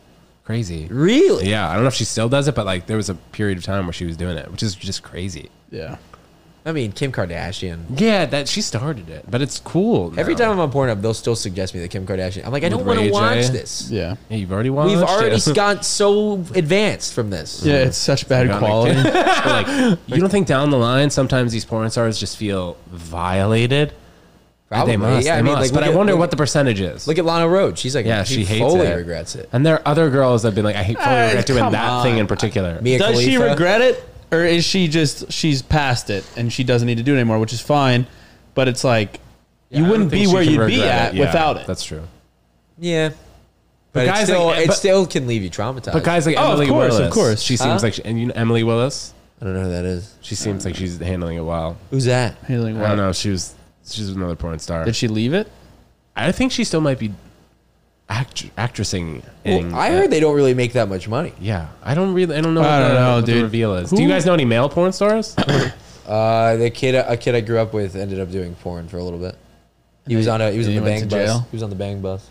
C: Crazy.
B: really?
C: Yeah, I don't know if she still does it, but like there was a period of time where she was doing it, which is just crazy.
A: Yeah,
B: I mean, Kim Kardashian.
C: Yeah, that she started it, but it's cool.
B: Every
C: now.
B: time I'm on Pornhub, they'll still suggest me the Kim Kardashian. I'm like, I
C: With
B: don't want
C: Ray
B: to
C: J.
B: watch this.
A: yeah,
C: Yeah, you've already watched.
B: We've
C: *laughs*
B: already
C: it.
B: gotten so advanced from this.
A: yeah. It's such bad
C: Got, like, *laughs*
A: quality. *laughs*
C: like, you don't think down the line sometimes these porn stars just feel violated?
B: Probably.
C: They must.
B: Yeah,
C: they
B: I mean,
C: must.
B: like,
C: but
B: look
C: I
B: at-
C: wonder
B: look-
C: what the percentage is.
B: Look at Lana Road. She's like,
C: yeah, she, hates
B: fully
C: it.
B: regrets it.
C: And there are other girls that have been like, I hate fully
A: Uh,
C: regret doing
A: come
C: that thing in
A: on.
C: particular.
B: Mia
A: Does she
B: Khalifa.
A: regret it, or is she just she's past it and she doesn't need to do it anymore, which is fine. But it's like
C: I
A: you
C: don't
A: wouldn't
C: think
A: be
C: she
A: where
C: can
A: you'd be
C: regret
A: at without
C: Yeah,
A: it.
C: That's true.
B: Yeah. But,
C: guys
B: it, still,
C: like-
B: it
C: but-
B: still can leave you traumatized.
C: But guys like
A: Oh, of
C: Emily
A: course, of
C: Willis,
A: course.
C: she seems like she, and you know Emily Willis,
B: I don't know who that is.
C: she seems
A: Uh-huh.
C: like she's handling it well.
B: Who's that?
A: Healing
C: I
A: water.
C: don't know. She was she's another porn star.
A: Did she leave it?
C: I think she still might be act, actressing. in- uh,
B: Well, I heard they don't really make that much money.
C: Yeah, I don't really. I don't know.
A: I
C: what
A: don't
C: the,
A: know,
C: what the
A: dude.
C: reveal is.
A: Who-
C: Do you guys know any male porn stars? *coughs*
B: Uh, the kid, a kid I grew up with, ended up doing porn for a little bit. He was on a he was on
A: And
B: the
A: he
B: bang
A: went to
B: bus.
A: jail?
B: He was on the bang bus.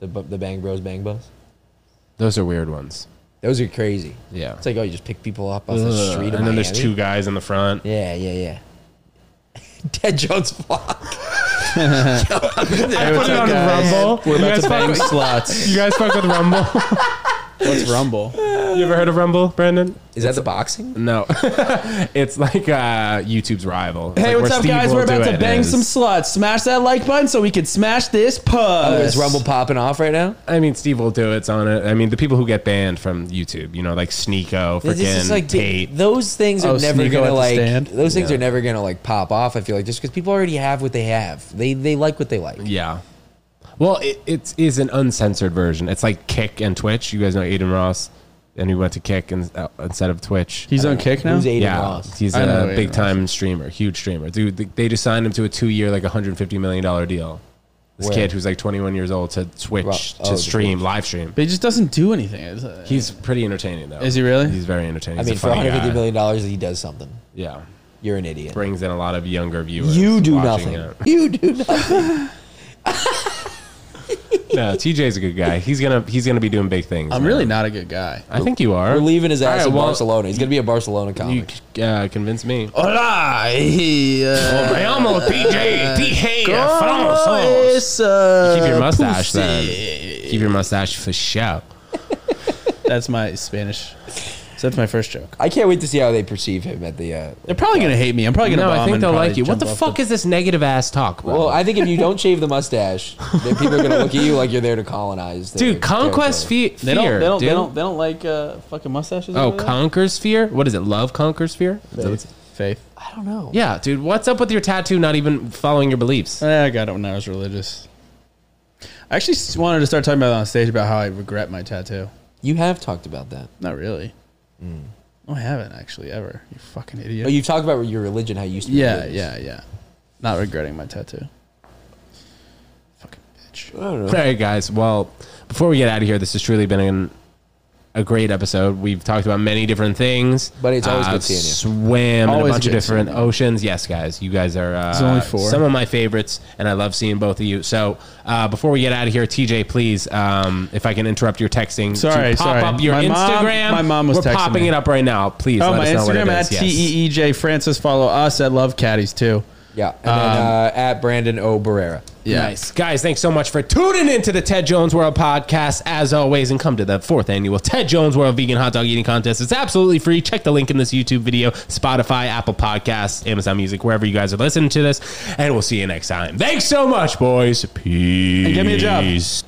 B: The bu- the bang bros bang bus.
C: Those are weird ones.
B: Those are crazy.
C: Yeah.
B: It's like oh, you just pick people up off the
C: Ugh.
B: street.
C: and
B: Of
C: then there's
B: Miami.
C: two guys in the front.
B: Yeah, yeah, yeah. *laughs* Ted Jones vlog.
A: Hey,
C: Put it on Rumble.
A: We're
C: You
A: about
C: guys
A: to
C: fuck
A: bang
C: with-
A: sluts. *laughs*
C: You guys fuck with Rumble?
A: What's Rumble?
C: you ever heard of Rumble, Brandon?
B: Is that the boxing?
C: No, *laughs* it's like uh, YouTube's rival. It's
A: Hey,
C: like
A: what's
C: where
A: up,
C: Steve
A: guys?
C: will
A: We're
C: do
A: about
C: it
A: to bang
C: is-
A: some sluts. Smash that like button so we can smash this puss.
B: Oh, is Rumble popping off right now?
C: I mean, Steve will do it's on it. I mean, the people who get banned from YouTube, you know, like Sneeko,
B: It's just
C: freaking
B: like the-
C: Tate.
B: those things are
A: Oh,
B: never
A: Sneeko at
B: gonna
A: the
B: like
A: stand?
B: those things
C: Yeah.
B: are never gonna like pop off. I feel like just because people already have what they have, they they like what they like.
C: yeah. Well, it, it is an uncensored version. It's like Kick and Twitch. You guys know Aiden Ross, and he went to Kick and, uh, instead of Twitch.
A: He's on kick now.
B: Who's Aiden
C: yeah,
B: Ross?
C: he's
A: I know
C: a
A: Aiden
C: big time streamer, huge streamer. Dude, th- they just signed him to a two year, like 150 million dollar deal. This
B: Where?
C: kid who's like 21 years old to Twitch
B: Ro- oh,
C: to
B: the
C: stream, live stream.
A: But he just doesn't do anything. It's, uh,
C: He's pretty entertaining though.
A: Is he really?
C: He's very entertaining.
B: I
C: He's
B: mean,
C: a
B: for
C: funny
B: 150
C: guy.
B: million dollars, he does something.
C: Yeah,
B: You're an idiot.
C: brings in a lot of younger viewers.
B: You do
C: watching
B: nothing.
C: it.
B: You do nothing.
C: No, TJ's a good guy. He's gonna he's gonna be doing big things.
A: I'm
C: man.
A: really not a good guy.
C: I think you are.
B: We're leaving his
C: All
B: ass
C: right,
B: in
C: well,
B: Barcelona. He's gonna be a Barcelona
C: You
B: comic.
C: uh, convince me.
A: Hola, he, uh,
C: I almost TJ TJ
A: uh,
C: Keep your mustache then. Keep your mustache for show.
A: That's my Spanish. So that's my first joke.
B: I can't wait to see how they perceive him at the. Uh,
A: They're probably gonna hate me. I'm probably gonna.
C: No,
A: bomb
C: I think
A: and
C: they'll
A: probably
C: like you. What
A: jump
C: the
A: off
C: fuck is this negative ass talk, bro?
B: well, I think if you don't shave the mustache, then people are gonna look at you like you're there to colonize. their
C: dude, conquest
B: territory.
C: fe-
A: They
C: fear.
A: don't. They don't.
C: dude.
A: They don't. They don't like uh, fucking mustaches.
C: Oh,
A: over there?
C: conquers fear. What is it? Love conquers fear. Is that what's-
A: faith?
B: I don't know.
C: Yeah, dude, what's up with your tattoo not even following your beliefs?
A: Eh, I got it when I was religious. I actually s- wanted to start talking about it on stage about how I regret my tattoo.
B: You have talked about that.
A: Not really.
C: Hmm.
A: No, I haven't actually ever. You fucking idiot.
B: Oh, you've talked about your religion, how you used to. be
A: yeah,
B: religious.
A: yeah, yeah. Not regretting my tattoo. Fucking bitch.
B: I don't
C: All right, guys. Well, before we get out of here, this has truly been an, a great episode. We've talked about many different things,
B: But it's always
C: uh,
B: good seeing you.
C: Swam in a
A: Always
C: bunch of
A: good
C: different
A: seeing you.
C: oceans. Yes, guys, you guys are uh,
A: only four.
C: some of my favorites, and I love seeing both of you. So, uh, before we get out of here, TJ, please, um, if I can interrupt your texting,
A: Sorry,
C: to pop
A: sorry.
C: up your
A: My mom-
C: Instagram.
A: my mom was
C: We're
A: texting
C: popping
A: me.
C: it up right now. Please,
A: Oh,
C: let
A: my
C: us know what it
A: Instagram at
C: is.
A: T
C: Yes.
A: E E J Francis. Follow us at Love Caddies too.
B: Yeah, and
C: Um,
B: then, uh, at Brandon O. Barrera.
A: Yeah.
C: Nice. Guys, thanks so much for tuning into the Ted Jones World podcast, as always, and come to the fourth annual Ted Jones World Vegan Hot Dog Eating Contest. It's absolutely free. Check the link in this YouTube video, Spotify, Apple Podcasts, Amazon Music, wherever you guys are listening to this. And we'll see you next time. Thanks so much, boys. Peace.
A: give me a job.